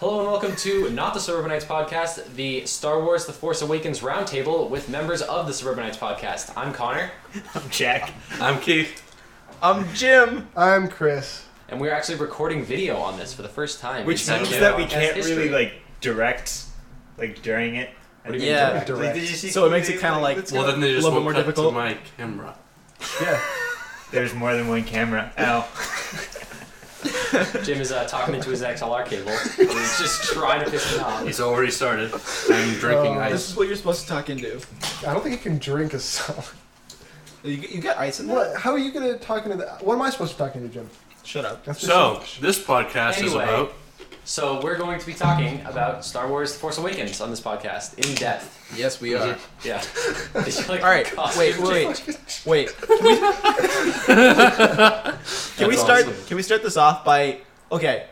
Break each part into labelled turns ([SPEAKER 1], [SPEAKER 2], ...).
[SPEAKER 1] Hello and welcome to Not the Suburbanites podcast, the Star Wars The Force Awakens roundtable with members of the Suburbanites podcast. I'm Connor,
[SPEAKER 2] Jack. I'm Keith.
[SPEAKER 3] I'm Jim.
[SPEAKER 4] I'm Chris.
[SPEAKER 1] and we're actually recording video on this for the first time.
[SPEAKER 2] Which
[SPEAKER 1] in
[SPEAKER 2] means
[SPEAKER 1] Sunday
[SPEAKER 2] that we
[SPEAKER 1] as
[SPEAKER 2] can't really
[SPEAKER 1] history.
[SPEAKER 2] like direct, like during it.
[SPEAKER 1] What do you mean
[SPEAKER 3] Yeah.
[SPEAKER 1] direct?
[SPEAKER 4] Direct.
[SPEAKER 3] Did you see- So it makes it kinda like-
[SPEAKER 4] Let's
[SPEAKER 5] Well,
[SPEAKER 4] go.
[SPEAKER 5] then they just
[SPEAKER 3] A little
[SPEAKER 5] won't
[SPEAKER 3] bit
[SPEAKER 5] cut to
[SPEAKER 3] more difficult.
[SPEAKER 5] my camera.
[SPEAKER 4] Yeah.
[SPEAKER 2] There's more than one camera. Ow.
[SPEAKER 1] Jim is uh, talking into his XLR cable. He's just trying to piss him off.
[SPEAKER 5] It's already started. I'm drinking
[SPEAKER 4] Oh,
[SPEAKER 5] ice.
[SPEAKER 3] This is what you're supposed to talk into.
[SPEAKER 4] I don't think you can drink a solid.
[SPEAKER 3] You, you got ice in there?
[SPEAKER 4] What? How are you gonna talk into that? What am I supposed to talk into, Jim?
[SPEAKER 3] Shut up.
[SPEAKER 4] That's
[SPEAKER 5] So this podcast is
[SPEAKER 1] Anyway.
[SPEAKER 5] about
[SPEAKER 1] So we're going to be talking about Star Wars The Force Awakens on this podcast in depth.
[SPEAKER 3] Yes, we are.
[SPEAKER 1] Yeah. Did you like
[SPEAKER 3] All right.
[SPEAKER 1] cough?
[SPEAKER 3] Wait, wait, wait. Can we, can we
[SPEAKER 1] That's
[SPEAKER 3] start?
[SPEAKER 1] awesome.
[SPEAKER 3] Can we start this off by okay?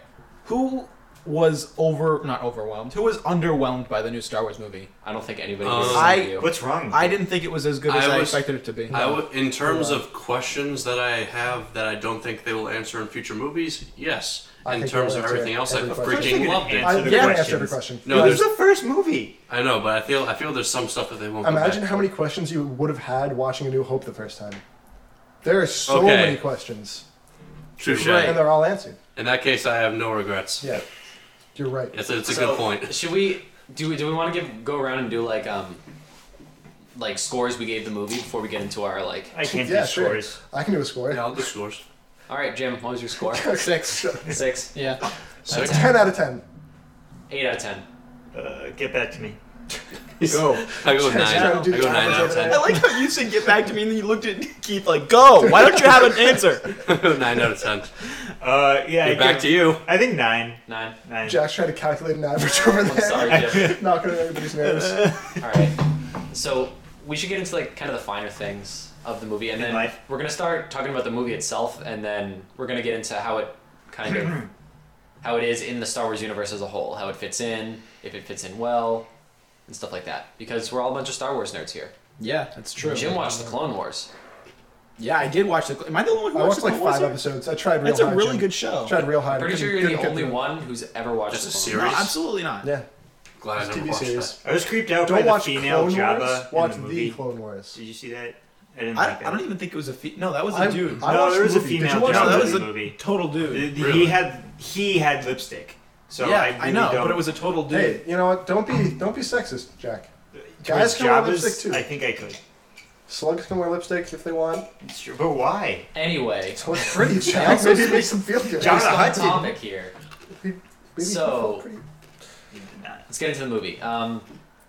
[SPEAKER 3] Who was over? Not overwhelmed. Who was underwhelmed by the new Star Wars movie?
[SPEAKER 1] I don't think anybody
[SPEAKER 5] Um,
[SPEAKER 1] was
[SPEAKER 3] I-
[SPEAKER 1] you.
[SPEAKER 2] What's wrong? With
[SPEAKER 3] I
[SPEAKER 2] it?
[SPEAKER 3] didn't think it was as good as
[SPEAKER 5] I
[SPEAKER 3] I,
[SPEAKER 5] was-
[SPEAKER 3] expected it to be.
[SPEAKER 5] I w- in terms of questions that I have that I don't think they will answer in future movies. Yes.
[SPEAKER 4] I
[SPEAKER 5] in
[SPEAKER 4] think
[SPEAKER 5] terms
[SPEAKER 4] they'll
[SPEAKER 5] of
[SPEAKER 4] answer
[SPEAKER 5] everything else, I
[SPEAKER 4] every
[SPEAKER 2] question.
[SPEAKER 5] freaking loved it.
[SPEAKER 4] I
[SPEAKER 2] Answer
[SPEAKER 4] think
[SPEAKER 2] the
[SPEAKER 4] I answer every
[SPEAKER 2] questions.
[SPEAKER 4] question.
[SPEAKER 5] No,
[SPEAKER 2] it was
[SPEAKER 5] there's.
[SPEAKER 2] the first movie.
[SPEAKER 5] I know, but I feel I feel there's some stuff that they won't.
[SPEAKER 4] Imagine
[SPEAKER 5] go back
[SPEAKER 4] how
[SPEAKER 5] for.
[SPEAKER 4] many questions you would have had watching A New Hope the first time. There are so
[SPEAKER 5] Okay.
[SPEAKER 4] many questions,
[SPEAKER 5] Touche.
[SPEAKER 3] Right.
[SPEAKER 4] and they're all answered.
[SPEAKER 5] In that case, I have no regrets.
[SPEAKER 4] Yeah, you're right.
[SPEAKER 5] It's, it's a
[SPEAKER 1] So,
[SPEAKER 5] good point.
[SPEAKER 1] Should we do? we Do we want to give go around and do like um like scores we gave the movie before we get into our like?
[SPEAKER 2] I can't
[SPEAKER 4] Yeah,
[SPEAKER 2] do
[SPEAKER 4] sure.
[SPEAKER 2] scores.
[SPEAKER 4] I can do a score.
[SPEAKER 5] Yeah, I'll do scores.
[SPEAKER 1] All right, Jim, what was your score?
[SPEAKER 3] six.
[SPEAKER 1] Six,
[SPEAKER 3] Yeah.
[SPEAKER 5] Six.
[SPEAKER 4] Ten out of ten.
[SPEAKER 1] eight out of ten.
[SPEAKER 2] Uh, get back to me.
[SPEAKER 3] Go.
[SPEAKER 5] I go
[SPEAKER 4] Just
[SPEAKER 5] nine.
[SPEAKER 4] trying to do
[SPEAKER 5] I go
[SPEAKER 4] the
[SPEAKER 5] nine out of
[SPEAKER 4] average
[SPEAKER 5] ten.
[SPEAKER 3] I like how you said get back to me, and then you looked at Keith like, "Go! Why don't you have an answer?"
[SPEAKER 5] I go nine out of ten.
[SPEAKER 2] Uh, yeah. I
[SPEAKER 5] Okay, back
[SPEAKER 2] give-
[SPEAKER 5] to you.
[SPEAKER 2] I think nine.
[SPEAKER 1] Nine.
[SPEAKER 2] Nine.
[SPEAKER 4] Jack's trying to calculate an average over
[SPEAKER 1] I'm
[SPEAKER 4] there.
[SPEAKER 1] sorry, Jim.
[SPEAKER 4] Knocking on everybody's nerves.
[SPEAKER 1] All right, so we should get into like kind of the finer things of the movie, and
[SPEAKER 2] In
[SPEAKER 1] then
[SPEAKER 2] life.
[SPEAKER 1] we're gonna start talking about the movie itself, and then we're gonna get into how it kind of how it is in the Star Wars universe as a whole, how it fits in, if it fits in well, and stuff like that. Because we're all a bunch of Star Wars nerds here.
[SPEAKER 3] Yeah, that's true.
[SPEAKER 1] Jim watched the Clone Wars.
[SPEAKER 3] Yeah, I did watch the. Am I the only one who
[SPEAKER 4] I
[SPEAKER 3] watched
[SPEAKER 4] watched
[SPEAKER 3] the
[SPEAKER 4] like
[SPEAKER 3] Clone Wars
[SPEAKER 4] five
[SPEAKER 3] here?
[SPEAKER 4] episodes. I tried real
[SPEAKER 3] It's a
[SPEAKER 4] hard,
[SPEAKER 3] really
[SPEAKER 4] Jim.
[SPEAKER 3] good show.
[SPEAKER 4] Tried real hard.
[SPEAKER 1] I'm pretty
[SPEAKER 4] Couldn't-
[SPEAKER 1] sure you're the
[SPEAKER 4] couldn't get
[SPEAKER 1] only
[SPEAKER 4] through it.
[SPEAKER 1] one who's ever watched
[SPEAKER 5] Just a
[SPEAKER 1] the Clone
[SPEAKER 3] No,
[SPEAKER 5] series?
[SPEAKER 3] absolutely not.
[SPEAKER 4] Yeah.
[SPEAKER 5] Glad I
[SPEAKER 4] It's
[SPEAKER 5] never
[SPEAKER 4] TV
[SPEAKER 5] watched
[SPEAKER 4] series.
[SPEAKER 5] that.
[SPEAKER 2] I was creeped out
[SPEAKER 4] Don't
[SPEAKER 2] by
[SPEAKER 4] watch
[SPEAKER 2] the female
[SPEAKER 4] Clone
[SPEAKER 2] Java
[SPEAKER 4] Wars.
[SPEAKER 2] in
[SPEAKER 4] Watch
[SPEAKER 2] the
[SPEAKER 4] the,
[SPEAKER 2] movie.
[SPEAKER 4] Clone Wars.
[SPEAKER 2] Did you see that? I didn't
[SPEAKER 3] I,
[SPEAKER 2] like that.
[SPEAKER 3] I don't even think it was a fe- no. That was a
[SPEAKER 4] I-
[SPEAKER 3] dude.
[SPEAKER 4] I
[SPEAKER 2] no,
[SPEAKER 4] watched
[SPEAKER 2] there was
[SPEAKER 4] the
[SPEAKER 2] a
[SPEAKER 4] movie. Did
[SPEAKER 2] female
[SPEAKER 4] you watch
[SPEAKER 2] Java
[SPEAKER 4] that?
[SPEAKER 2] in
[SPEAKER 3] that
[SPEAKER 2] the
[SPEAKER 3] was a
[SPEAKER 2] movie.
[SPEAKER 3] total dude.
[SPEAKER 2] He
[SPEAKER 5] Really?
[SPEAKER 2] had he had lipstick. So
[SPEAKER 3] yeah,
[SPEAKER 2] I,
[SPEAKER 3] I,
[SPEAKER 2] really
[SPEAKER 3] know,
[SPEAKER 2] don't,
[SPEAKER 3] but it was a total dude.
[SPEAKER 4] Hey, you know what? Don't be don't be sexist, Jack.
[SPEAKER 2] towards
[SPEAKER 4] guys can wear
[SPEAKER 2] Jabba's,
[SPEAKER 4] lipstick, too.
[SPEAKER 2] I think I could.
[SPEAKER 4] Slugs can wear lipstick if they want.
[SPEAKER 2] It's true, but why?
[SPEAKER 1] Wars. Anyway,
[SPEAKER 4] It's look pretty,
[SPEAKER 3] I
[SPEAKER 4] Jack.
[SPEAKER 3] also
[SPEAKER 4] Maybe it makes them feel good.
[SPEAKER 2] Jabba
[SPEAKER 4] Maybe
[SPEAKER 2] the
[SPEAKER 1] on
[SPEAKER 2] Hutt
[SPEAKER 1] topic here.
[SPEAKER 4] they
[SPEAKER 1] So-
[SPEAKER 4] feel pretty.
[SPEAKER 2] You did not.
[SPEAKER 1] Let's get into the movie. Um,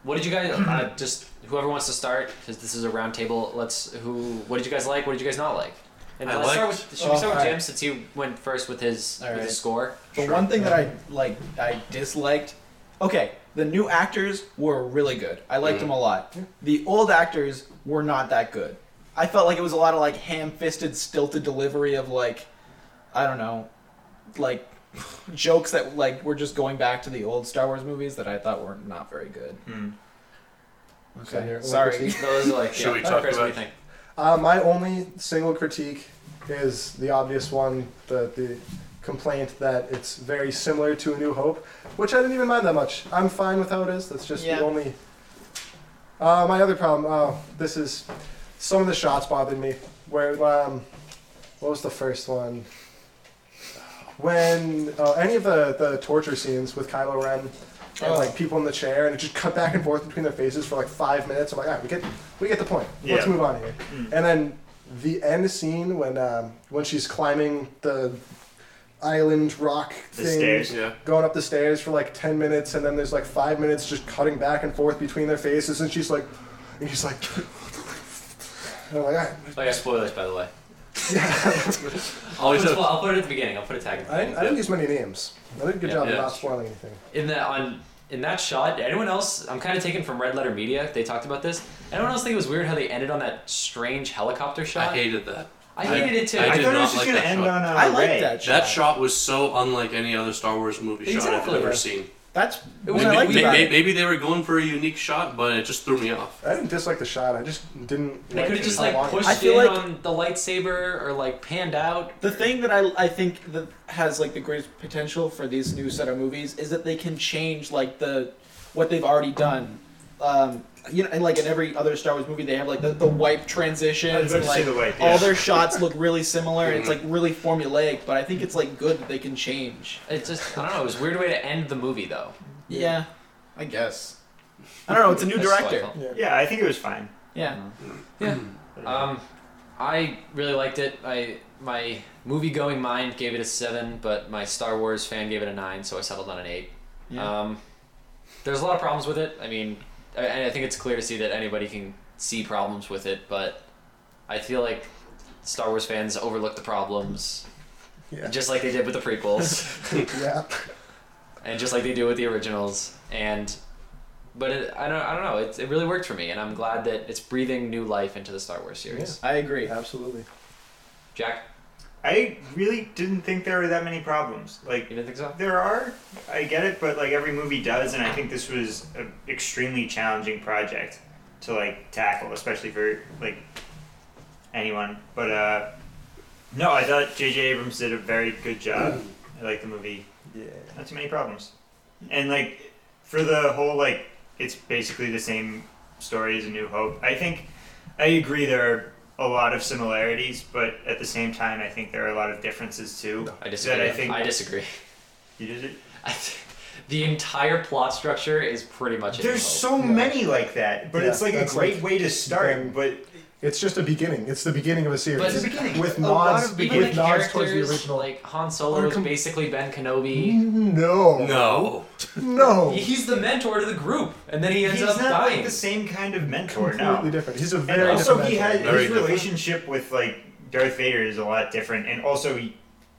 [SPEAKER 1] what did you guys? Uh, just whoever wants to start, because this is a roundtable. Let's. Who? What did you guys like? What did you guys not like? And
[SPEAKER 5] I
[SPEAKER 1] let's start
[SPEAKER 5] liked-
[SPEAKER 1] with. Should we
[SPEAKER 4] Oh,
[SPEAKER 1] start with
[SPEAKER 4] alright.
[SPEAKER 1] Jim since he went first with his, with
[SPEAKER 3] Alright.
[SPEAKER 1] his score?
[SPEAKER 3] The one thing that I like, I disliked. Okay, the new actors were really good. I
[SPEAKER 2] Mm.
[SPEAKER 3] liked them a lot. The old actors were not that good. I felt like it was a lot of like ham-fisted, stilted delivery of like, I don't know, like jokes that like were just going back to the old Star Wars movies that I thought were not very good.
[SPEAKER 2] Hmm.
[SPEAKER 4] So here,
[SPEAKER 3] Okay,
[SPEAKER 4] let me
[SPEAKER 3] sorry.
[SPEAKER 4] see.
[SPEAKER 1] Those are like.
[SPEAKER 5] Should
[SPEAKER 1] yeah,
[SPEAKER 5] we talk
[SPEAKER 1] Chris, what do you
[SPEAKER 5] about-
[SPEAKER 1] think?
[SPEAKER 4] Uh, my only single critique is the obvious one, the the complaint that it's very similar to A New Hope, which I didn't even mind that much. I'm fine with how it is. That's just
[SPEAKER 3] Yeah.
[SPEAKER 4] the only. Uh, my other problem. Oh, this is some of the shots bothered me. Where um, what was the first one? When uh, any of the, the torture scenes with Kylo Ren and
[SPEAKER 3] Oh.
[SPEAKER 4] like people in the chair, and it just cut back and forth between their faces for like five minutes. I'm like, all right, we get we get the point. Let's
[SPEAKER 2] Yeah.
[SPEAKER 4] move on here.
[SPEAKER 3] Hmm.
[SPEAKER 4] And then the end scene when um, when she's climbing the island rock
[SPEAKER 2] The
[SPEAKER 4] thing,
[SPEAKER 2] stairs.
[SPEAKER 5] Yeah.
[SPEAKER 4] going up the stairs for like ten minutes, and then there's like five minutes just cutting back and forth between their faces, and she's like, and he's like, and I'm like, all right,
[SPEAKER 1] Oh, yeah, spoilers by the way. I'll
[SPEAKER 5] Always
[SPEAKER 1] put,
[SPEAKER 5] have,
[SPEAKER 1] I'll put it at the beginning. I'll put a tag. At the
[SPEAKER 4] I didn't, I
[SPEAKER 1] beginning.
[SPEAKER 4] didn't use many names. I did a good
[SPEAKER 1] Yeah,
[SPEAKER 4] job
[SPEAKER 5] yeah,
[SPEAKER 4] of not
[SPEAKER 5] that's true.
[SPEAKER 4] spoiling anything.
[SPEAKER 1] in that on in that shot anyone else i'm kind of taken from red letter media they talked about this anyone else think it was weird how they ended on that strange helicopter shot
[SPEAKER 5] I hated that.
[SPEAKER 1] I hated it too
[SPEAKER 5] I
[SPEAKER 2] I
[SPEAKER 5] did
[SPEAKER 2] thought it
[SPEAKER 5] not
[SPEAKER 2] was just
[SPEAKER 5] like
[SPEAKER 2] gonna
[SPEAKER 5] that
[SPEAKER 2] end
[SPEAKER 5] shot.
[SPEAKER 2] on a
[SPEAKER 3] I like
[SPEAKER 2] Ray.
[SPEAKER 3] that shot.
[SPEAKER 5] That shot was so unlike any other Star Wars movie shot I've
[SPEAKER 1] Exactly.
[SPEAKER 5] ever seen.
[SPEAKER 3] That's
[SPEAKER 1] It
[SPEAKER 3] what
[SPEAKER 1] was
[SPEAKER 5] Maybe,
[SPEAKER 3] I liked
[SPEAKER 5] may-
[SPEAKER 3] about
[SPEAKER 5] may-
[SPEAKER 3] it.
[SPEAKER 5] maybe they were going for a unique shot, but it just threw me off.
[SPEAKER 4] I didn't dislike the shot. I just didn't.
[SPEAKER 1] They could have just
[SPEAKER 4] how
[SPEAKER 1] like
[SPEAKER 4] long it
[SPEAKER 1] pushed
[SPEAKER 3] I feel
[SPEAKER 1] in
[SPEAKER 3] like-
[SPEAKER 1] on the lightsaber or like panned out.
[SPEAKER 3] The thing that I, I think that has like the greatest potential for these new set of movies is that they can change like the what they've already done. Um, you know, and like in every other Star Wars movie, they have like the, the wipe
[SPEAKER 2] I was
[SPEAKER 3] transitions.
[SPEAKER 2] about
[SPEAKER 3] And,
[SPEAKER 2] to say
[SPEAKER 3] like,
[SPEAKER 2] the wipe, yeah.
[SPEAKER 3] All their shots look really similar. and It's like really formulaic, but I think it's like good that they can change.
[SPEAKER 1] It's just I don't know. It was a weird way to end the movie though.
[SPEAKER 3] Yeah, I guess. I don't know. It's a new
[SPEAKER 1] That's how I
[SPEAKER 3] director.
[SPEAKER 1] felt.
[SPEAKER 4] Yeah.
[SPEAKER 2] Yeah, I think it was fine.
[SPEAKER 3] Yeah.
[SPEAKER 1] Yeah. Um, I really liked it. I my movie going mind gave it a seven, but my Star Wars fan gave it a nine, so I settled on an eight.
[SPEAKER 3] Yeah.
[SPEAKER 1] Um, there's a lot of problems with it. I mean, I- and I think it's clear to see that anybody can see problems with it, but I feel like Star Wars fans overlook the problems,
[SPEAKER 4] Yeah.
[SPEAKER 1] just like they did with the prequels,
[SPEAKER 4] yeah.
[SPEAKER 1] and just like they do with the originals. And but it, I don't, I don't know. It, it really worked for me, and I'm glad that it's breathing new life into the Star Wars
[SPEAKER 2] Mm-hmm.
[SPEAKER 1] series.
[SPEAKER 3] I agree.
[SPEAKER 4] Absolutely.
[SPEAKER 1] Jack,
[SPEAKER 2] I really didn't think there were that many problems. Like
[SPEAKER 1] you didn't think so?
[SPEAKER 2] there are, I get it, but like every movie does, and I think this was an extremely challenging project to like tackle, especially for like anyone. But uh, no, I thought J.J. Abrams did a very good job. I like the movie.
[SPEAKER 4] Yeah.
[SPEAKER 2] Not too many problems. And like for the whole like it's basically the same story as A New Hope. I think I agree there are a lot of similarities, but at the same time I think there are a lot of differences too.
[SPEAKER 1] I disagree.
[SPEAKER 2] That I think
[SPEAKER 1] I disagree.
[SPEAKER 2] you did it.
[SPEAKER 1] the entire plot structure is pretty much. a new
[SPEAKER 2] There's
[SPEAKER 1] hope.
[SPEAKER 2] so many like that, but
[SPEAKER 4] Yeah,
[SPEAKER 2] it's like a
[SPEAKER 4] that's
[SPEAKER 2] great
[SPEAKER 4] like-
[SPEAKER 2] way to start.
[SPEAKER 4] then-
[SPEAKER 2] but
[SPEAKER 4] It's just a beginning. It's the beginning of a series.
[SPEAKER 1] But- It's a
[SPEAKER 2] beginning.
[SPEAKER 4] With
[SPEAKER 2] A
[SPEAKER 1] lot
[SPEAKER 4] nods,
[SPEAKER 1] of even
[SPEAKER 4] with
[SPEAKER 1] the
[SPEAKER 4] nods towards the
[SPEAKER 1] characters,
[SPEAKER 4] original.
[SPEAKER 1] Like Han Solo
[SPEAKER 4] Or
[SPEAKER 1] is
[SPEAKER 4] com-
[SPEAKER 1] basically Ben Kenobi.
[SPEAKER 4] no.
[SPEAKER 5] No.
[SPEAKER 4] No.
[SPEAKER 1] He- He's the mentor to the group, and then he ends
[SPEAKER 2] he's
[SPEAKER 1] up
[SPEAKER 2] not
[SPEAKER 1] dying.
[SPEAKER 2] like the same kind of mentor
[SPEAKER 4] Completely
[SPEAKER 2] now.
[SPEAKER 4] different. He's a
[SPEAKER 2] And
[SPEAKER 4] very
[SPEAKER 2] also,
[SPEAKER 4] different
[SPEAKER 2] he
[SPEAKER 4] mentor.
[SPEAKER 2] had
[SPEAKER 5] Very
[SPEAKER 2] his
[SPEAKER 5] different.
[SPEAKER 2] relationship with like Darth Vader is a lot different, and also, he-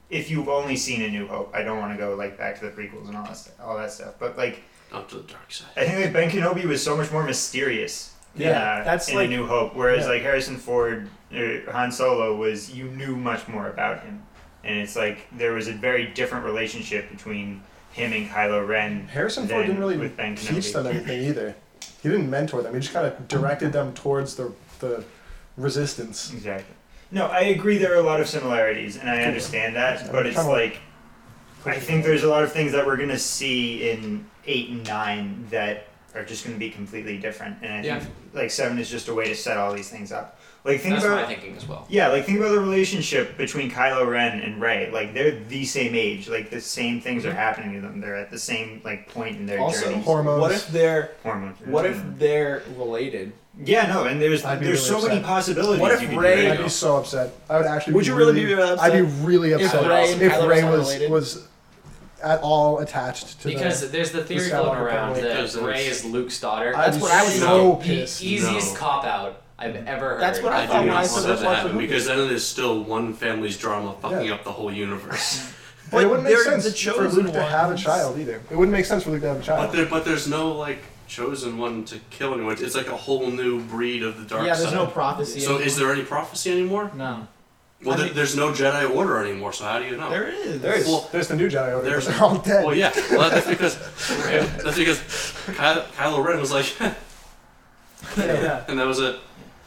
[SPEAKER 2] if you've only seen A New Hope, I don't want to go like back to the prequels and all that stuff, all that stuff. But like,
[SPEAKER 5] Up to the dark side.
[SPEAKER 2] I think like Ben Kenobi was so much more mysterious.
[SPEAKER 3] Yeah,
[SPEAKER 2] uh,
[SPEAKER 3] that's
[SPEAKER 2] in
[SPEAKER 3] like-
[SPEAKER 2] A New Hope, whereas
[SPEAKER 4] yeah.
[SPEAKER 2] like Harrison Ford or Han Solo was you knew much more about him, and it's like there was a very different relationship between him and Kylo Ren.
[SPEAKER 4] Harrison Ford
[SPEAKER 2] than
[SPEAKER 4] didn't really
[SPEAKER 2] with Ben
[SPEAKER 4] teach
[SPEAKER 2] Kenobi.
[SPEAKER 4] them anything either. He didn't mentor them. He just kind of directed them towards the the resistance.
[SPEAKER 2] Exactly. No, I agree there are a lot of similarities, and I understand that, but it's like, I think there's a lot of things that we're going to see in 8 and 9 that are just going to be completely different, and I think, like, 7 is just a way to set all these things up. Like, think
[SPEAKER 1] That's my
[SPEAKER 2] about.
[SPEAKER 1] thinking as well.
[SPEAKER 2] Yeah, like think about the relationship between Kylo Ren and Rey. Like they're the same age. Like the same things
[SPEAKER 4] Mm-hmm.
[SPEAKER 2] are happening to them. They're at the same like point in their
[SPEAKER 3] Also,
[SPEAKER 2] journeys.
[SPEAKER 4] Hormones.
[SPEAKER 3] What if they're
[SPEAKER 2] Hormones.
[SPEAKER 3] what if they're related?
[SPEAKER 2] Yeah, no, and there's
[SPEAKER 4] I'd
[SPEAKER 2] there's
[SPEAKER 4] be really
[SPEAKER 2] so many
[SPEAKER 4] upset.
[SPEAKER 2] possibilities.
[SPEAKER 3] What if
[SPEAKER 2] you could do.
[SPEAKER 3] Rey-
[SPEAKER 4] I'd be so upset. I would actually.
[SPEAKER 3] Would
[SPEAKER 4] be
[SPEAKER 3] you really be upset
[SPEAKER 4] I'd be really
[SPEAKER 3] if
[SPEAKER 4] upset
[SPEAKER 3] Rey and Kylo
[SPEAKER 4] Rey
[SPEAKER 3] Ren were
[SPEAKER 4] was
[SPEAKER 3] related?
[SPEAKER 4] was at all attached to
[SPEAKER 1] Because
[SPEAKER 4] the.
[SPEAKER 1] there's the theory
[SPEAKER 4] Skywalker
[SPEAKER 1] floating around
[SPEAKER 4] family.
[SPEAKER 1] that
[SPEAKER 5] Because it's-
[SPEAKER 1] Ray is Luke's daughter.
[SPEAKER 4] I'd
[SPEAKER 3] That's
[SPEAKER 4] be
[SPEAKER 3] what I was
[SPEAKER 4] so
[SPEAKER 1] the
[SPEAKER 4] pissed.
[SPEAKER 1] E- easiest
[SPEAKER 5] No.
[SPEAKER 1] cop out I've ever heard.
[SPEAKER 3] That's what I
[SPEAKER 5] I do
[SPEAKER 3] thought
[SPEAKER 5] not
[SPEAKER 3] when I
[SPEAKER 5] want
[SPEAKER 3] said
[SPEAKER 5] that
[SPEAKER 3] let's
[SPEAKER 5] to
[SPEAKER 3] watch the
[SPEAKER 5] happen
[SPEAKER 3] movie.
[SPEAKER 5] because then it is still one family's drama fucking
[SPEAKER 4] Yeah.
[SPEAKER 5] up the whole universe.
[SPEAKER 4] But it wouldn't make
[SPEAKER 3] they're
[SPEAKER 4] sense
[SPEAKER 3] the
[SPEAKER 4] for
[SPEAKER 3] chosen
[SPEAKER 4] Luke to have a
[SPEAKER 3] ones.
[SPEAKER 4] child either. It wouldn't make sense for Luke to have a
[SPEAKER 5] but
[SPEAKER 4] child.
[SPEAKER 5] there, but there's no like chosen one to kill anyone. It's like a whole new breed of the dark
[SPEAKER 3] Yeah,
[SPEAKER 5] side.
[SPEAKER 3] there's no prophecy.
[SPEAKER 5] so is there any prophecy anymore?
[SPEAKER 3] No.
[SPEAKER 5] Well,
[SPEAKER 3] I
[SPEAKER 5] there,
[SPEAKER 3] mean-
[SPEAKER 5] there's no Jedi Order anymore. So how do you know?
[SPEAKER 3] There is.
[SPEAKER 4] There is.
[SPEAKER 5] Well,
[SPEAKER 4] there's the new Jedi Order. but
[SPEAKER 5] there's-
[SPEAKER 4] They're all dead.
[SPEAKER 5] Well, Oh, yeah. Well, that's because that's because Ky- Kylo Ren was like,
[SPEAKER 3] Yeah.
[SPEAKER 5] and that was it.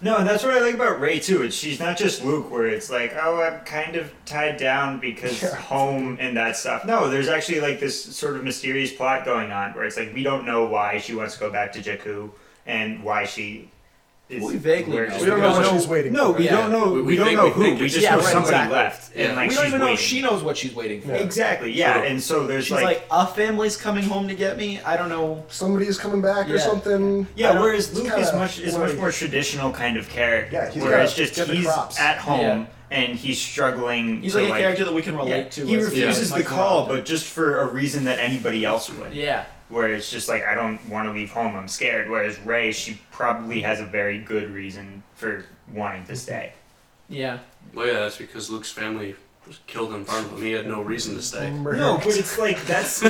[SPEAKER 2] No, and that's what I like about Ray too. Is she's not just Luke, where it's like, oh, I'm kind of tied down because
[SPEAKER 4] Yeah.
[SPEAKER 2] home and that stuff. No, there's actually like this sort of mysterious plot going on, where it's like we don't know why she wants to go back to Jakku and why she. Is
[SPEAKER 3] We vaguely
[SPEAKER 2] where
[SPEAKER 3] know.
[SPEAKER 2] she
[SPEAKER 4] we don't know
[SPEAKER 2] goes.
[SPEAKER 4] what she's waiting
[SPEAKER 2] No,
[SPEAKER 4] for.
[SPEAKER 2] we
[SPEAKER 5] Yeah.
[SPEAKER 2] don't know. We,
[SPEAKER 5] We- we
[SPEAKER 2] don't
[SPEAKER 5] think-
[SPEAKER 2] know
[SPEAKER 5] we
[SPEAKER 2] who.
[SPEAKER 5] think
[SPEAKER 2] We
[SPEAKER 5] it's
[SPEAKER 2] just
[SPEAKER 3] just-
[SPEAKER 2] know
[SPEAKER 3] Yeah, right,
[SPEAKER 2] somebody
[SPEAKER 3] exactly.
[SPEAKER 2] left,
[SPEAKER 5] Yeah.
[SPEAKER 2] and like
[SPEAKER 3] we don't
[SPEAKER 2] she's
[SPEAKER 3] even know if
[SPEAKER 2] waiting.
[SPEAKER 3] she knows what she's waiting for.
[SPEAKER 4] Yeah.
[SPEAKER 2] Exactly. Yeah,
[SPEAKER 5] True.
[SPEAKER 2] and so there's
[SPEAKER 3] She's like, a family's coming home to get me. I don't know.
[SPEAKER 4] Somebody is coming back or
[SPEAKER 3] Yeah.
[SPEAKER 4] something. I
[SPEAKER 2] Yeah,
[SPEAKER 4] don't-
[SPEAKER 2] whereas
[SPEAKER 4] it's
[SPEAKER 2] Luke
[SPEAKER 4] kinda
[SPEAKER 2] is much is much
[SPEAKER 4] worried.
[SPEAKER 2] more traditional kind of character.
[SPEAKER 4] Yeah, he's
[SPEAKER 2] whereas
[SPEAKER 4] gotta
[SPEAKER 2] just
[SPEAKER 4] get the
[SPEAKER 2] he's
[SPEAKER 4] crops.
[SPEAKER 2] at home
[SPEAKER 3] Yeah.
[SPEAKER 2] and he's struggling.
[SPEAKER 3] He's
[SPEAKER 2] to,
[SPEAKER 3] like a character that we can relate
[SPEAKER 2] yeah,
[SPEAKER 3] to.
[SPEAKER 2] He
[SPEAKER 3] as-
[SPEAKER 2] refuses
[SPEAKER 3] yeah.
[SPEAKER 2] the call, but just for a reason that anybody else would.
[SPEAKER 3] yeah,
[SPEAKER 2] Where it's just like I don't want to leave home. I'm scared. Whereas Ray, she probably has a very good reason for wanting to stay.
[SPEAKER 3] yeah.
[SPEAKER 5] Well, yeah, that's because Luke's family Just killed in front of him. He had no reason to stay.
[SPEAKER 2] No, but it's like that's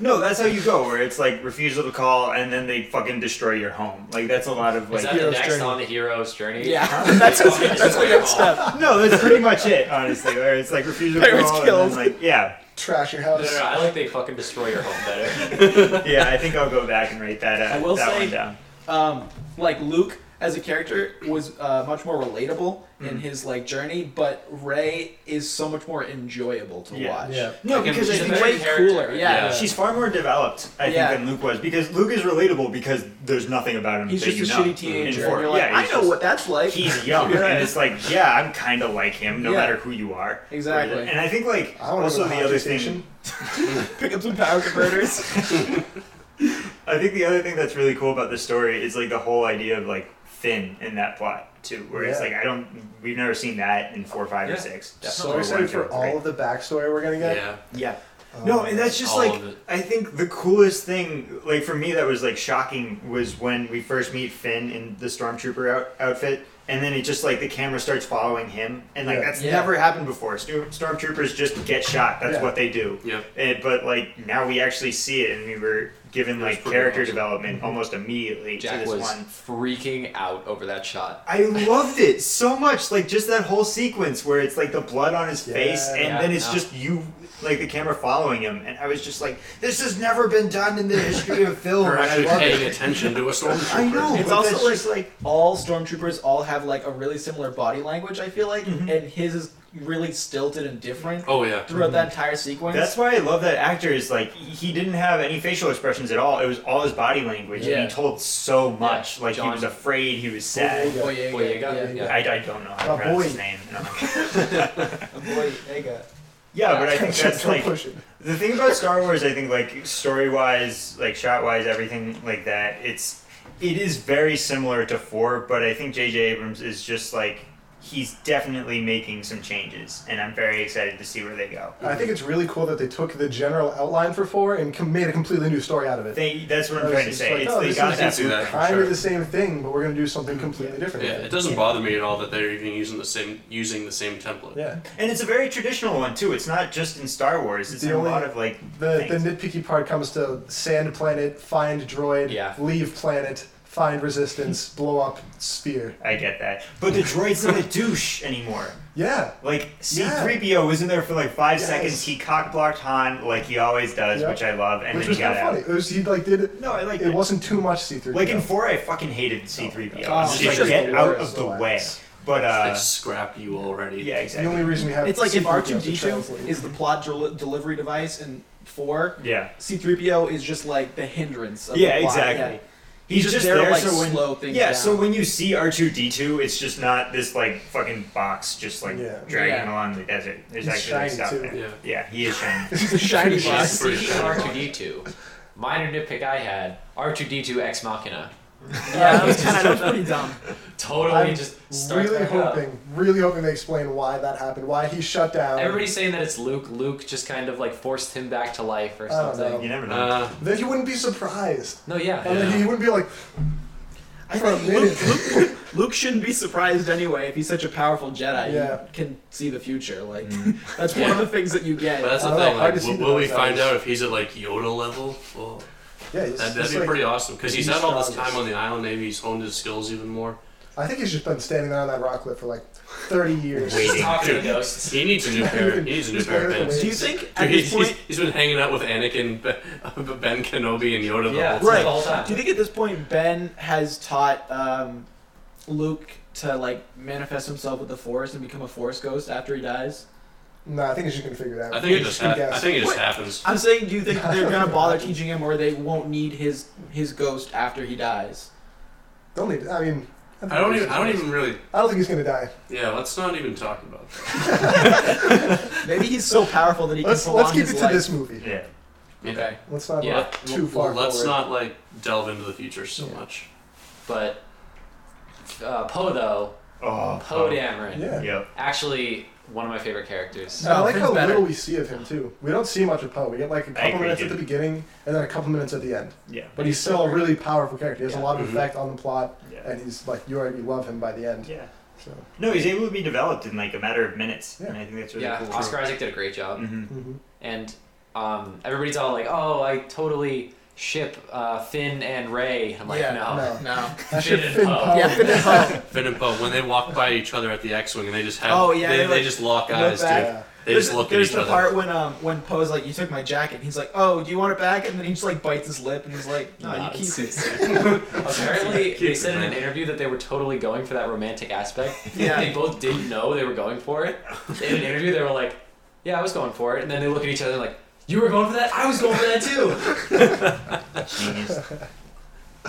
[SPEAKER 2] no, that's how you go. Where it's like refusal to call, and then they fucking destroy your home. Like that's a lot of
[SPEAKER 1] Is
[SPEAKER 2] like.
[SPEAKER 1] that the
[SPEAKER 4] Hero's
[SPEAKER 1] next
[SPEAKER 4] Journey.
[SPEAKER 1] on the hero's journey?
[SPEAKER 3] Yeah, that's that's like a step.
[SPEAKER 2] no, that's pretty much it, honestly. Where it's like refusal to
[SPEAKER 3] Pirates
[SPEAKER 2] call, and
[SPEAKER 3] killed.
[SPEAKER 2] then, like yeah,
[SPEAKER 4] Trash your
[SPEAKER 1] No,
[SPEAKER 4] house.
[SPEAKER 1] no, no, I like they fucking destroy your home better.
[SPEAKER 2] yeah. I think I'll go back and rate that. Uh,
[SPEAKER 3] I will
[SPEAKER 2] that
[SPEAKER 3] say-
[SPEAKER 2] one down.
[SPEAKER 3] Um, like Luke as a character was uh, much more relatable in his like journey, but Ray is so much more enjoyable to
[SPEAKER 2] Yeah.
[SPEAKER 3] watch.
[SPEAKER 4] Yeah.
[SPEAKER 2] No,
[SPEAKER 1] Like,
[SPEAKER 2] because
[SPEAKER 1] she's
[SPEAKER 2] I
[SPEAKER 1] a
[SPEAKER 2] think
[SPEAKER 1] better
[SPEAKER 3] way
[SPEAKER 1] character.
[SPEAKER 3] cooler, yeah.
[SPEAKER 5] Yeah.
[SPEAKER 2] She's far more developed, I
[SPEAKER 3] Yeah.
[SPEAKER 2] think, than Luke was because Luke is relatable because there's nothing about him.
[SPEAKER 3] He's
[SPEAKER 2] that
[SPEAKER 3] just
[SPEAKER 2] you
[SPEAKER 3] a
[SPEAKER 2] know.
[SPEAKER 3] shitty teenager.
[SPEAKER 2] In four-
[SPEAKER 3] And you're like,
[SPEAKER 2] yeah,
[SPEAKER 3] I
[SPEAKER 2] he's
[SPEAKER 3] know
[SPEAKER 2] just-
[SPEAKER 3] what that's like.
[SPEAKER 2] He's young,
[SPEAKER 3] Yeah.
[SPEAKER 2] and it's like, yeah, I'm kind of like him, no
[SPEAKER 3] Yeah.
[SPEAKER 2] matter who you are.
[SPEAKER 3] Exactly.
[SPEAKER 2] And I think like
[SPEAKER 4] I wanna
[SPEAKER 2] also
[SPEAKER 4] go to
[SPEAKER 2] the other
[SPEAKER 4] hockey
[SPEAKER 2] thing.
[SPEAKER 4] station.
[SPEAKER 3] Pick up some power converters.
[SPEAKER 2] I think the other thing that's really cool about this story is like the whole idea of like Finn in that plot too, where it's
[SPEAKER 4] Yeah.
[SPEAKER 2] like I don't we've never seen that in four, five,
[SPEAKER 1] Yeah.
[SPEAKER 2] or six.
[SPEAKER 4] So excited for all of the backstory we're gonna get.
[SPEAKER 5] Yeah.
[SPEAKER 2] Yeah.
[SPEAKER 4] Um,
[SPEAKER 2] No, and that's just
[SPEAKER 5] all
[SPEAKER 2] like
[SPEAKER 5] of it.
[SPEAKER 2] I think the coolest thing, like for me, that was like shocking was when we first meet Finn in the stormtrooper out- outfit, and then it just like the camera starts following him, and like
[SPEAKER 4] Yeah.
[SPEAKER 2] that's
[SPEAKER 3] Yeah.
[SPEAKER 2] never happened before. Sto- stormtroopers just get shot. That's
[SPEAKER 4] Yeah.
[SPEAKER 2] what they do.
[SPEAKER 5] Yep.
[SPEAKER 2] And, but like now we actually see it, and we were given
[SPEAKER 5] It was
[SPEAKER 2] like
[SPEAKER 5] pretty
[SPEAKER 2] character
[SPEAKER 5] awesome.
[SPEAKER 2] development
[SPEAKER 4] Mm-hmm.
[SPEAKER 2] almost immediately to
[SPEAKER 1] Jack
[SPEAKER 2] this
[SPEAKER 1] was
[SPEAKER 2] one.
[SPEAKER 1] freaking out over that shot.
[SPEAKER 2] I loved it so much. Like just that whole sequence where it's like the blood on his
[SPEAKER 4] Yeah.
[SPEAKER 2] face, and
[SPEAKER 1] Yeah,
[SPEAKER 2] then it's
[SPEAKER 1] no.
[SPEAKER 2] just you, like the camera following him. And I was just like, this has never been done in the history of film.
[SPEAKER 5] They're
[SPEAKER 2] and Oh, I
[SPEAKER 5] actually
[SPEAKER 2] love
[SPEAKER 5] paying
[SPEAKER 2] it.
[SPEAKER 5] attention to a stormtrooper.
[SPEAKER 2] I know.
[SPEAKER 3] It's
[SPEAKER 2] but
[SPEAKER 3] also
[SPEAKER 2] that's
[SPEAKER 3] like-
[SPEAKER 2] just like
[SPEAKER 3] all stormtroopers all have like a really similar body language. I feel like, and his is really stilted and different
[SPEAKER 5] Oh yeah.
[SPEAKER 3] throughout that entire sequence.
[SPEAKER 2] that's why I love that actor. Is like he didn't have any facial expressions at all. It was all his body language, and
[SPEAKER 3] Yeah.
[SPEAKER 2] he told so much. Like
[SPEAKER 1] John-
[SPEAKER 2] he was afraid. He was sad.
[SPEAKER 4] Boyega.
[SPEAKER 3] Boyega,
[SPEAKER 1] Boyega,
[SPEAKER 3] yeah,
[SPEAKER 1] yeah.
[SPEAKER 2] I, I don't know how
[SPEAKER 4] Oh,
[SPEAKER 2] to pronounce his
[SPEAKER 4] boy.
[SPEAKER 2] name. No.
[SPEAKER 3] Boyega.
[SPEAKER 2] yeah, but I think
[SPEAKER 4] Just
[SPEAKER 2] that's
[SPEAKER 4] don't
[SPEAKER 2] like
[SPEAKER 4] push it.
[SPEAKER 2] The thing about Star Wars, I think, like story wise, like shot wise, everything like that, it's it is very similar to four, but I think J.J. Abrams is just like he's definitely making some changes, and I'm very excited to see where they go.
[SPEAKER 4] I think it's really cool that they took the general outline for four and com- made a completely new story out of it.
[SPEAKER 2] They, that's what
[SPEAKER 4] I
[SPEAKER 2] I'm
[SPEAKER 4] was
[SPEAKER 2] trying to
[SPEAKER 4] just
[SPEAKER 2] say.
[SPEAKER 4] like,
[SPEAKER 2] It's
[SPEAKER 4] oh,
[SPEAKER 2] they
[SPEAKER 4] this
[SPEAKER 2] got
[SPEAKER 4] is
[SPEAKER 2] that.
[SPEAKER 5] see that for
[SPEAKER 4] Kind
[SPEAKER 5] sure.
[SPEAKER 4] of the same thing, but we're gonna do something completely different.
[SPEAKER 5] Yeah,
[SPEAKER 4] with
[SPEAKER 5] it doesn't bother me at all that they're even using the same using the same template.
[SPEAKER 4] Yeah.
[SPEAKER 2] and it's a very traditional one too. It's not just in Star Wars. It's
[SPEAKER 4] The
[SPEAKER 2] in a
[SPEAKER 4] only-
[SPEAKER 2] lot of like
[SPEAKER 4] The the
[SPEAKER 2] things.
[SPEAKER 4] nitpicky part comes to sand planet, find droid,
[SPEAKER 1] Yeah.
[SPEAKER 4] leave planet, find resistance, blow up sphere.
[SPEAKER 2] I get that, but the droid's not a douche anymore.
[SPEAKER 4] Yeah.
[SPEAKER 2] Like
[SPEAKER 4] Yeah.
[SPEAKER 2] C-3PO was in there for like five
[SPEAKER 4] Yes.
[SPEAKER 2] seconds. He cock-blocked Han like he always does,
[SPEAKER 4] Yep.
[SPEAKER 2] which I love, and
[SPEAKER 4] Which
[SPEAKER 2] then
[SPEAKER 4] was
[SPEAKER 2] he got
[SPEAKER 4] kind of funny.
[SPEAKER 2] out.
[SPEAKER 4] It was he like did it.
[SPEAKER 2] No, I like
[SPEAKER 4] It wasn't too much C three.
[SPEAKER 2] Like in four, I fucking hated C-3PO.
[SPEAKER 3] Oh,
[SPEAKER 2] I was
[SPEAKER 5] he's
[SPEAKER 2] just like,
[SPEAKER 5] just
[SPEAKER 2] get
[SPEAKER 4] the
[SPEAKER 2] out
[SPEAKER 4] worst.
[SPEAKER 2] of the way. But
[SPEAKER 5] I
[SPEAKER 2] uh,
[SPEAKER 5] scrapped you already.
[SPEAKER 2] yeah,
[SPEAKER 4] the
[SPEAKER 2] exactly.
[SPEAKER 4] only reason we have
[SPEAKER 3] It's like if
[SPEAKER 4] C-3PO
[SPEAKER 3] R
[SPEAKER 4] to
[SPEAKER 3] two D two
[SPEAKER 4] translate.
[SPEAKER 3] is the plot del- delivery device, and four
[SPEAKER 2] Yeah,
[SPEAKER 3] C three PO is just like the hindrance. Of
[SPEAKER 2] yeah,
[SPEAKER 3] the plot.
[SPEAKER 2] exactly.
[SPEAKER 3] Yeah.
[SPEAKER 2] He's,
[SPEAKER 3] just
[SPEAKER 2] just
[SPEAKER 3] there
[SPEAKER 2] there,
[SPEAKER 3] to, like,
[SPEAKER 2] so when
[SPEAKER 3] slow things
[SPEAKER 2] yeah,
[SPEAKER 3] down.
[SPEAKER 2] so when you see R two D two, it's just not this like fucking box just like
[SPEAKER 4] Yeah.
[SPEAKER 2] dragging
[SPEAKER 3] Yeah.
[SPEAKER 2] along the desert. There's
[SPEAKER 4] He's
[SPEAKER 2] actually
[SPEAKER 4] shiny,
[SPEAKER 2] stuff
[SPEAKER 4] too.
[SPEAKER 2] there.
[SPEAKER 5] Yeah.
[SPEAKER 2] Yeah, he is shiny.
[SPEAKER 3] It's a shiny
[SPEAKER 5] Yeah.
[SPEAKER 3] box.
[SPEAKER 5] pretty
[SPEAKER 1] Speaking of
[SPEAKER 5] shiny.
[SPEAKER 1] R2D2, minor nitpick I had R2D2 Ex Machina.
[SPEAKER 3] Yeah, that was kind of pretty dumb.
[SPEAKER 1] Totally
[SPEAKER 4] I'm
[SPEAKER 1] just starts
[SPEAKER 4] really
[SPEAKER 1] back up.
[SPEAKER 4] hoping, uh, really hoping they explain why that happened, why he shut down.
[SPEAKER 1] Everybody's saying that it's Luke. Luke just kind of like forced him back to life or
[SPEAKER 4] I don't
[SPEAKER 1] something.
[SPEAKER 4] know.
[SPEAKER 2] You never know.
[SPEAKER 5] Uh,
[SPEAKER 4] Then he wouldn't be surprised.
[SPEAKER 1] No, yeah.
[SPEAKER 4] And then
[SPEAKER 5] Yeah.
[SPEAKER 4] he wouldn't be like,
[SPEAKER 3] I
[SPEAKER 4] For a
[SPEAKER 3] think Luke, Luke, Luke shouldn't be surprised anyway if he's such a powerful Jedi.
[SPEAKER 4] Yeah.
[SPEAKER 3] He can see the future. Like
[SPEAKER 2] Mm-hmm.
[SPEAKER 3] that's one of the things that you get.
[SPEAKER 5] but that's
[SPEAKER 4] I
[SPEAKER 5] the
[SPEAKER 4] don't know,
[SPEAKER 5] thing.
[SPEAKER 4] hard
[SPEAKER 5] Like,
[SPEAKER 4] to see
[SPEAKER 5] will,
[SPEAKER 4] the
[SPEAKER 5] will we
[SPEAKER 4] those
[SPEAKER 5] find
[SPEAKER 4] eyes.
[SPEAKER 5] out if he's at like Yoda level? Well,
[SPEAKER 4] yeah, he's,
[SPEAKER 5] that,
[SPEAKER 4] he's
[SPEAKER 5] that'd be
[SPEAKER 4] like-
[SPEAKER 5] pretty awesome because he's
[SPEAKER 4] he's
[SPEAKER 5] had all this
[SPEAKER 4] strongest.
[SPEAKER 5] time on the island. Maybe he's honed his skills even more.
[SPEAKER 4] I think he's just been standing there on that rock cliff for like 30 years.
[SPEAKER 1] Just
[SPEAKER 2] Waiting.
[SPEAKER 1] talking to ghosts.
[SPEAKER 5] He needs a new pair. He needs a new
[SPEAKER 4] He's
[SPEAKER 5] pair of
[SPEAKER 4] better than
[SPEAKER 5] pants.
[SPEAKER 3] Do you think at
[SPEAKER 5] Dude, he's,
[SPEAKER 3] this
[SPEAKER 5] he's-
[SPEAKER 3] point?
[SPEAKER 5] he's been hanging out with Anakin, Ben, Ben Kenobi, and Yoda the
[SPEAKER 1] Yeah.
[SPEAKER 5] whole time.
[SPEAKER 3] Right.
[SPEAKER 1] the whole time.
[SPEAKER 3] Do you think at this point Ben has taught um, Luke to like manifest himself with the Force and become a Force ghost after he dies?
[SPEAKER 4] No, I think he's just gonna figure it out.
[SPEAKER 5] I think it
[SPEAKER 4] He's
[SPEAKER 5] just.
[SPEAKER 4] gonna
[SPEAKER 5] hap I
[SPEAKER 4] guess.
[SPEAKER 5] think it just
[SPEAKER 3] Wait.
[SPEAKER 5] happens.
[SPEAKER 3] I'm saying, do you think they're gonna bother teaching him, or they won't need his his ghost after he dies?
[SPEAKER 4] Don't need. I mean, think
[SPEAKER 5] I don't
[SPEAKER 4] he's
[SPEAKER 5] even. I don't
[SPEAKER 4] just-
[SPEAKER 5] even really.
[SPEAKER 4] I don't think he's gonna die.
[SPEAKER 5] Yeah. Let's not even talk about that.
[SPEAKER 3] Maybe he's so powerful that he
[SPEAKER 4] Let's
[SPEAKER 3] can prolong
[SPEAKER 4] let's keep
[SPEAKER 3] his
[SPEAKER 4] it to
[SPEAKER 3] life.
[SPEAKER 4] this movie.
[SPEAKER 2] yeah.
[SPEAKER 3] Okay.
[SPEAKER 4] Let's not
[SPEAKER 1] Yeah.
[SPEAKER 4] go too far.
[SPEAKER 5] Let's
[SPEAKER 4] forward.
[SPEAKER 5] not like delve into the future so
[SPEAKER 4] Yeah.
[SPEAKER 5] much.
[SPEAKER 1] But uh, Poe though,
[SPEAKER 2] Oh,
[SPEAKER 1] Poe Dameron,
[SPEAKER 4] Yeah.
[SPEAKER 2] Yep.
[SPEAKER 1] actually one of my favorite characters.
[SPEAKER 4] And I
[SPEAKER 3] Oh,
[SPEAKER 4] like
[SPEAKER 3] Finn's
[SPEAKER 4] how
[SPEAKER 3] better.
[SPEAKER 4] little we see of him too. We don't see much of Poe. We get like a couple
[SPEAKER 2] agree,
[SPEAKER 4] minutes at
[SPEAKER 2] dude.
[SPEAKER 4] the beginning and then a couple minutes at the end.
[SPEAKER 2] Yeah.
[SPEAKER 4] But he's still a really powerful character. He has a
[SPEAKER 3] Yeah.
[SPEAKER 4] lot of
[SPEAKER 5] Mhm.
[SPEAKER 4] effect on the plot,
[SPEAKER 2] Yeah.
[SPEAKER 4] and he's like you already love him by the end.
[SPEAKER 2] Yeah.
[SPEAKER 4] So,
[SPEAKER 2] No, he's able to be developed in like a matter of minutes, and I think that's really
[SPEAKER 1] yeah,
[SPEAKER 2] cool.
[SPEAKER 1] Oscar Isaac did a great job.
[SPEAKER 2] hmm
[SPEAKER 3] Mm-hmm.
[SPEAKER 4] mhm.
[SPEAKER 1] and um, everybody's all like, "Oh, I totally ship uh, Finn and Ray." I'm like,
[SPEAKER 4] Yeah,
[SPEAKER 1] no.
[SPEAKER 4] no.
[SPEAKER 3] No.
[SPEAKER 4] I should
[SPEAKER 1] Finn and
[SPEAKER 4] Finn
[SPEAKER 1] Poe.
[SPEAKER 4] Poe.
[SPEAKER 3] Oh. Yeah, Finn and Poe.
[SPEAKER 5] Finn and Poe, when they walk by each other at the X-wing, and they just have,
[SPEAKER 3] Oh, yeah,
[SPEAKER 5] they,
[SPEAKER 3] they,
[SPEAKER 5] they,
[SPEAKER 3] like,
[SPEAKER 5] just lock
[SPEAKER 3] look
[SPEAKER 5] eyes, dude.
[SPEAKER 3] back.
[SPEAKER 4] Yeah.
[SPEAKER 5] They
[SPEAKER 3] there's
[SPEAKER 5] just look at
[SPEAKER 3] there's
[SPEAKER 5] each
[SPEAKER 3] the
[SPEAKER 5] other.
[SPEAKER 3] part when um when Poe's like, "You took my jacket." and He's like, "Oh, do you want it back?" And then he just like bites his lip, and he's like, "No,
[SPEAKER 1] Nah,
[SPEAKER 3] you keep
[SPEAKER 1] it's-
[SPEAKER 3] it."
[SPEAKER 1] Apparently,
[SPEAKER 5] Keep
[SPEAKER 1] they
[SPEAKER 5] it,
[SPEAKER 1] said in an
[SPEAKER 5] man.
[SPEAKER 1] interview that they were totally going for that romantic aspect.
[SPEAKER 3] Yeah.
[SPEAKER 1] they both didn't know they were going for it. In an interview, they were like, "Yeah, I was going for it," and then they look at each other like, "You were going for that? I was going for that too."
[SPEAKER 2] Genius.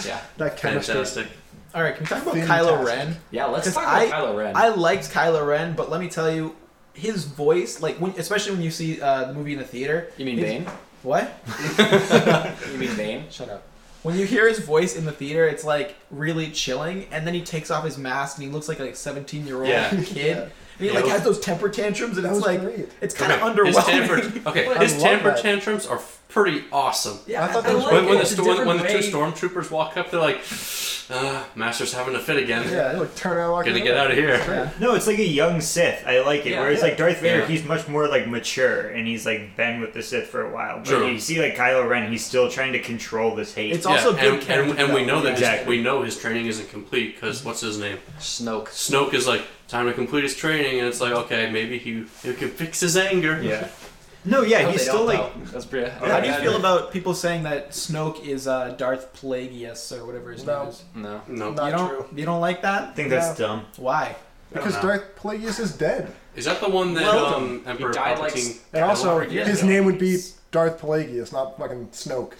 [SPEAKER 1] Yeah,
[SPEAKER 4] That chemistry.
[SPEAKER 5] Fantastic.
[SPEAKER 3] All right, can we talk about
[SPEAKER 4] Fantastic.
[SPEAKER 3] Kylo Ren?
[SPEAKER 1] yeah. Let's
[SPEAKER 3] 'Cause
[SPEAKER 1] talk about
[SPEAKER 3] I-
[SPEAKER 1] Kylo Ren.
[SPEAKER 3] I liked Kylo Ren, but let me tell you, his voice, like when, especially when you see uh, the movie in the theater.
[SPEAKER 1] you mean
[SPEAKER 3] his-
[SPEAKER 1] Bane?
[SPEAKER 3] What?
[SPEAKER 1] You mean Bane?
[SPEAKER 3] Shut up. When you hear his voice in the theater, it's like really chilling, and then he takes off his mask and he looks like a seventeen-year-old
[SPEAKER 5] Yeah.
[SPEAKER 3] kid. And he
[SPEAKER 5] Yeah,
[SPEAKER 3] like
[SPEAKER 5] it
[SPEAKER 3] has those temper tantrums, and
[SPEAKER 4] That
[SPEAKER 3] it's
[SPEAKER 4] was
[SPEAKER 3] like
[SPEAKER 4] great.
[SPEAKER 3] it's kind of
[SPEAKER 5] Okay, his
[SPEAKER 3] underwhelming.
[SPEAKER 5] temper- okay,
[SPEAKER 4] I
[SPEAKER 5] his
[SPEAKER 4] love
[SPEAKER 5] temper
[SPEAKER 4] that.
[SPEAKER 5] tantrums are f- pretty awesome.
[SPEAKER 3] yeah,
[SPEAKER 4] I thought
[SPEAKER 3] I,
[SPEAKER 4] that was
[SPEAKER 3] like
[SPEAKER 5] when,
[SPEAKER 3] it.
[SPEAKER 5] when the,
[SPEAKER 3] It's a
[SPEAKER 5] sto- when,
[SPEAKER 3] different
[SPEAKER 5] the
[SPEAKER 3] way.
[SPEAKER 5] two stormtroopers walk up, they're like, uh, "Master's having a fit again.
[SPEAKER 4] Yeah, they, like turn around, walk
[SPEAKER 5] Gonna
[SPEAKER 4] away.
[SPEAKER 5] get out of here."
[SPEAKER 3] Yeah.
[SPEAKER 2] No, it's like a young Sith. I like it.
[SPEAKER 1] Yeah.
[SPEAKER 2] Whereas like Darth Vader,
[SPEAKER 5] Yeah.
[SPEAKER 2] he's much more like mature, and he's like been with the Sith for a while. But
[SPEAKER 5] True.
[SPEAKER 2] you see like Kylo Ren, he's still trying to control this hate.
[SPEAKER 3] It's also good
[SPEAKER 5] and,
[SPEAKER 3] character
[SPEAKER 5] and, and we know that
[SPEAKER 3] development.
[SPEAKER 5] his-
[SPEAKER 2] Exactly.
[SPEAKER 5] we know his training isn't complete because what's his name?
[SPEAKER 1] Snoke.
[SPEAKER 5] Snoke is like time to complete his training, and it's like okay, maybe he he can fix his anger.
[SPEAKER 2] yeah. No,
[SPEAKER 3] No,
[SPEAKER 2] yeah,
[SPEAKER 3] they
[SPEAKER 2] he's still
[SPEAKER 3] don't,
[SPEAKER 2] like
[SPEAKER 1] Oh, that's pretty.
[SPEAKER 3] How do you feel about people saying that Snoke is uh, Darth Plagueis or whatever his
[SPEAKER 4] No.
[SPEAKER 3] name is?
[SPEAKER 1] No.
[SPEAKER 5] No,
[SPEAKER 4] Not
[SPEAKER 3] you don't
[SPEAKER 4] true.
[SPEAKER 3] you don't like
[SPEAKER 2] I
[SPEAKER 3] that?
[SPEAKER 2] think that's dumb.
[SPEAKER 3] Why?
[SPEAKER 4] Because
[SPEAKER 5] know.
[SPEAKER 4] Darth Plagueis is dead.
[SPEAKER 5] is that the one that
[SPEAKER 3] Well,
[SPEAKER 5] um, Emperor
[SPEAKER 1] died like
[SPEAKER 5] Palpatine?
[SPEAKER 4] And also,
[SPEAKER 1] Yeah.
[SPEAKER 4] his name would be Darth Pelagius, not fucking Snoke.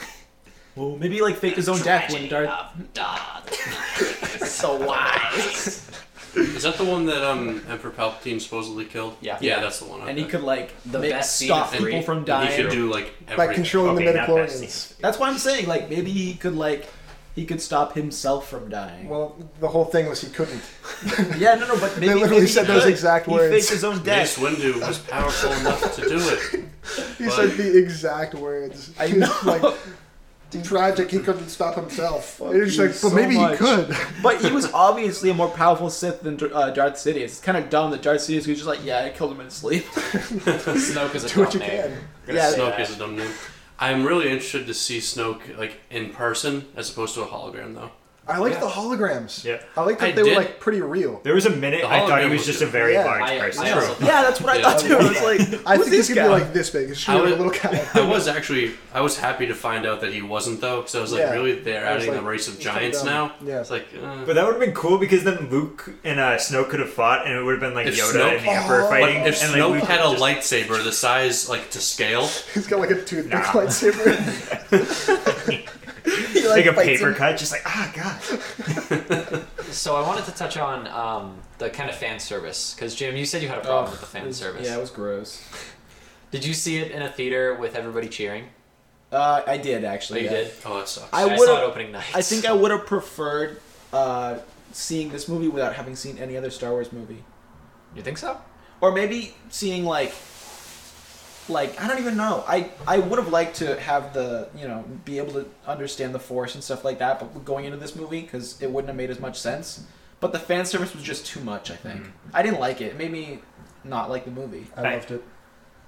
[SPEAKER 3] Well, maybe like fake his own death when Darth. so why?
[SPEAKER 5] is that the one that um, Emperor Palpatine supposedly killed?
[SPEAKER 1] Yeah.
[SPEAKER 5] yeah, that's the one.
[SPEAKER 3] And he
[SPEAKER 5] okay.
[SPEAKER 3] could like
[SPEAKER 1] The
[SPEAKER 3] make-
[SPEAKER 1] best scene
[SPEAKER 3] stop
[SPEAKER 1] of three.
[SPEAKER 3] people from
[SPEAKER 5] And he could
[SPEAKER 3] dying.
[SPEAKER 5] do like every.
[SPEAKER 4] By controlling
[SPEAKER 2] Okay,
[SPEAKER 4] the
[SPEAKER 2] not that scene.
[SPEAKER 4] midichlorians.
[SPEAKER 3] That's why I'm saying like maybe he could like he could stop himself from dying.
[SPEAKER 4] Well, the whole thing was he couldn't.
[SPEAKER 3] yeah, no, no, but maybe
[SPEAKER 4] literally
[SPEAKER 3] maybe he
[SPEAKER 4] said those
[SPEAKER 3] could.
[SPEAKER 4] exact
[SPEAKER 3] He
[SPEAKER 4] words.
[SPEAKER 3] faked his own
[SPEAKER 5] Mace
[SPEAKER 3] death.
[SPEAKER 5] Windu was powerful enough to do it.
[SPEAKER 4] He
[SPEAKER 5] But-
[SPEAKER 4] said the exact words.
[SPEAKER 3] I
[SPEAKER 4] He was
[SPEAKER 3] know.
[SPEAKER 4] like, tragic, he couldn't stop himself.
[SPEAKER 3] Fuck
[SPEAKER 4] It was
[SPEAKER 3] you
[SPEAKER 4] like, but
[SPEAKER 3] so
[SPEAKER 4] maybe
[SPEAKER 3] much."
[SPEAKER 4] he could.
[SPEAKER 3] But he was obviously a more powerful Sith than uh, Darth Sidious. It's kind of dumb that Darth Sidious was just like, yeah, I killed him in his sleep.
[SPEAKER 1] Snoke is a
[SPEAKER 4] Do what
[SPEAKER 1] dumb
[SPEAKER 4] you
[SPEAKER 1] name.
[SPEAKER 4] can.
[SPEAKER 1] We're gonna
[SPEAKER 3] Yeah,
[SPEAKER 1] say
[SPEAKER 5] Snoke
[SPEAKER 1] that.
[SPEAKER 5] is a dumb name. I'm really interested to see Snoke like in person as opposed to a hologram, though.
[SPEAKER 4] I like
[SPEAKER 1] Yeah.
[SPEAKER 4] the holograms.
[SPEAKER 2] Yeah.
[SPEAKER 4] I like that
[SPEAKER 5] I
[SPEAKER 4] they
[SPEAKER 5] did.
[SPEAKER 4] were like pretty real.
[SPEAKER 2] There was a minute
[SPEAKER 5] The
[SPEAKER 2] I thought he
[SPEAKER 5] hologram
[SPEAKER 2] was
[SPEAKER 5] was
[SPEAKER 2] just a
[SPEAKER 5] good.
[SPEAKER 2] very
[SPEAKER 4] Yeah.
[SPEAKER 2] large
[SPEAKER 1] I-
[SPEAKER 2] person.
[SPEAKER 1] I
[SPEAKER 5] True.
[SPEAKER 1] also-
[SPEAKER 3] yeah, that's what I
[SPEAKER 5] Yeah.
[SPEAKER 3] thought too. I was like,
[SPEAKER 4] I think
[SPEAKER 3] who's
[SPEAKER 4] he
[SPEAKER 3] this
[SPEAKER 4] could
[SPEAKER 3] guy?
[SPEAKER 4] be like this big. It should
[SPEAKER 5] I
[SPEAKER 4] be like a
[SPEAKER 5] would-
[SPEAKER 4] little guy.
[SPEAKER 5] I was actually I was happy to find out that he wasn't though, because I was like,
[SPEAKER 4] Yeah.
[SPEAKER 5] really, they're
[SPEAKER 4] I was
[SPEAKER 5] adding
[SPEAKER 4] like,
[SPEAKER 5] the race of
[SPEAKER 4] it's kinda
[SPEAKER 5] giants
[SPEAKER 4] dumb.
[SPEAKER 5] now.
[SPEAKER 4] Yeah.
[SPEAKER 5] It's like, uh,
[SPEAKER 2] But that would have been cool because then Luke and uh, Snoke could have fought, and it would have been like
[SPEAKER 5] If
[SPEAKER 2] Yoda
[SPEAKER 5] Snoke-
[SPEAKER 2] and the Emperor
[SPEAKER 4] Oh.
[SPEAKER 5] but
[SPEAKER 2] fighting.
[SPEAKER 5] if
[SPEAKER 2] and
[SPEAKER 5] Snoke
[SPEAKER 2] like, Luke
[SPEAKER 5] had a
[SPEAKER 2] just-
[SPEAKER 5] lightsaber the size like to scale,
[SPEAKER 4] He's got like a toothpick
[SPEAKER 2] Nah.
[SPEAKER 4] lightsaber.
[SPEAKER 3] He,
[SPEAKER 2] like a
[SPEAKER 3] fights
[SPEAKER 2] paper
[SPEAKER 3] him.
[SPEAKER 2] cut, just like ah god.
[SPEAKER 1] So I wanted to touch on um, the kind of fan service because Jim, you said you had a problem with the
[SPEAKER 3] It
[SPEAKER 1] fan
[SPEAKER 3] was-
[SPEAKER 1] service.
[SPEAKER 3] Oh, Yeah, it was gross.
[SPEAKER 1] Did you see it in a theater with everybody cheering?
[SPEAKER 3] Uh, I did
[SPEAKER 1] Oh,
[SPEAKER 3] actually.
[SPEAKER 1] you
[SPEAKER 3] yeah.
[SPEAKER 1] did.
[SPEAKER 5] oh, that sucks.
[SPEAKER 3] I
[SPEAKER 1] I,
[SPEAKER 3] would've-
[SPEAKER 1] saw it opening night.
[SPEAKER 3] I think I would have preferred uh, seeing this movie without having seen any other Star Wars movie,
[SPEAKER 1] You think so?
[SPEAKER 3] or maybe seeing like, like I don't even know. I I would have liked to have the you know be able to understand the Force and stuff like that, but going into this movie because it wouldn't have made as much sense. But the fan service was just too much. I think
[SPEAKER 4] Mm-hmm.
[SPEAKER 3] I didn't like it. It made me not like the movie.
[SPEAKER 4] I loved it.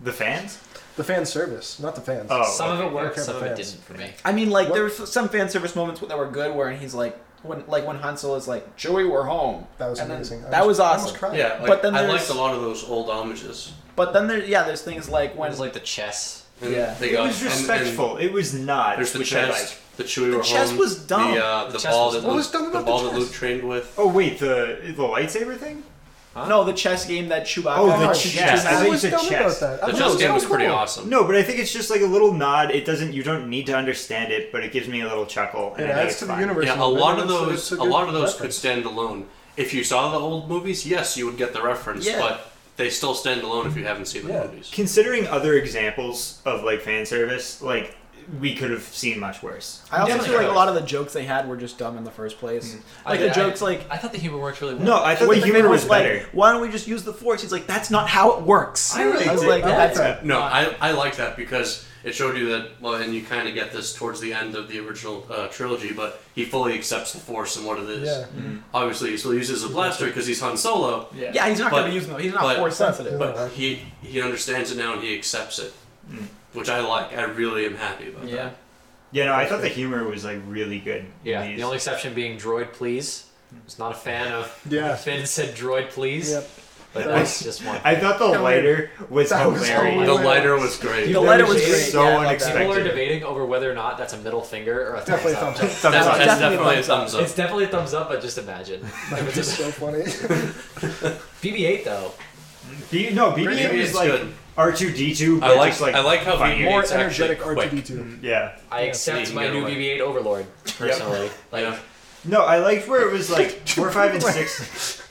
[SPEAKER 2] The fans?
[SPEAKER 4] The fan service, not the fans.
[SPEAKER 2] Oh.
[SPEAKER 1] some of it
[SPEAKER 4] okay.
[SPEAKER 1] worked,
[SPEAKER 4] Okay,
[SPEAKER 1] some of
[SPEAKER 4] the
[SPEAKER 1] it
[SPEAKER 4] fans.
[SPEAKER 1] didn't for me.
[SPEAKER 3] I mean, like
[SPEAKER 4] What-
[SPEAKER 3] there were some fan service moments that were good, where he's like, when like when Hansel is like, "Joey, we're home."
[SPEAKER 4] That was
[SPEAKER 3] And then-
[SPEAKER 4] amazing. I
[SPEAKER 3] that was
[SPEAKER 4] I
[SPEAKER 3] awesome.
[SPEAKER 4] almost cried.
[SPEAKER 5] yeah, like,
[SPEAKER 3] but then
[SPEAKER 5] I
[SPEAKER 3] there's-
[SPEAKER 5] liked a lot of those old homages.
[SPEAKER 3] But then there, yeah, there's things like
[SPEAKER 1] When
[SPEAKER 3] when
[SPEAKER 1] is like the chess?
[SPEAKER 5] And
[SPEAKER 3] Yeah.
[SPEAKER 5] they
[SPEAKER 2] It
[SPEAKER 5] got-
[SPEAKER 2] was
[SPEAKER 5] and- and
[SPEAKER 2] respectful. it was not.
[SPEAKER 5] there's the
[SPEAKER 2] which I
[SPEAKER 5] chest,
[SPEAKER 2] like.
[SPEAKER 5] the Chewie
[SPEAKER 3] The
[SPEAKER 5] were
[SPEAKER 3] chest
[SPEAKER 5] home,
[SPEAKER 3] was dumb.
[SPEAKER 5] The, uh, the,
[SPEAKER 1] The chest
[SPEAKER 5] ball
[SPEAKER 1] was
[SPEAKER 5] that
[SPEAKER 1] dumb.
[SPEAKER 4] What
[SPEAKER 5] Luke,
[SPEAKER 4] was dumb
[SPEAKER 5] the
[SPEAKER 4] about the
[SPEAKER 5] ball that
[SPEAKER 4] chest?
[SPEAKER 5] Luke trained with.
[SPEAKER 2] Oh wait, the the lightsaber thing.
[SPEAKER 3] no, the chess game that Chewbacca.
[SPEAKER 2] Oh, the
[SPEAKER 3] Oh,
[SPEAKER 2] chess.
[SPEAKER 3] yeah.
[SPEAKER 2] I
[SPEAKER 4] I
[SPEAKER 2] think
[SPEAKER 4] was
[SPEAKER 2] the
[SPEAKER 4] dumb about
[SPEAKER 2] chess.
[SPEAKER 4] that. I
[SPEAKER 5] The
[SPEAKER 4] thought
[SPEAKER 5] chess
[SPEAKER 4] it
[SPEAKER 5] game
[SPEAKER 4] so
[SPEAKER 5] was pretty
[SPEAKER 4] cool.
[SPEAKER 5] awesome.
[SPEAKER 2] No, but I think it's just like a little nod. It doesn't. You don't need to understand it, but it gives me a little chuckle.
[SPEAKER 4] It
[SPEAKER 2] And I think
[SPEAKER 4] adds
[SPEAKER 2] it's
[SPEAKER 4] to the
[SPEAKER 2] fine.
[SPEAKER 4] universe.
[SPEAKER 5] Yeah,
[SPEAKER 4] and
[SPEAKER 5] a lot of
[SPEAKER 4] it's-
[SPEAKER 5] those,
[SPEAKER 4] it's
[SPEAKER 5] a
[SPEAKER 4] good
[SPEAKER 5] lot of those could
[SPEAKER 4] reference.
[SPEAKER 5] stand alone. If you saw the old movies, yes, you would get the reference,
[SPEAKER 3] Yeah.
[SPEAKER 5] but they still stand alone if you haven't seen the
[SPEAKER 4] Yeah.
[SPEAKER 5] movies.
[SPEAKER 2] Considering other examples of like fan service, like we could have seen much worse.
[SPEAKER 3] I also
[SPEAKER 1] Yeah,
[SPEAKER 3] feel
[SPEAKER 1] yeah.
[SPEAKER 3] like a lot of the jokes they had were just dumb in the first place. Like
[SPEAKER 1] I-
[SPEAKER 3] the
[SPEAKER 1] I-
[SPEAKER 3] jokes, like
[SPEAKER 1] I thought the humor worked really well.
[SPEAKER 2] No, I thought
[SPEAKER 3] when
[SPEAKER 2] the humor
[SPEAKER 3] man
[SPEAKER 2] was
[SPEAKER 3] like,
[SPEAKER 2] better.
[SPEAKER 3] "Why don't we just use the force?" He's like, "That's not how it works."
[SPEAKER 2] I really
[SPEAKER 3] was
[SPEAKER 2] did
[SPEAKER 3] like,
[SPEAKER 4] like
[SPEAKER 3] "That's
[SPEAKER 4] that.
[SPEAKER 5] No, I, I like that because it showed you that, well, and you kind of get this towards the end of the original uh, trilogy, but he fully accepts the Force and what it is.
[SPEAKER 4] Yeah.
[SPEAKER 5] Obviously, he still uses a blaster because he's Han Solo,
[SPEAKER 1] Yeah.
[SPEAKER 3] Yeah, he's not going
[SPEAKER 5] But-
[SPEAKER 3] to be using them. He's not
[SPEAKER 5] but-
[SPEAKER 3] force sensitive.
[SPEAKER 4] but-
[SPEAKER 5] but he he understands it now and he accepts it, which I like. I really am happy about
[SPEAKER 1] Yeah.
[SPEAKER 2] Yeah, no, I thought the humor was like really good. in
[SPEAKER 1] Yeah.
[SPEAKER 2] these.
[SPEAKER 1] The only exception being droid, please. Was not a fan of.
[SPEAKER 4] Yeah.
[SPEAKER 1] Finn said droid, please.
[SPEAKER 4] Yep.
[SPEAKER 1] But that's just one.
[SPEAKER 2] I thought the
[SPEAKER 4] That was-
[SPEAKER 2] lighter was
[SPEAKER 4] that was
[SPEAKER 2] hilarious.
[SPEAKER 5] that. The
[SPEAKER 4] hilarious.
[SPEAKER 5] lighter was great.
[SPEAKER 3] the letter was
[SPEAKER 2] It's
[SPEAKER 3] great.
[SPEAKER 2] so
[SPEAKER 3] yeah, I love that.
[SPEAKER 2] unexpected.
[SPEAKER 1] People are debating over whether or not that's a middle finger or a thumbs
[SPEAKER 4] Definitely
[SPEAKER 1] up.
[SPEAKER 4] thumbs up.
[SPEAKER 2] Thumbs
[SPEAKER 5] That's,
[SPEAKER 2] up.
[SPEAKER 5] that's definitely
[SPEAKER 3] Definitely
[SPEAKER 5] a thumbs up.
[SPEAKER 1] It's definitely a thumbs up, but just imagine.
[SPEAKER 4] Like,
[SPEAKER 1] if it's
[SPEAKER 4] just
[SPEAKER 1] a
[SPEAKER 4] so funny.
[SPEAKER 1] BB-8 though,
[SPEAKER 2] B- no, BB-8
[SPEAKER 5] Maybe
[SPEAKER 2] is
[SPEAKER 5] it's
[SPEAKER 2] like
[SPEAKER 5] good.
[SPEAKER 2] R two D two.
[SPEAKER 5] I like, I like how
[SPEAKER 2] funny.
[SPEAKER 5] BB-8's
[SPEAKER 4] More
[SPEAKER 5] actually
[SPEAKER 4] energetic
[SPEAKER 5] quick.
[SPEAKER 4] R2D2.
[SPEAKER 2] Yeah.
[SPEAKER 1] I
[SPEAKER 4] Yeah.
[SPEAKER 1] accept
[SPEAKER 5] Yeah,
[SPEAKER 1] my
[SPEAKER 5] you
[SPEAKER 1] new
[SPEAKER 5] gotta like-
[SPEAKER 1] BB-8 Overlord personally. Like,
[SPEAKER 5] Yeah.
[SPEAKER 2] No, I liked where it was like four, five, and six.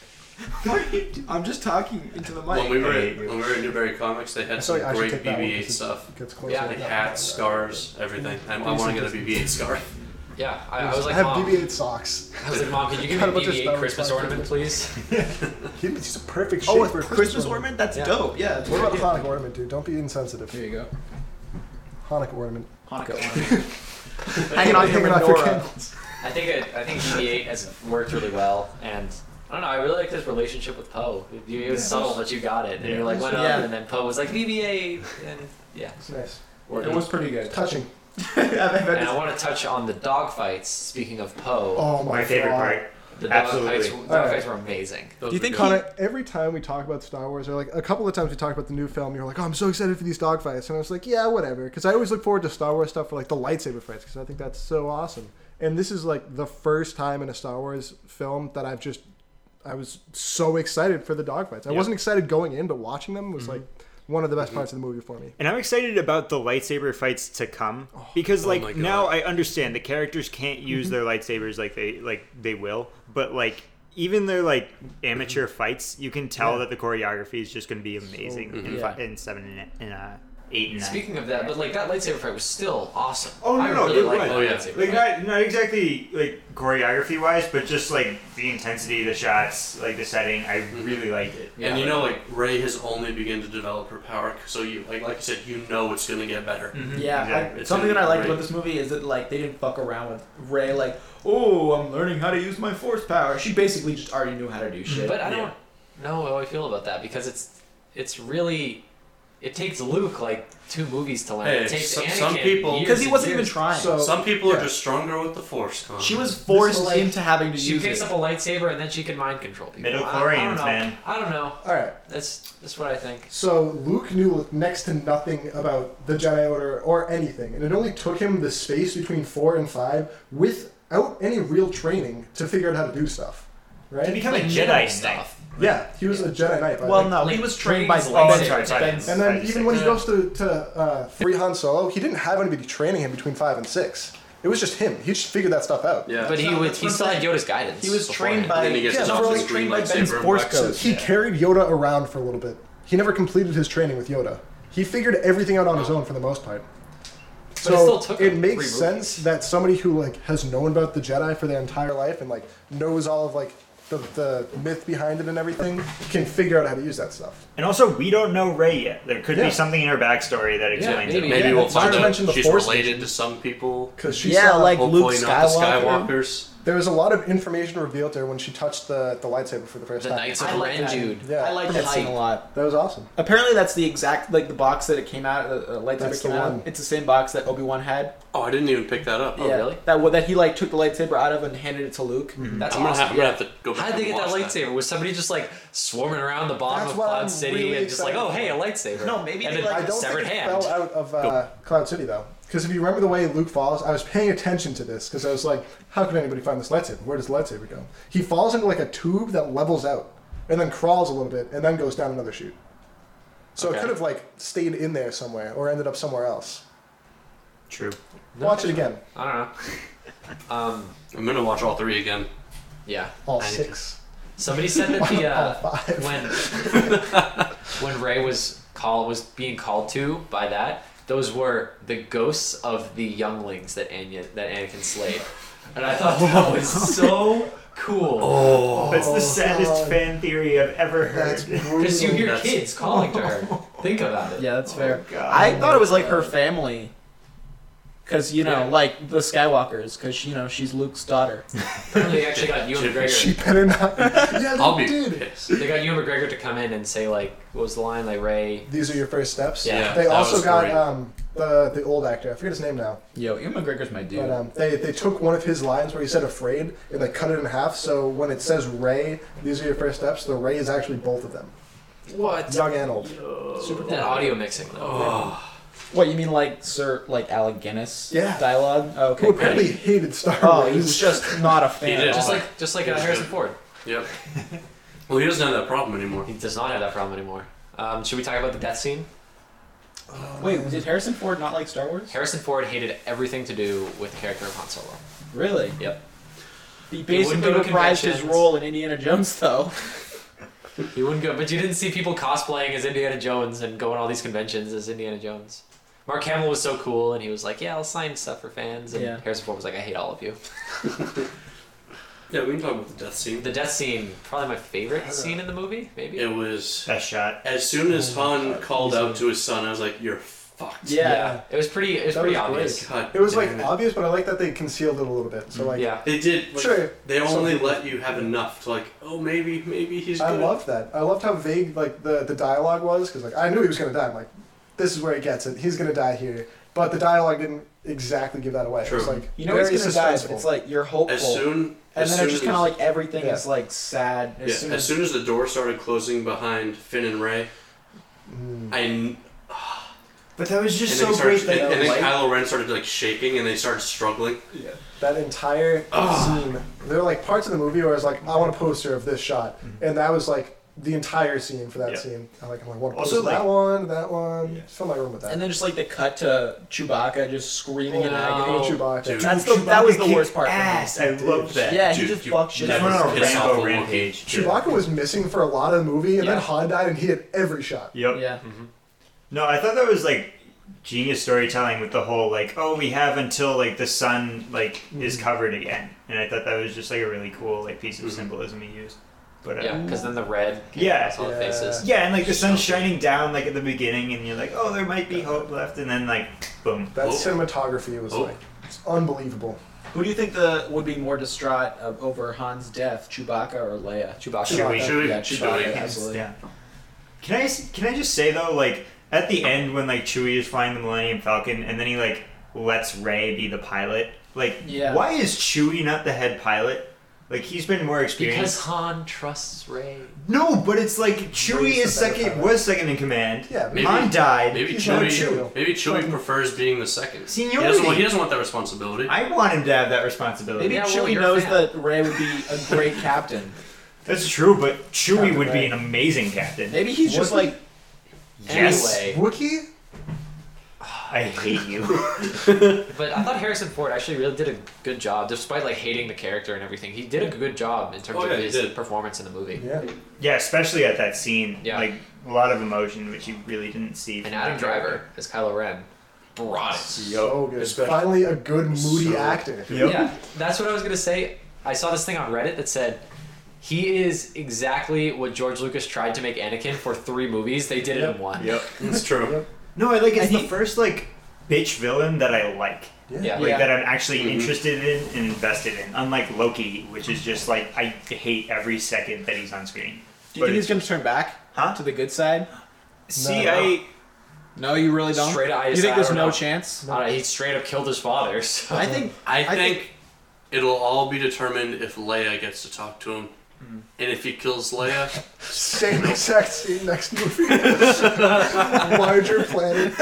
[SPEAKER 3] I'm just talking into the mic.
[SPEAKER 5] When we were
[SPEAKER 2] Hey.
[SPEAKER 5] at, when we were at Newberry Comics, they had
[SPEAKER 4] Sorry,
[SPEAKER 5] some
[SPEAKER 4] I should
[SPEAKER 5] great
[SPEAKER 4] take that one 'cause
[SPEAKER 5] BB-8
[SPEAKER 4] it
[SPEAKER 5] stuff.
[SPEAKER 4] Gets closer.
[SPEAKER 1] Yeah,
[SPEAKER 5] Like hats, scarves, everything. I, I want to get a BB-8 scarf.
[SPEAKER 1] yeah, I, I was like,
[SPEAKER 4] have
[SPEAKER 1] mom,
[SPEAKER 4] BB-8 socks.
[SPEAKER 1] I was like, mom, can you give
[SPEAKER 4] Got
[SPEAKER 1] me a
[SPEAKER 4] a bunch of Star
[SPEAKER 1] BB-8
[SPEAKER 4] Wars
[SPEAKER 1] Christmas
[SPEAKER 4] cards.
[SPEAKER 1] ornament, please?
[SPEAKER 4] He's a perfect shape
[SPEAKER 3] Oh, it's
[SPEAKER 4] for a
[SPEAKER 3] Christmas,
[SPEAKER 4] ornament.
[SPEAKER 3] ornament? That's
[SPEAKER 1] Yeah.
[SPEAKER 3] dope. Yeah.
[SPEAKER 4] What about the Hanukkah ornament, dude? Don't be insensitive.
[SPEAKER 3] Here you go.
[SPEAKER 4] Hanukkah ornament.
[SPEAKER 3] Hanukkah ornament. Hanging on your
[SPEAKER 4] Hanging off your
[SPEAKER 3] menorah.
[SPEAKER 4] candles.
[SPEAKER 1] I think it, I think BB-8 has worked really well, and I don't know. I really like his relationship with Poe. It, it was subtle, but you got it, and
[SPEAKER 2] Yeah.
[SPEAKER 1] you're like, what up?
[SPEAKER 3] Yeah.
[SPEAKER 1] And then Poe was like, BB-8, and yeah.
[SPEAKER 4] It's nice.
[SPEAKER 3] It was pretty good.
[SPEAKER 4] Touching.
[SPEAKER 1] And I want to touch on the dogfights. Speaking of Poe,
[SPEAKER 4] Oh my,
[SPEAKER 2] My favorite
[SPEAKER 4] God.
[SPEAKER 2] part.
[SPEAKER 1] the
[SPEAKER 2] absolutely.
[SPEAKER 1] dogfights dogfights
[SPEAKER 4] Alright.
[SPEAKER 1] were amazing.
[SPEAKER 5] Do
[SPEAKER 3] you think
[SPEAKER 4] Connor, every time we talk about Star Wars, or like a couple of times we talk about the new film, you're like, "Oh, I'm so excited for these dogfights," and I was like, "Yeah, whatever," because I always look forward to Star Wars stuff for like the lightsaber fights because I think that's so awesome. And this is like the first time in a Star Wars film that I've just, I was so excited for the dogfights. I
[SPEAKER 2] Yeah.
[SPEAKER 4] wasn't excited going in, but watching them was like one of the
[SPEAKER 3] Mm-hmm.
[SPEAKER 4] best parts of the movie for me.
[SPEAKER 2] And I'm excited about the lightsaber fights to come because,
[SPEAKER 5] oh
[SPEAKER 2] like,
[SPEAKER 5] my God.
[SPEAKER 2] now I understand the characters can't
[SPEAKER 3] Mhm.
[SPEAKER 2] use their lightsabers like they like they will, but like even their like
[SPEAKER 3] Mhm.
[SPEAKER 2] amateur fights, you can tell that the choreography is just going to be amazing in,
[SPEAKER 1] Yeah.
[SPEAKER 2] fi- in seven and in, uh, eight and nine.
[SPEAKER 1] Speaking of that, but like that lightsaber fight was still awesome.
[SPEAKER 2] Oh, no,
[SPEAKER 1] I
[SPEAKER 2] no,
[SPEAKER 1] really
[SPEAKER 2] it
[SPEAKER 1] liked
[SPEAKER 2] was.
[SPEAKER 1] that
[SPEAKER 5] Oh, yeah.
[SPEAKER 1] lightsaber
[SPEAKER 2] like
[SPEAKER 1] fight.
[SPEAKER 2] not, not exactly like choreography wise, but just like the intensity, of the shots, like the setting. I
[SPEAKER 5] Mm-hmm.
[SPEAKER 2] really liked it.
[SPEAKER 1] Yeah.
[SPEAKER 5] And you know, like Ray has only begun to develop her power, so you like, like I said, you know it's gonna get better.
[SPEAKER 3] Yeah,
[SPEAKER 2] Exactly.
[SPEAKER 3] I,
[SPEAKER 5] It's
[SPEAKER 3] something that
[SPEAKER 5] gonna
[SPEAKER 3] I
[SPEAKER 5] be
[SPEAKER 3] liked
[SPEAKER 5] great.
[SPEAKER 3] about this movie is that like they didn't fuck around with Ray. Like, oh, I'm learning how to use my force power. She basically just already knew how to do shit.
[SPEAKER 1] But I
[SPEAKER 2] Yeah.
[SPEAKER 1] don't know how I feel about that because it's it's really it takes Luke like two movies to learn.
[SPEAKER 5] Hey,
[SPEAKER 1] it takes
[SPEAKER 5] some-
[SPEAKER 1] Anakin
[SPEAKER 5] some people-
[SPEAKER 1] years
[SPEAKER 3] because he
[SPEAKER 1] and
[SPEAKER 3] wasn't even
[SPEAKER 1] years.
[SPEAKER 3] trying.
[SPEAKER 4] So-
[SPEAKER 5] Some people are
[SPEAKER 4] Yeah.
[SPEAKER 5] just stronger with the force. Con.
[SPEAKER 3] she was
[SPEAKER 1] This
[SPEAKER 3] forced
[SPEAKER 1] is like-
[SPEAKER 3] into having to
[SPEAKER 1] She
[SPEAKER 3] use
[SPEAKER 1] picks
[SPEAKER 3] it.
[SPEAKER 1] up a lightsaber and then she can mind control people. I- I, don't
[SPEAKER 2] Midichlorians,
[SPEAKER 1] know.
[SPEAKER 2] man.
[SPEAKER 1] I don't know.
[SPEAKER 4] All right.
[SPEAKER 1] That's that's what I think.
[SPEAKER 4] So Luke knew next to nothing about the Jedi Order or anything, and it only took him the space between four and five without any real training to figure out how to do stuff.
[SPEAKER 2] To
[SPEAKER 4] Right?
[SPEAKER 2] become a
[SPEAKER 1] Like,
[SPEAKER 2] Jedi
[SPEAKER 1] Jedi stuff.
[SPEAKER 4] Yeah, he was a Jedi Knight. By
[SPEAKER 3] well,
[SPEAKER 4] the way.
[SPEAKER 3] no,
[SPEAKER 1] Like,
[SPEAKER 3] he was trained by
[SPEAKER 1] Ray's
[SPEAKER 3] Ben-
[SPEAKER 1] lightsaber
[SPEAKER 2] fight.
[SPEAKER 3] Ben-
[SPEAKER 4] And
[SPEAKER 2] Five
[SPEAKER 4] then
[SPEAKER 2] to
[SPEAKER 4] even when he
[SPEAKER 3] six.
[SPEAKER 4] goes to, to uh, free Han Solo, he didn't have anybody training him between five and six. It was just him. He just figured that stuff out.
[SPEAKER 5] yeah.
[SPEAKER 1] But he
[SPEAKER 3] So
[SPEAKER 1] was
[SPEAKER 3] that's
[SPEAKER 1] he
[SPEAKER 3] what
[SPEAKER 1] still
[SPEAKER 3] I'm
[SPEAKER 1] had Yoda's guidance.
[SPEAKER 3] He was trained
[SPEAKER 1] beforehand.
[SPEAKER 3] by.
[SPEAKER 5] then he gets
[SPEAKER 4] Yeah,
[SPEAKER 5] dumped
[SPEAKER 4] for,
[SPEAKER 5] his
[SPEAKER 4] like,
[SPEAKER 5] green
[SPEAKER 3] trained by Ben's
[SPEAKER 5] lightsaber and
[SPEAKER 3] force
[SPEAKER 5] whacks
[SPEAKER 4] So
[SPEAKER 5] it.
[SPEAKER 4] he carried Yoda around for a little bit. He never completed his training with Yoda. He figured everything out on his own for the most part.
[SPEAKER 1] But it
[SPEAKER 4] So
[SPEAKER 1] still took
[SPEAKER 4] it
[SPEAKER 1] him
[SPEAKER 4] makes
[SPEAKER 1] three movies.
[SPEAKER 4] sense that somebody who like has known about the Jedi for their entire life and like knows all of like the, the myth behind it and everything can figure out how to use that stuff.
[SPEAKER 2] And also, we don't know Ray yet. There could
[SPEAKER 4] Yeah.
[SPEAKER 2] be something in her backstory that explains
[SPEAKER 1] maybe.
[SPEAKER 2] it.
[SPEAKER 5] Maybe
[SPEAKER 4] Yeah,
[SPEAKER 5] we'll
[SPEAKER 4] it's hard
[SPEAKER 5] find
[SPEAKER 4] to mention the
[SPEAKER 5] out she's
[SPEAKER 4] Force
[SPEAKER 5] related
[SPEAKER 4] vision.
[SPEAKER 5] to some people.
[SPEAKER 4] Because she
[SPEAKER 3] Yeah,
[SPEAKER 4] saw,
[SPEAKER 3] like Luke
[SPEAKER 5] Hopefully not
[SPEAKER 3] Skywalker.
[SPEAKER 5] the Skywalkers.
[SPEAKER 4] there was a lot of information revealed to her when she touched the, the lightsaber for the first
[SPEAKER 1] the
[SPEAKER 4] time.
[SPEAKER 1] Knights
[SPEAKER 3] I
[SPEAKER 1] of
[SPEAKER 3] like
[SPEAKER 1] Ren
[SPEAKER 3] that.
[SPEAKER 1] Jude.
[SPEAKER 4] Yeah.
[SPEAKER 3] I like that scene a lot.
[SPEAKER 4] That was awesome.
[SPEAKER 3] Apparently, that's the exact like the box that it came out. Uh, uh, lightsaber
[SPEAKER 4] That's the
[SPEAKER 3] came out.
[SPEAKER 4] one.
[SPEAKER 3] It's the same box that Obi Wan had.
[SPEAKER 5] Oh, I didn't even pick that up.
[SPEAKER 1] Oh,
[SPEAKER 3] yeah,
[SPEAKER 1] really?
[SPEAKER 3] That wa- that he like took the lightsaber out of and handed it to Luke.
[SPEAKER 1] That's
[SPEAKER 5] I'm gonna, have,
[SPEAKER 1] awesome.
[SPEAKER 5] I'm gonna have to go back
[SPEAKER 1] How did they
[SPEAKER 5] and
[SPEAKER 1] get that
[SPEAKER 5] watch
[SPEAKER 1] lightsaber? Was somebody just like swarming around the bottom
[SPEAKER 4] That's
[SPEAKER 1] of
[SPEAKER 4] what
[SPEAKER 1] Cloud
[SPEAKER 4] I'm
[SPEAKER 1] City
[SPEAKER 4] really
[SPEAKER 1] and just like,
[SPEAKER 4] excited
[SPEAKER 1] oh hey, a lightsaber?
[SPEAKER 3] No, maybe
[SPEAKER 1] and
[SPEAKER 3] they,
[SPEAKER 1] a
[SPEAKER 3] like,
[SPEAKER 4] I don't
[SPEAKER 1] severed
[SPEAKER 4] think it
[SPEAKER 1] hand.
[SPEAKER 4] fell out of uh, Cloud City though, because if you remember the way Luke falls, I was paying attention to this because I was like, "How could anybody find this lightsaber? Where does the lightsaber go?" He falls into like a tube that levels out, and then crawls a little bit, and then goes down another chute. So it
[SPEAKER 1] Okay.
[SPEAKER 4] could have like stayed in there somewhere, or ended up somewhere else.
[SPEAKER 2] True.
[SPEAKER 1] No.
[SPEAKER 4] Watch it again,
[SPEAKER 1] I don't know. Um,
[SPEAKER 5] that. I'm gonna watch all three again.
[SPEAKER 1] yeah.
[SPEAKER 4] all
[SPEAKER 5] I-
[SPEAKER 4] six,
[SPEAKER 1] Somebody said that the
[SPEAKER 4] all
[SPEAKER 1] uh,
[SPEAKER 4] five.
[SPEAKER 1] when when Ray was call was being called to by that, those were the ghosts of the younglings that Anya that Anakin slayed, and I thought that was so cool
[SPEAKER 5] Oh,
[SPEAKER 2] That's the saddest
[SPEAKER 4] God.
[SPEAKER 2] fan theory I've ever heard.
[SPEAKER 4] That's
[SPEAKER 1] because you hear
[SPEAKER 4] brutal.
[SPEAKER 5] That's-
[SPEAKER 1] kids calling to her. Think about it.
[SPEAKER 3] Yeah, that's
[SPEAKER 2] Oh,
[SPEAKER 3] fair.
[SPEAKER 2] God.
[SPEAKER 3] I thought it was like her family, because you know, like the Skywalkers, because you know she's Luke's daughter.
[SPEAKER 1] Apparently, they actually got Ewan
[SPEAKER 4] She
[SPEAKER 1] McGregor.
[SPEAKER 4] better not. yeah, they
[SPEAKER 5] I'll be
[SPEAKER 4] did.
[SPEAKER 5] pissed.
[SPEAKER 1] They got Ewan McGregor to come in and say like, what was the line? Like Ray.
[SPEAKER 4] These are your first steps.
[SPEAKER 1] Yeah,
[SPEAKER 4] They
[SPEAKER 5] that
[SPEAKER 4] also
[SPEAKER 5] was
[SPEAKER 4] got
[SPEAKER 5] great.
[SPEAKER 4] um, the the old actor. I forget his name now.
[SPEAKER 3] Yo, Ewan McGregor's my dude.
[SPEAKER 4] But um, they they took one of his lines where he said "afraid" and they cut it in half. So when it says "Ray," these are your first steps. The Ray is actually both of them,
[SPEAKER 1] What?
[SPEAKER 4] young and old.
[SPEAKER 1] Super that audio mixing though.
[SPEAKER 5] Oh,
[SPEAKER 3] what you mean, like Sir, like Alec Guinness?
[SPEAKER 4] Yeah.
[SPEAKER 3] Dialogue. Oh, okay.
[SPEAKER 4] Who
[SPEAKER 3] great.
[SPEAKER 4] apparently hated Star
[SPEAKER 3] Oh,
[SPEAKER 4] Wars.
[SPEAKER 3] he was just not a fan.
[SPEAKER 5] did.
[SPEAKER 3] at
[SPEAKER 1] Just
[SPEAKER 3] all.
[SPEAKER 1] like just like uh, Harrison Ford.
[SPEAKER 5] yep. Well, he doesn't have that problem anymore.
[SPEAKER 1] He does not have that problem anymore. Um, should we talk about the death scene?
[SPEAKER 3] Wait, did Harrison Ford not like Star Wars?
[SPEAKER 1] Harrison Ford hated everything to do with the character of Han Solo.
[SPEAKER 3] Really?
[SPEAKER 1] Yep.
[SPEAKER 3] He
[SPEAKER 1] wouldn't
[SPEAKER 3] basically
[SPEAKER 1] go to
[SPEAKER 3] reprised his
[SPEAKER 1] conventions.
[SPEAKER 3] role in Indiana Jones, though.
[SPEAKER 1] He wouldn't go, but you didn't see people cosplaying as Indiana Jones and going to all these conventions as Indiana Jones. Mark Hamill was so cool, and he was like, "Yeah, I'll sign stuff for fans." And
[SPEAKER 3] Yeah.
[SPEAKER 1] Harrison Ford was like, "I hate all of you."
[SPEAKER 5] Yeah, we can talk about the death scene.
[SPEAKER 1] The death scene, probably my favorite scene in the movie, maybe.
[SPEAKER 5] It was Oh,
[SPEAKER 2] Best shot.
[SPEAKER 5] as soon as Han called out to his son, I was like, "You're fucked."
[SPEAKER 3] Yeah.
[SPEAKER 1] It was pretty. It was
[SPEAKER 4] That
[SPEAKER 1] pretty
[SPEAKER 4] was great.
[SPEAKER 1] obvious.
[SPEAKER 5] God
[SPEAKER 4] It was like
[SPEAKER 5] damn it.
[SPEAKER 4] obvious, but I like that they concealed it a little bit. So like,
[SPEAKER 1] Yeah.
[SPEAKER 5] They did. Like,
[SPEAKER 4] Sure.
[SPEAKER 5] They
[SPEAKER 4] Some
[SPEAKER 5] only
[SPEAKER 4] people-
[SPEAKER 5] let you have enough to like, oh, maybe, maybe he's.
[SPEAKER 4] I
[SPEAKER 5] good.
[SPEAKER 4] loved that. I loved how vague like the, the dialogue was because like I knew he was gonna die. I'm like, this is where he gets it. He's gonna die here. But the dialogue didn't exactly give that away.
[SPEAKER 5] True.
[SPEAKER 4] It was like
[SPEAKER 3] You know
[SPEAKER 4] very
[SPEAKER 3] he's gonna die, but
[SPEAKER 4] suspenseful.
[SPEAKER 3] it's like you're hopeful,
[SPEAKER 5] As soon.
[SPEAKER 3] and
[SPEAKER 5] as
[SPEAKER 3] then
[SPEAKER 5] soon
[SPEAKER 3] it's just
[SPEAKER 5] as-
[SPEAKER 3] kind of like everything
[SPEAKER 4] Yeah.
[SPEAKER 3] is like sad. As
[SPEAKER 5] yeah,
[SPEAKER 3] soon
[SPEAKER 5] as soon as the door started closing behind Finn and Ray,
[SPEAKER 4] Mm.
[SPEAKER 5] I kn-
[SPEAKER 2] But that was just
[SPEAKER 5] and then,
[SPEAKER 2] so
[SPEAKER 5] he
[SPEAKER 2] great
[SPEAKER 5] started,
[SPEAKER 2] that
[SPEAKER 5] and, and then
[SPEAKER 2] light-
[SPEAKER 5] Kylo Ren started like shaking, and they started struggling.
[SPEAKER 4] that entire
[SPEAKER 5] Ah.
[SPEAKER 4] scene. There were like parts of the movie where I was like, I want a poster of this shot, and that was like the entire scene for that
[SPEAKER 2] Yeah.
[SPEAKER 4] scene. I like, I'm like, what
[SPEAKER 2] Also,
[SPEAKER 4] poster? That
[SPEAKER 2] like-
[SPEAKER 4] one, that one.
[SPEAKER 2] Yeah.
[SPEAKER 4] Fill my room with that.
[SPEAKER 3] And then just like the cut to Chewbacca just screaming in
[SPEAKER 1] Oh,
[SPEAKER 3] agony.
[SPEAKER 1] no.
[SPEAKER 4] Oh, Chewbacca.
[SPEAKER 5] Dude.
[SPEAKER 3] That's the, that was the
[SPEAKER 2] Chewbacca
[SPEAKER 3] worst part.
[SPEAKER 2] kicked Ass, I loved that.
[SPEAKER 3] Yeah, he
[SPEAKER 5] Dude,
[SPEAKER 3] just
[SPEAKER 5] you-
[SPEAKER 3] fucked shit
[SPEAKER 5] that
[SPEAKER 2] That
[SPEAKER 3] out
[SPEAKER 2] went
[SPEAKER 5] was
[SPEAKER 2] on a
[SPEAKER 5] piss
[SPEAKER 3] of him.
[SPEAKER 5] off
[SPEAKER 2] Rambo
[SPEAKER 5] the
[SPEAKER 2] rampage. too.
[SPEAKER 4] Chewbacca was missing for a lot of the movie, and
[SPEAKER 3] Yeah.
[SPEAKER 4] then Han died, and he hit every shot.
[SPEAKER 2] Yep.
[SPEAKER 3] Yeah.
[SPEAKER 2] No, I thought that was like genius storytelling with the whole like, oh, we have until like the sun like is covered again, and I thought that was just like a really cool like piece of
[SPEAKER 5] Mhm.
[SPEAKER 2] symbolism he used. But uh,
[SPEAKER 1] Yeah, because then the red. Came
[SPEAKER 2] Yeah.
[SPEAKER 1] across all the
[SPEAKER 4] Yeah.
[SPEAKER 1] faces.
[SPEAKER 2] Yeah, and like the sun's shining down like at the beginning, and you're like, oh, there might be hope left, and then like, boom.
[SPEAKER 4] That
[SPEAKER 5] Oh.
[SPEAKER 4] cinematography was
[SPEAKER 5] Oh.
[SPEAKER 4] like it's unbelievable.
[SPEAKER 3] Who do you think the would be more distraught of over Han's death, Chewbacca or Leia?
[SPEAKER 1] Chewbacca.
[SPEAKER 2] Chewie.
[SPEAKER 5] Chewie.
[SPEAKER 3] Yeah,
[SPEAKER 5] Chewie.
[SPEAKER 3] Chewbacca,
[SPEAKER 5] Yes,
[SPEAKER 3] absolutely.
[SPEAKER 2] Yeah. Can I s- can I just say though, like at the end when like Chewie is flying the Millennium Falcon, and then he like lets Ray be the pilot. Like,
[SPEAKER 3] Yeah.
[SPEAKER 2] why is Chewie not the head pilot? Like he's been more experienced.
[SPEAKER 1] Because Han trusts Ray.
[SPEAKER 2] No, but it's like Chewie
[SPEAKER 4] Ray's
[SPEAKER 2] is
[SPEAKER 4] the better
[SPEAKER 2] second
[SPEAKER 4] pilot.
[SPEAKER 2] was second in command.
[SPEAKER 4] Yeah,
[SPEAKER 5] Maybe-
[SPEAKER 2] Han died.
[SPEAKER 5] Maybe
[SPEAKER 4] He's not
[SPEAKER 5] Chewie.
[SPEAKER 4] Chewie.
[SPEAKER 5] Maybe Chewie prefers being the second.
[SPEAKER 2] Seniority.
[SPEAKER 5] He doesn't want. He doesn't want that responsibility.
[SPEAKER 2] I want him to have that responsibility.
[SPEAKER 3] Maybe
[SPEAKER 1] Yeah, well,
[SPEAKER 3] Chewie
[SPEAKER 1] you're a
[SPEAKER 3] knows
[SPEAKER 1] fan.
[SPEAKER 3] that Ray would be a great captain.
[SPEAKER 2] That's true, but Chewie
[SPEAKER 4] Captain
[SPEAKER 2] would
[SPEAKER 4] Ray.
[SPEAKER 2] be an amazing captain.
[SPEAKER 3] Maybe he's just
[SPEAKER 4] Wasn't-
[SPEAKER 3] like
[SPEAKER 2] Yes.
[SPEAKER 1] Anyway,
[SPEAKER 4] Wookiee?
[SPEAKER 2] I hate you.
[SPEAKER 1] but I thought Harrison Ford actually really did a good job, despite like hating the character and everything. He did a good job in terms
[SPEAKER 5] Oh, yeah,
[SPEAKER 1] of
[SPEAKER 5] he
[SPEAKER 1] his
[SPEAKER 5] did.
[SPEAKER 1] performance in the movie.
[SPEAKER 4] Yeah.
[SPEAKER 2] yeah, especially at that scene.
[SPEAKER 1] Yeah.
[SPEAKER 2] Like a lot of emotion which you really didn't see.
[SPEAKER 1] And
[SPEAKER 2] from
[SPEAKER 1] Adam
[SPEAKER 2] that
[SPEAKER 1] Driver as Kylo Ren brought it.
[SPEAKER 4] So good.
[SPEAKER 5] Especially-
[SPEAKER 4] Finally, a good moody
[SPEAKER 5] So-
[SPEAKER 4] actor.
[SPEAKER 2] Yep.
[SPEAKER 1] Yeah, that's what I was gonna say. I saw this thing on Reddit that said he is exactly what George Lucas tried to make Anakin for three movies. They did it in one.
[SPEAKER 2] Yep.
[SPEAKER 5] That's true.
[SPEAKER 2] No, I like it's
[SPEAKER 3] And
[SPEAKER 2] the
[SPEAKER 3] he-
[SPEAKER 2] first like bitch villain that I like.
[SPEAKER 1] Yeah.
[SPEAKER 2] Like
[SPEAKER 3] Yeah.
[SPEAKER 2] that I'm actually
[SPEAKER 5] Mhm.
[SPEAKER 2] interested in and invested in. Unlike Loki, which is just like I hate every second that he's on screen.
[SPEAKER 3] Do you think he's gonna turn back
[SPEAKER 2] Huh?
[SPEAKER 3] to the good side?
[SPEAKER 2] See,
[SPEAKER 4] No.
[SPEAKER 2] I
[SPEAKER 3] No, you really don't.
[SPEAKER 1] Straight eyes,
[SPEAKER 3] you think
[SPEAKER 1] I
[SPEAKER 3] there's
[SPEAKER 1] don't
[SPEAKER 3] no
[SPEAKER 1] know.
[SPEAKER 3] chance?
[SPEAKER 1] I don't know, uh, he straight up killed his father. So.
[SPEAKER 3] I think
[SPEAKER 5] I
[SPEAKER 3] I
[SPEAKER 5] think it'll all be determined if Leia gets to talk to him,
[SPEAKER 3] Hmm.
[SPEAKER 5] and if he kills Leia,
[SPEAKER 4] Same exact scene next movie. Larger planet.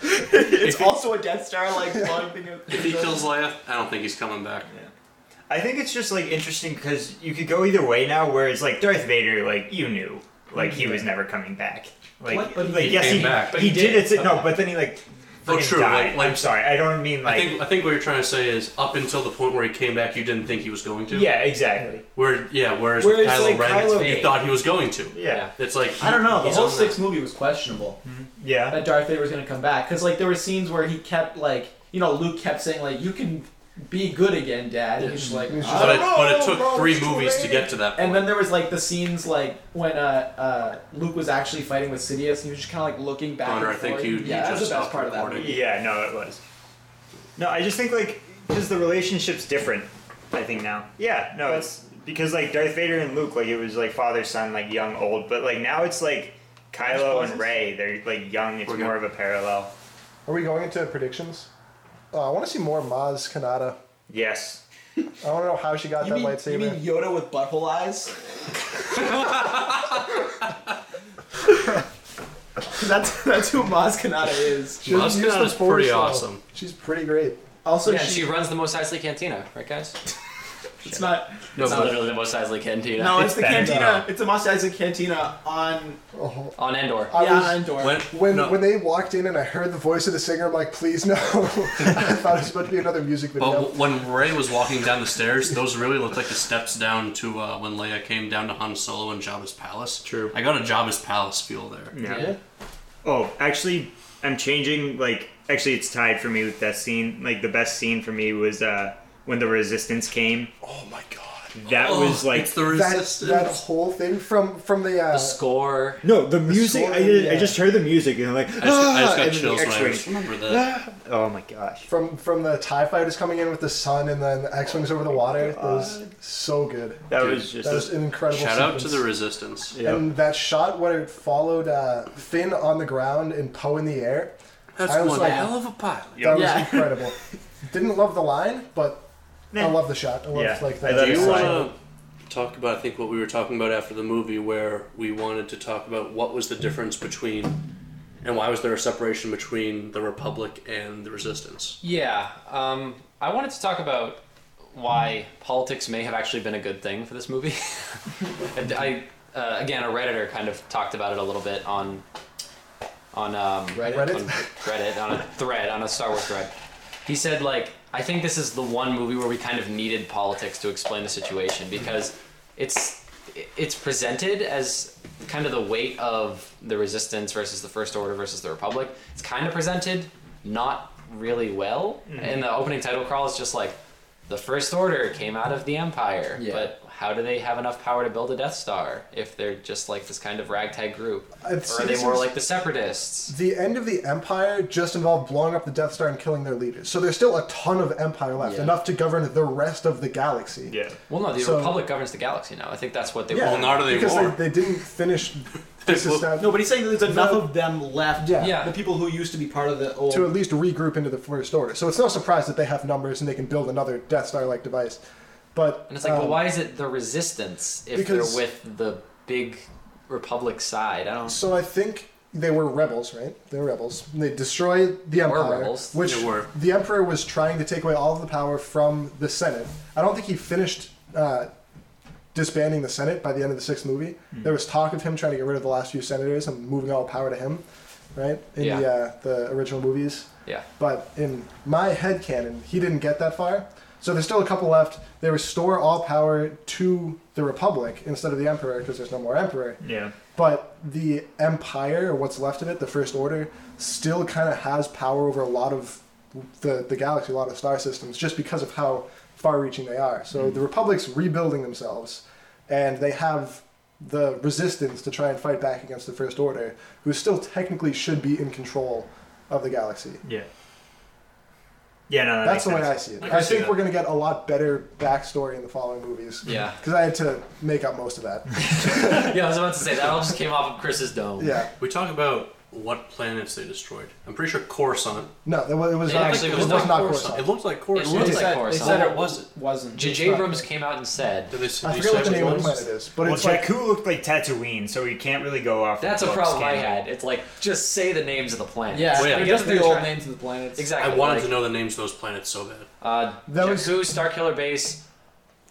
[SPEAKER 3] it's also a Death Star like one thing.
[SPEAKER 5] if he kills Leia, I don't think he's coming back.
[SPEAKER 2] I think it's just like interesting because you could go either way now. Where it's like Darth Vader, like you knew, like he was never coming back. Like,
[SPEAKER 1] What? But
[SPEAKER 2] like
[SPEAKER 5] he
[SPEAKER 2] yes,
[SPEAKER 5] came
[SPEAKER 2] he,
[SPEAKER 5] back.
[SPEAKER 1] But
[SPEAKER 2] he,
[SPEAKER 1] he
[SPEAKER 2] did.
[SPEAKER 1] did.
[SPEAKER 2] It's no, but then he like.
[SPEAKER 5] Oh,
[SPEAKER 2] friggin'
[SPEAKER 5] true,
[SPEAKER 2] Died.
[SPEAKER 5] like- like-
[SPEAKER 2] I'm sorry. I don't mean
[SPEAKER 5] I
[SPEAKER 2] like.
[SPEAKER 5] think I think what you're trying to say is up until the point where he came back, you didn't think he was going to.
[SPEAKER 2] yeah, exactly.
[SPEAKER 5] Where yeah, whereas,
[SPEAKER 3] Whereas,
[SPEAKER 5] with Kylo
[SPEAKER 3] like,
[SPEAKER 5] Ren,
[SPEAKER 3] Kylo-
[SPEAKER 5] you thought he was going to.
[SPEAKER 2] Yeah,
[SPEAKER 5] It's like
[SPEAKER 3] I don't know. The
[SPEAKER 5] he's
[SPEAKER 3] whole
[SPEAKER 5] on
[SPEAKER 3] sixth movie was questionable.
[SPEAKER 2] yeah.
[SPEAKER 3] That Darth Vader was gonna come back because like there were scenes where he kept like you know Luke kept saying like you can be good again, Dad.
[SPEAKER 5] Yeah.
[SPEAKER 3] He's just like,
[SPEAKER 4] He's just
[SPEAKER 3] "I
[SPEAKER 5] But it,
[SPEAKER 3] don't know,
[SPEAKER 5] but it took
[SPEAKER 3] bro,
[SPEAKER 5] three
[SPEAKER 3] it's too
[SPEAKER 5] movies to
[SPEAKER 3] late."
[SPEAKER 5] get to that point.
[SPEAKER 3] And then there was like the scenes like when uh, uh, Luke was actually fighting with Sidious, and he was just kind of like looking back.
[SPEAKER 5] Connor,
[SPEAKER 3] and
[SPEAKER 5] I think
[SPEAKER 3] forth.
[SPEAKER 5] you- you
[SPEAKER 3] yeah, that's
[SPEAKER 5] just
[SPEAKER 3] the best
[SPEAKER 5] stopped
[SPEAKER 3] part of that.
[SPEAKER 5] recording.
[SPEAKER 3] Movie.
[SPEAKER 2] Yeah, no, it was. No, I just think like because the relationship's different. I think now. Yeah, no, it's because like Darth Vader and Luke, like it was like father son, like young old, but like now it's like Kylo and Ray. They're like young. It's
[SPEAKER 5] We're
[SPEAKER 2] more of a parallel.
[SPEAKER 4] Are we going into predictions? Uh, I want to see more Maz Kanata.
[SPEAKER 2] Yes.
[SPEAKER 4] I want to know how she got
[SPEAKER 3] You
[SPEAKER 4] that
[SPEAKER 3] mean,
[SPEAKER 4] lightsaber.
[SPEAKER 3] you mean Yoda with butthole eyes? 'Cause that's that's who Maz Kanata is.
[SPEAKER 4] She doesn't
[SPEAKER 5] Maz
[SPEAKER 4] use the
[SPEAKER 5] Kanata's
[SPEAKER 4] Force
[SPEAKER 5] pretty
[SPEAKER 4] at all.
[SPEAKER 5] awesome.
[SPEAKER 4] She's pretty great.
[SPEAKER 3] Also,
[SPEAKER 1] Yeah, and
[SPEAKER 3] she,
[SPEAKER 1] she runs the Mos Eisley Cantina, right, guys?
[SPEAKER 3] it's not.
[SPEAKER 5] No,
[SPEAKER 1] it's
[SPEAKER 5] but-
[SPEAKER 1] literally the Mos Eisley Cantina.
[SPEAKER 3] No, it's,
[SPEAKER 2] It's
[SPEAKER 3] the
[SPEAKER 2] better
[SPEAKER 3] cantina.
[SPEAKER 2] now.
[SPEAKER 3] It's a Mos Eisley cantina on
[SPEAKER 4] Oh,
[SPEAKER 1] On Endor.
[SPEAKER 4] I
[SPEAKER 3] yeah,
[SPEAKER 4] was-
[SPEAKER 3] on Endor.
[SPEAKER 5] when
[SPEAKER 4] When
[SPEAKER 5] no,
[SPEAKER 4] when they walked in and I heard the voice of the singer, I'm like, please no. I thought it was about to be another music
[SPEAKER 5] but
[SPEAKER 4] video.
[SPEAKER 5] w- when Ray was walking down the stairs, those really looked like the steps down to uh, when Leia came down to Han Solo and Jabba's palace.
[SPEAKER 2] True.
[SPEAKER 5] I got a Jabba's palace feel there.
[SPEAKER 1] Yeah.
[SPEAKER 2] Oh, actually, I'm changing. Like, actually, it's tied for me with that scene. Like, the best scene for me was uh, when the Resistance came.
[SPEAKER 5] Oh my god.
[SPEAKER 2] That
[SPEAKER 5] Oh,
[SPEAKER 2] was like
[SPEAKER 5] it's the
[SPEAKER 4] that,
[SPEAKER 5] resistance.
[SPEAKER 4] that whole thing from from the, uh,
[SPEAKER 1] The score.
[SPEAKER 2] no, the music.
[SPEAKER 4] score,
[SPEAKER 2] I, did, I
[SPEAKER 4] yeah.
[SPEAKER 2] just heard the music and I'm like,
[SPEAKER 5] I just, I just
[SPEAKER 2] "Ah,"
[SPEAKER 5] got
[SPEAKER 2] and then the
[SPEAKER 5] chills when I
[SPEAKER 2] X-wing.
[SPEAKER 5] remember that.
[SPEAKER 2] Oh my gosh.
[SPEAKER 4] from from the Tie Fighters coming in with the sun and then the X wings over the water. That was so good.
[SPEAKER 2] That
[SPEAKER 5] Dude,
[SPEAKER 2] was just
[SPEAKER 4] That was an incredible.
[SPEAKER 5] Shout out to
[SPEAKER 4] sequence.
[SPEAKER 5] the resistance.
[SPEAKER 2] yeah.
[SPEAKER 4] And that shot where it followed uh, Finn on the ground and Poe in the air.
[SPEAKER 5] That's
[SPEAKER 4] I was
[SPEAKER 5] one
[SPEAKER 4] like-
[SPEAKER 5] hell of a pilot.
[SPEAKER 4] That
[SPEAKER 3] Yeah.
[SPEAKER 4] was incredible. Didn't love the line, but I
[SPEAKER 2] Nah.
[SPEAKER 4] love the shot. I love
[SPEAKER 2] Yeah.
[SPEAKER 4] like
[SPEAKER 2] I
[SPEAKER 4] that.
[SPEAKER 2] love
[SPEAKER 5] Do you
[SPEAKER 2] Sorry.
[SPEAKER 5] want to talk about? I think what we were talking about after the movie, where we wanted to talk about what was the difference between, and why was there a separation between the Republic and the Resistance?
[SPEAKER 1] Yeah, um, I wanted to talk about why politics may have actually been a good thing for this movie. And I, uh, again, a redditor kind of talked about it a little bit on on um,
[SPEAKER 3] Reddit?
[SPEAKER 1] on
[SPEAKER 4] Reddit?
[SPEAKER 1] Reddit on a thread on a Star Wars thread. He said like I think this is the one movie where we kind of needed politics to explain the situation because it's it's presented as kind of the weight of the resistance versus the first order versus the republic. It's kind of presented not really well. And the opening title crawl is just like the first order came out of the empire,
[SPEAKER 3] Yeah.
[SPEAKER 1] but how do they have enough power to build a Death Star if they're just like this kind of ragtag group?
[SPEAKER 4] I'd
[SPEAKER 1] or
[SPEAKER 4] say
[SPEAKER 1] are they
[SPEAKER 4] this
[SPEAKER 1] more
[SPEAKER 4] is-
[SPEAKER 1] like the separatists?
[SPEAKER 4] The end of the Empire just involved blowing up the Death Star and killing their leaders. So there's still a ton of Empire left,
[SPEAKER 3] Yeah.
[SPEAKER 4] enough to govern the rest of the galaxy.
[SPEAKER 2] Yeah.
[SPEAKER 1] Well, no, the
[SPEAKER 4] So-
[SPEAKER 1] Republic governs the galaxy now. I think that's what they
[SPEAKER 4] Yeah,
[SPEAKER 5] Well, not only
[SPEAKER 4] because
[SPEAKER 5] war.
[SPEAKER 4] They, they didn't finish this
[SPEAKER 5] Well,
[SPEAKER 4] estab-
[SPEAKER 3] No, but he's saying that there's enough of them left.
[SPEAKER 4] Yeah.
[SPEAKER 1] Yeah.
[SPEAKER 3] The people who used to be part of the old.
[SPEAKER 4] to at least regroup into the First Order. So it's no surprise that they have numbers and they can build another Death Star-like device. But
[SPEAKER 1] And it's like,
[SPEAKER 4] um,
[SPEAKER 1] well, why is it the resistance if
[SPEAKER 4] because-
[SPEAKER 1] they're with the big Republic side? I don't.
[SPEAKER 4] So I think they were rebels, right? They were rebels. And they destroyed the
[SPEAKER 1] were
[SPEAKER 4] empire,
[SPEAKER 1] rebels.
[SPEAKER 4] which
[SPEAKER 5] They were.
[SPEAKER 4] the emperor was trying to take away all of the power from the Senate. I don't think he finished uh, disbanding the Senate by the end of the sixth movie. There was talk of him trying to get rid of the last few senators and moving all power to him, right? In
[SPEAKER 1] Yeah.
[SPEAKER 4] the uh, the original movies.
[SPEAKER 1] Yeah.
[SPEAKER 4] But in my head canon, he didn't get that far. So there's still a couple left. They restore all power to the Republic instead of the Emperor because there's no more Emperor
[SPEAKER 2] Yeah.
[SPEAKER 4] but the empire or what's left of it the first order still kind of has power over a lot of the, the galaxy a lot of star systems just because of how far reaching they are so the republic's rebuilding themselves and they have the resistance to try and fight back against the first order who still technically should be in control of the galaxy
[SPEAKER 2] Yeah. Yeah, no, that
[SPEAKER 4] that's the
[SPEAKER 2] makes
[SPEAKER 4] way i
[SPEAKER 2] sense.
[SPEAKER 4] see it
[SPEAKER 5] I
[SPEAKER 4] i,
[SPEAKER 5] can see
[SPEAKER 4] think
[SPEAKER 5] that.
[SPEAKER 4] we're going to get a lot better backstory in the following movies
[SPEAKER 1] Yeah.
[SPEAKER 4] because i had to make up most of that
[SPEAKER 1] yeah, I was about to say that all just came off of Chris's dome.
[SPEAKER 4] yeah
[SPEAKER 5] We talk about what planets they destroyed. I'm pretty sure Coruscant.
[SPEAKER 4] no it was, it was
[SPEAKER 1] Yeah,
[SPEAKER 4] not,
[SPEAKER 1] actually,
[SPEAKER 4] it
[SPEAKER 1] it
[SPEAKER 4] was
[SPEAKER 1] was
[SPEAKER 4] not,
[SPEAKER 1] not
[SPEAKER 4] Coruscant.
[SPEAKER 5] It looked like
[SPEAKER 1] It
[SPEAKER 5] Coruscant.
[SPEAKER 1] looked
[SPEAKER 3] they
[SPEAKER 1] like
[SPEAKER 3] said,
[SPEAKER 1] Coruscant.
[SPEAKER 3] They said
[SPEAKER 5] What
[SPEAKER 3] it
[SPEAKER 5] was it?
[SPEAKER 3] wasn't.
[SPEAKER 1] J.J. Abrams came out and said
[SPEAKER 5] Did they, they
[SPEAKER 4] I forget what the
[SPEAKER 5] said
[SPEAKER 4] name of
[SPEAKER 5] it
[SPEAKER 4] the
[SPEAKER 5] was-
[SPEAKER 4] planet is, but
[SPEAKER 2] Well,
[SPEAKER 4] it's like
[SPEAKER 2] Jakku looked like Tatooine, so we can't really go off.
[SPEAKER 1] that's a
[SPEAKER 2] the books,
[SPEAKER 1] problem I
[SPEAKER 2] can we?
[SPEAKER 1] had. It's like just say the names of the planets.
[SPEAKER 3] Yeah.
[SPEAKER 5] Wait,
[SPEAKER 1] I
[SPEAKER 5] I
[SPEAKER 1] guess
[SPEAKER 3] Just
[SPEAKER 1] they're
[SPEAKER 3] the old
[SPEAKER 1] trying-
[SPEAKER 3] names of the planets.
[SPEAKER 1] Exactly.
[SPEAKER 5] I wanted
[SPEAKER 1] like,
[SPEAKER 5] to know the names of those planets so bad.
[SPEAKER 1] Uh,
[SPEAKER 4] That was-
[SPEAKER 1] Jakku, Starkiller Base,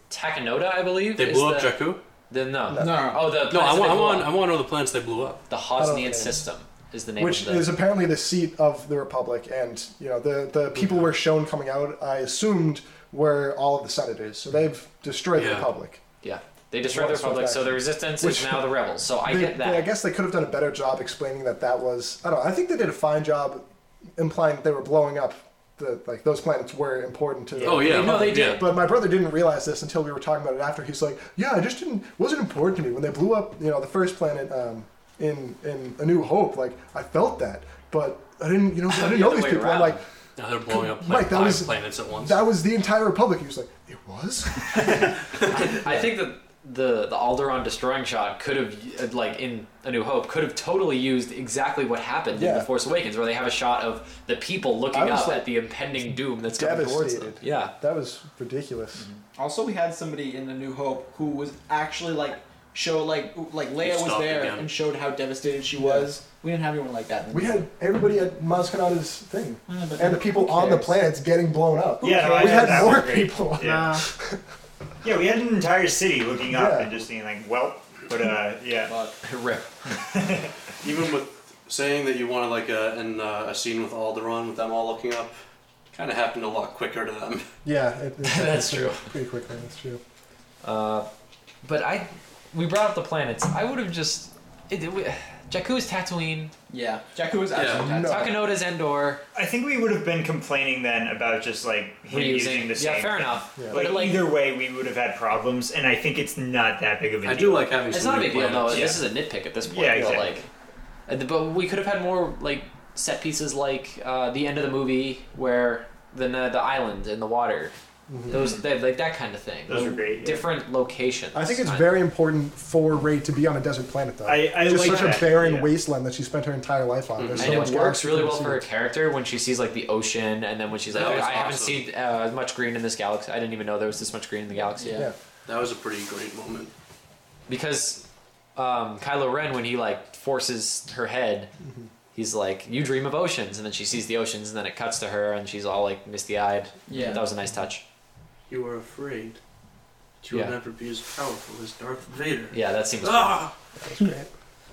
[SPEAKER 1] Takanoda, I believe.
[SPEAKER 5] They
[SPEAKER 1] is
[SPEAKER 5] blew up
[SPEAKER 1] the,
[SPEAKER 5] Jakku.
[SPEAKER 1] The, no.
[SPEAKER 3] No. No.
[SPEAKER 1] Oh, the planets
[SPEAKER 5] No, I
[SPEAKER 1] that
[SPEAKER 5] want, I
[SPEAKER 1] they blew
[SPEAKER 5] want,
[SPEAKER 1] up.
[SPEAKER 5] I want to know the planets they blew up.
[SPEAKER 1] the
[SPEAKER 4] I
[SPEAKER 1] Hosnian
[SPEAKER 4] don't-
[SPEAKER 1] system is the name
[SPEAKER 4] Oh, which
[SPEAKER 1] of the.
[SPEAKER 4] is apparently the seat of the republic and you know the the people were shown coming out i assumed were all of the senators so they've destroyed the
[SPEAKER 5] Yeah.
[SPEAKER 4] republic
[SPEAKER 1] yeah, they destroyed the
[SPEAKER 4] What's with
[SPEAKER 1] Republic, so
[SPEAKER 4] that?
[SPEAKER 1] the Resistance
[SPEAKER 4] Which-
[SPEAKER 1] is now the rebels. So I
[SPEAKER 4] They-
[SPEAKER 1] get that.
[SPEAKER 4] they- i guess they could have done a better job explaining that that was i don't know i think they did a fine job implying that they were blowing up the, like those planets were important to.
[SPEAKER 5] Oh yeah,
[SPEAKER 1] No, they did.
[SPEAKER 5] Yeah.
[SPEAKER 4] But my brother didn't realize this until we were talking about it after. He's like, "Yeah, it just didn't wasn't important to me when they blew up, you know, the first planet um, in in A New Hope. Like, I felt that, but I didn't, you know, I didn't
[SPEAKER 1] The
[SPEAKER 4] know
[SPEAKER 1] other
[SPEAKER 4] these
[SPEAKER 1] way
[SPEAKER 4] people. I'm
[SPEAKER 1] around.
[SPEAKER 4] like,
[SPEAKER 5] Now they're blowing up
[SPEAKER 4] Mike,
[SPEAKER 5] like
[SPEAKER 4] that
[SPEAKER 5] five
[SPEAKER 4] was-
[SPEAKER 5] planets at once.
[SPEAKER 4] that was the entire Republic." He was like, "It was."
[SPEAKER 1] I think that the the Alderaan destroying shot could have like in A New Hope could have totally used exactly what happened in
[SPEAKER 4] Yeah.
[SPEAKER 1] The Force Awakens, where they have a shot of the people looking
[SPEAKER 4] I was,
[SPEAKER 1] up
[SPEAKER 4] like,
[SPEAKER 1] at the impending doom that's coming towards them.
[SPEAKER 4] devastated.
[SPEAKER 1] Yeah,
[SPEAKER 4] That was ridiculous.
[SPEAKER 3] Also, we had somebody in the New Hope who was actually like show like like Leia was
[SPEAKER 5] Stopped
[SPEAKER 3] there
[SPEAKER 5] again.
[SPEAKER 3] and showed how devastated she was. We didn't have anyone like that. In the
[SPEAKER 4] We
[SPEAKER 3] New
[SPEAKER 4] had everybody at Maz Kanata's thing,
[SPEAKER 3] Yeah, but
[SPEAKER 4] and the people
[SPEAKER 3] who
[SPEAKER 4] on the
[SPEAKER 3] cares?
[SPEAKER 4] planets getting blown up.
[SPEAKER 3] Who
[SPEAKER 2] Yeah, no,
[SPEAKER 3] cares?
[SPEAKER 2] I
[SPEAKER 4] we
[SPEAKER 2] thought
[SPEAKER 4] had
[SPEAKER 2] that
[SPEAKER 4] more
[SPEAKER 2] was great.
[SPEAKER 4] people.
[SPEAKER 2] Yeah.
[SPEAKER 3] Nah,
[SPEAKER 2] yeah, we had an entire city looking up
[SPEAKER 4] Yeah.
[SPEAKER 2] and just being like, well, but uh, yeah.
[SPEAKER 3] fuck.
[SPEAKER 1] rip.
[SPEAKER 5] Even with saying that you wanted like a in, uh, a scene with Alderaan with them all looking up, kind of happened a lot quicker to them.
[SPEAKER 4] Yeah, it, it,
[SPEAKER 1] That's true.
[SPEAKER 4] Pretty quickly, that's true.
[SPEAKER 1] Uh, but I, we brought up the planets. I would have just. It, it, we, Jakku's Tatooine,
[SPEAKER 3] Yeah, Jakku was actually
[SPEAKER 4] Yeah. No.
[SPEAKER 1] Takanota's Endor.
[SPEAKER 2] I think we would have been complaining then about just like him
[SPEAKER 1] Reusing.
[SPEAKER 2] using the same.
[SPEAKER 1] yeah, fair enough.
[SPEAKER 4] Yeah.
[SPEAKER 1] But
[SPEAKER 2] Like,
[SPEAKER 1] it, like,
[SPEAKER 2] either way, we would have had problems, and I think it's not that big of a
[SPEAKER 5] I
[SPEAKER 2] deal.
[SPEAKER 5] do like having.
[SPEAKER 1] it's
[SPEAKER 5] some
[SPEAKER 1] not a
[SPEAKER 5] new
[SPEAKER 1] big deal though. This
[SPEAKER 5] planets.
[SPEAKER 1] is a nitpick at this point.
[SPEAKER 2] Yeah,
[SPEAKER 1] but,
[SPEAKER 2] exactly.
[SPEAKER 1] like, uh, but we could have had more like set pieces, like uh, the end of the movie where the the island in the water.
[SPEAKER 4] Mm-hmm.
[SPEAKER 1] Those they, like that kind of thing.
[SPEAKER 2] Those were great, yeah.
[SPEAKER 1] Different locations.
[SPEAKER 4] I think it's
[SPEAKER 1] Kind-
[SPEAKER 4] very important for Ray to be on a desert planet, though.
[SPEAKER 2] I- I
[SPEAKER 4] just
[SPEAKER 2] like
[SPEAKER 4] such
[SPEAKER 2] that,
[SPEAKER 4] a barren
[SPEAKER 2] yeah.
[SPEAKER 4] wasteland that she spent her entire life on. There's so
[SPEAKER 1] and
[SPEAKER 4] much
[SPEAKER 1] it works
[SPEAKER 4] galaxy
[SPEAKER 1] really
[SPEAKER 4] to
[SPEAKER 1] well for her
[SPEAKER 4] see.
[SPEAKER 1] character when she sees like the ocean, and then when she's like, "Oh,
[SPEAKER 5] That
[SPEAKER 1] "I
[SPEAKER 5] was
[SPEAKER 1] haven't
[SPEAKER 5] awesome.
[SPEAKER 1] seen uh, as much green in this galaxy. I didn't even know there was this much green in the galaxy."
[SPEAKER 3] Yeah.
[SPEAKER 4] Yeah,
[SPEAKER 5] That was a pretty great moment.
[SPEAKER 1] Because um, Kylo Ren, when he like forces her head, he's like, "You dream of oceans," and then she sees the oceans, and then it cuts to her, and she's all like misty-eyed.
[SPEAKER 3] Yeah.
[SPEAKER 1] that was a nice touch.
[SPEAKER 5] You were afraid. You
[SPEAKER 1] Yeah.
[SPEAKER 5] will never be as powerful as Darth Vader.
[SPEAKER 1] Yeah, that seems.
[SPEAKER 5] Ah!
[SPEAKER 4] that's great.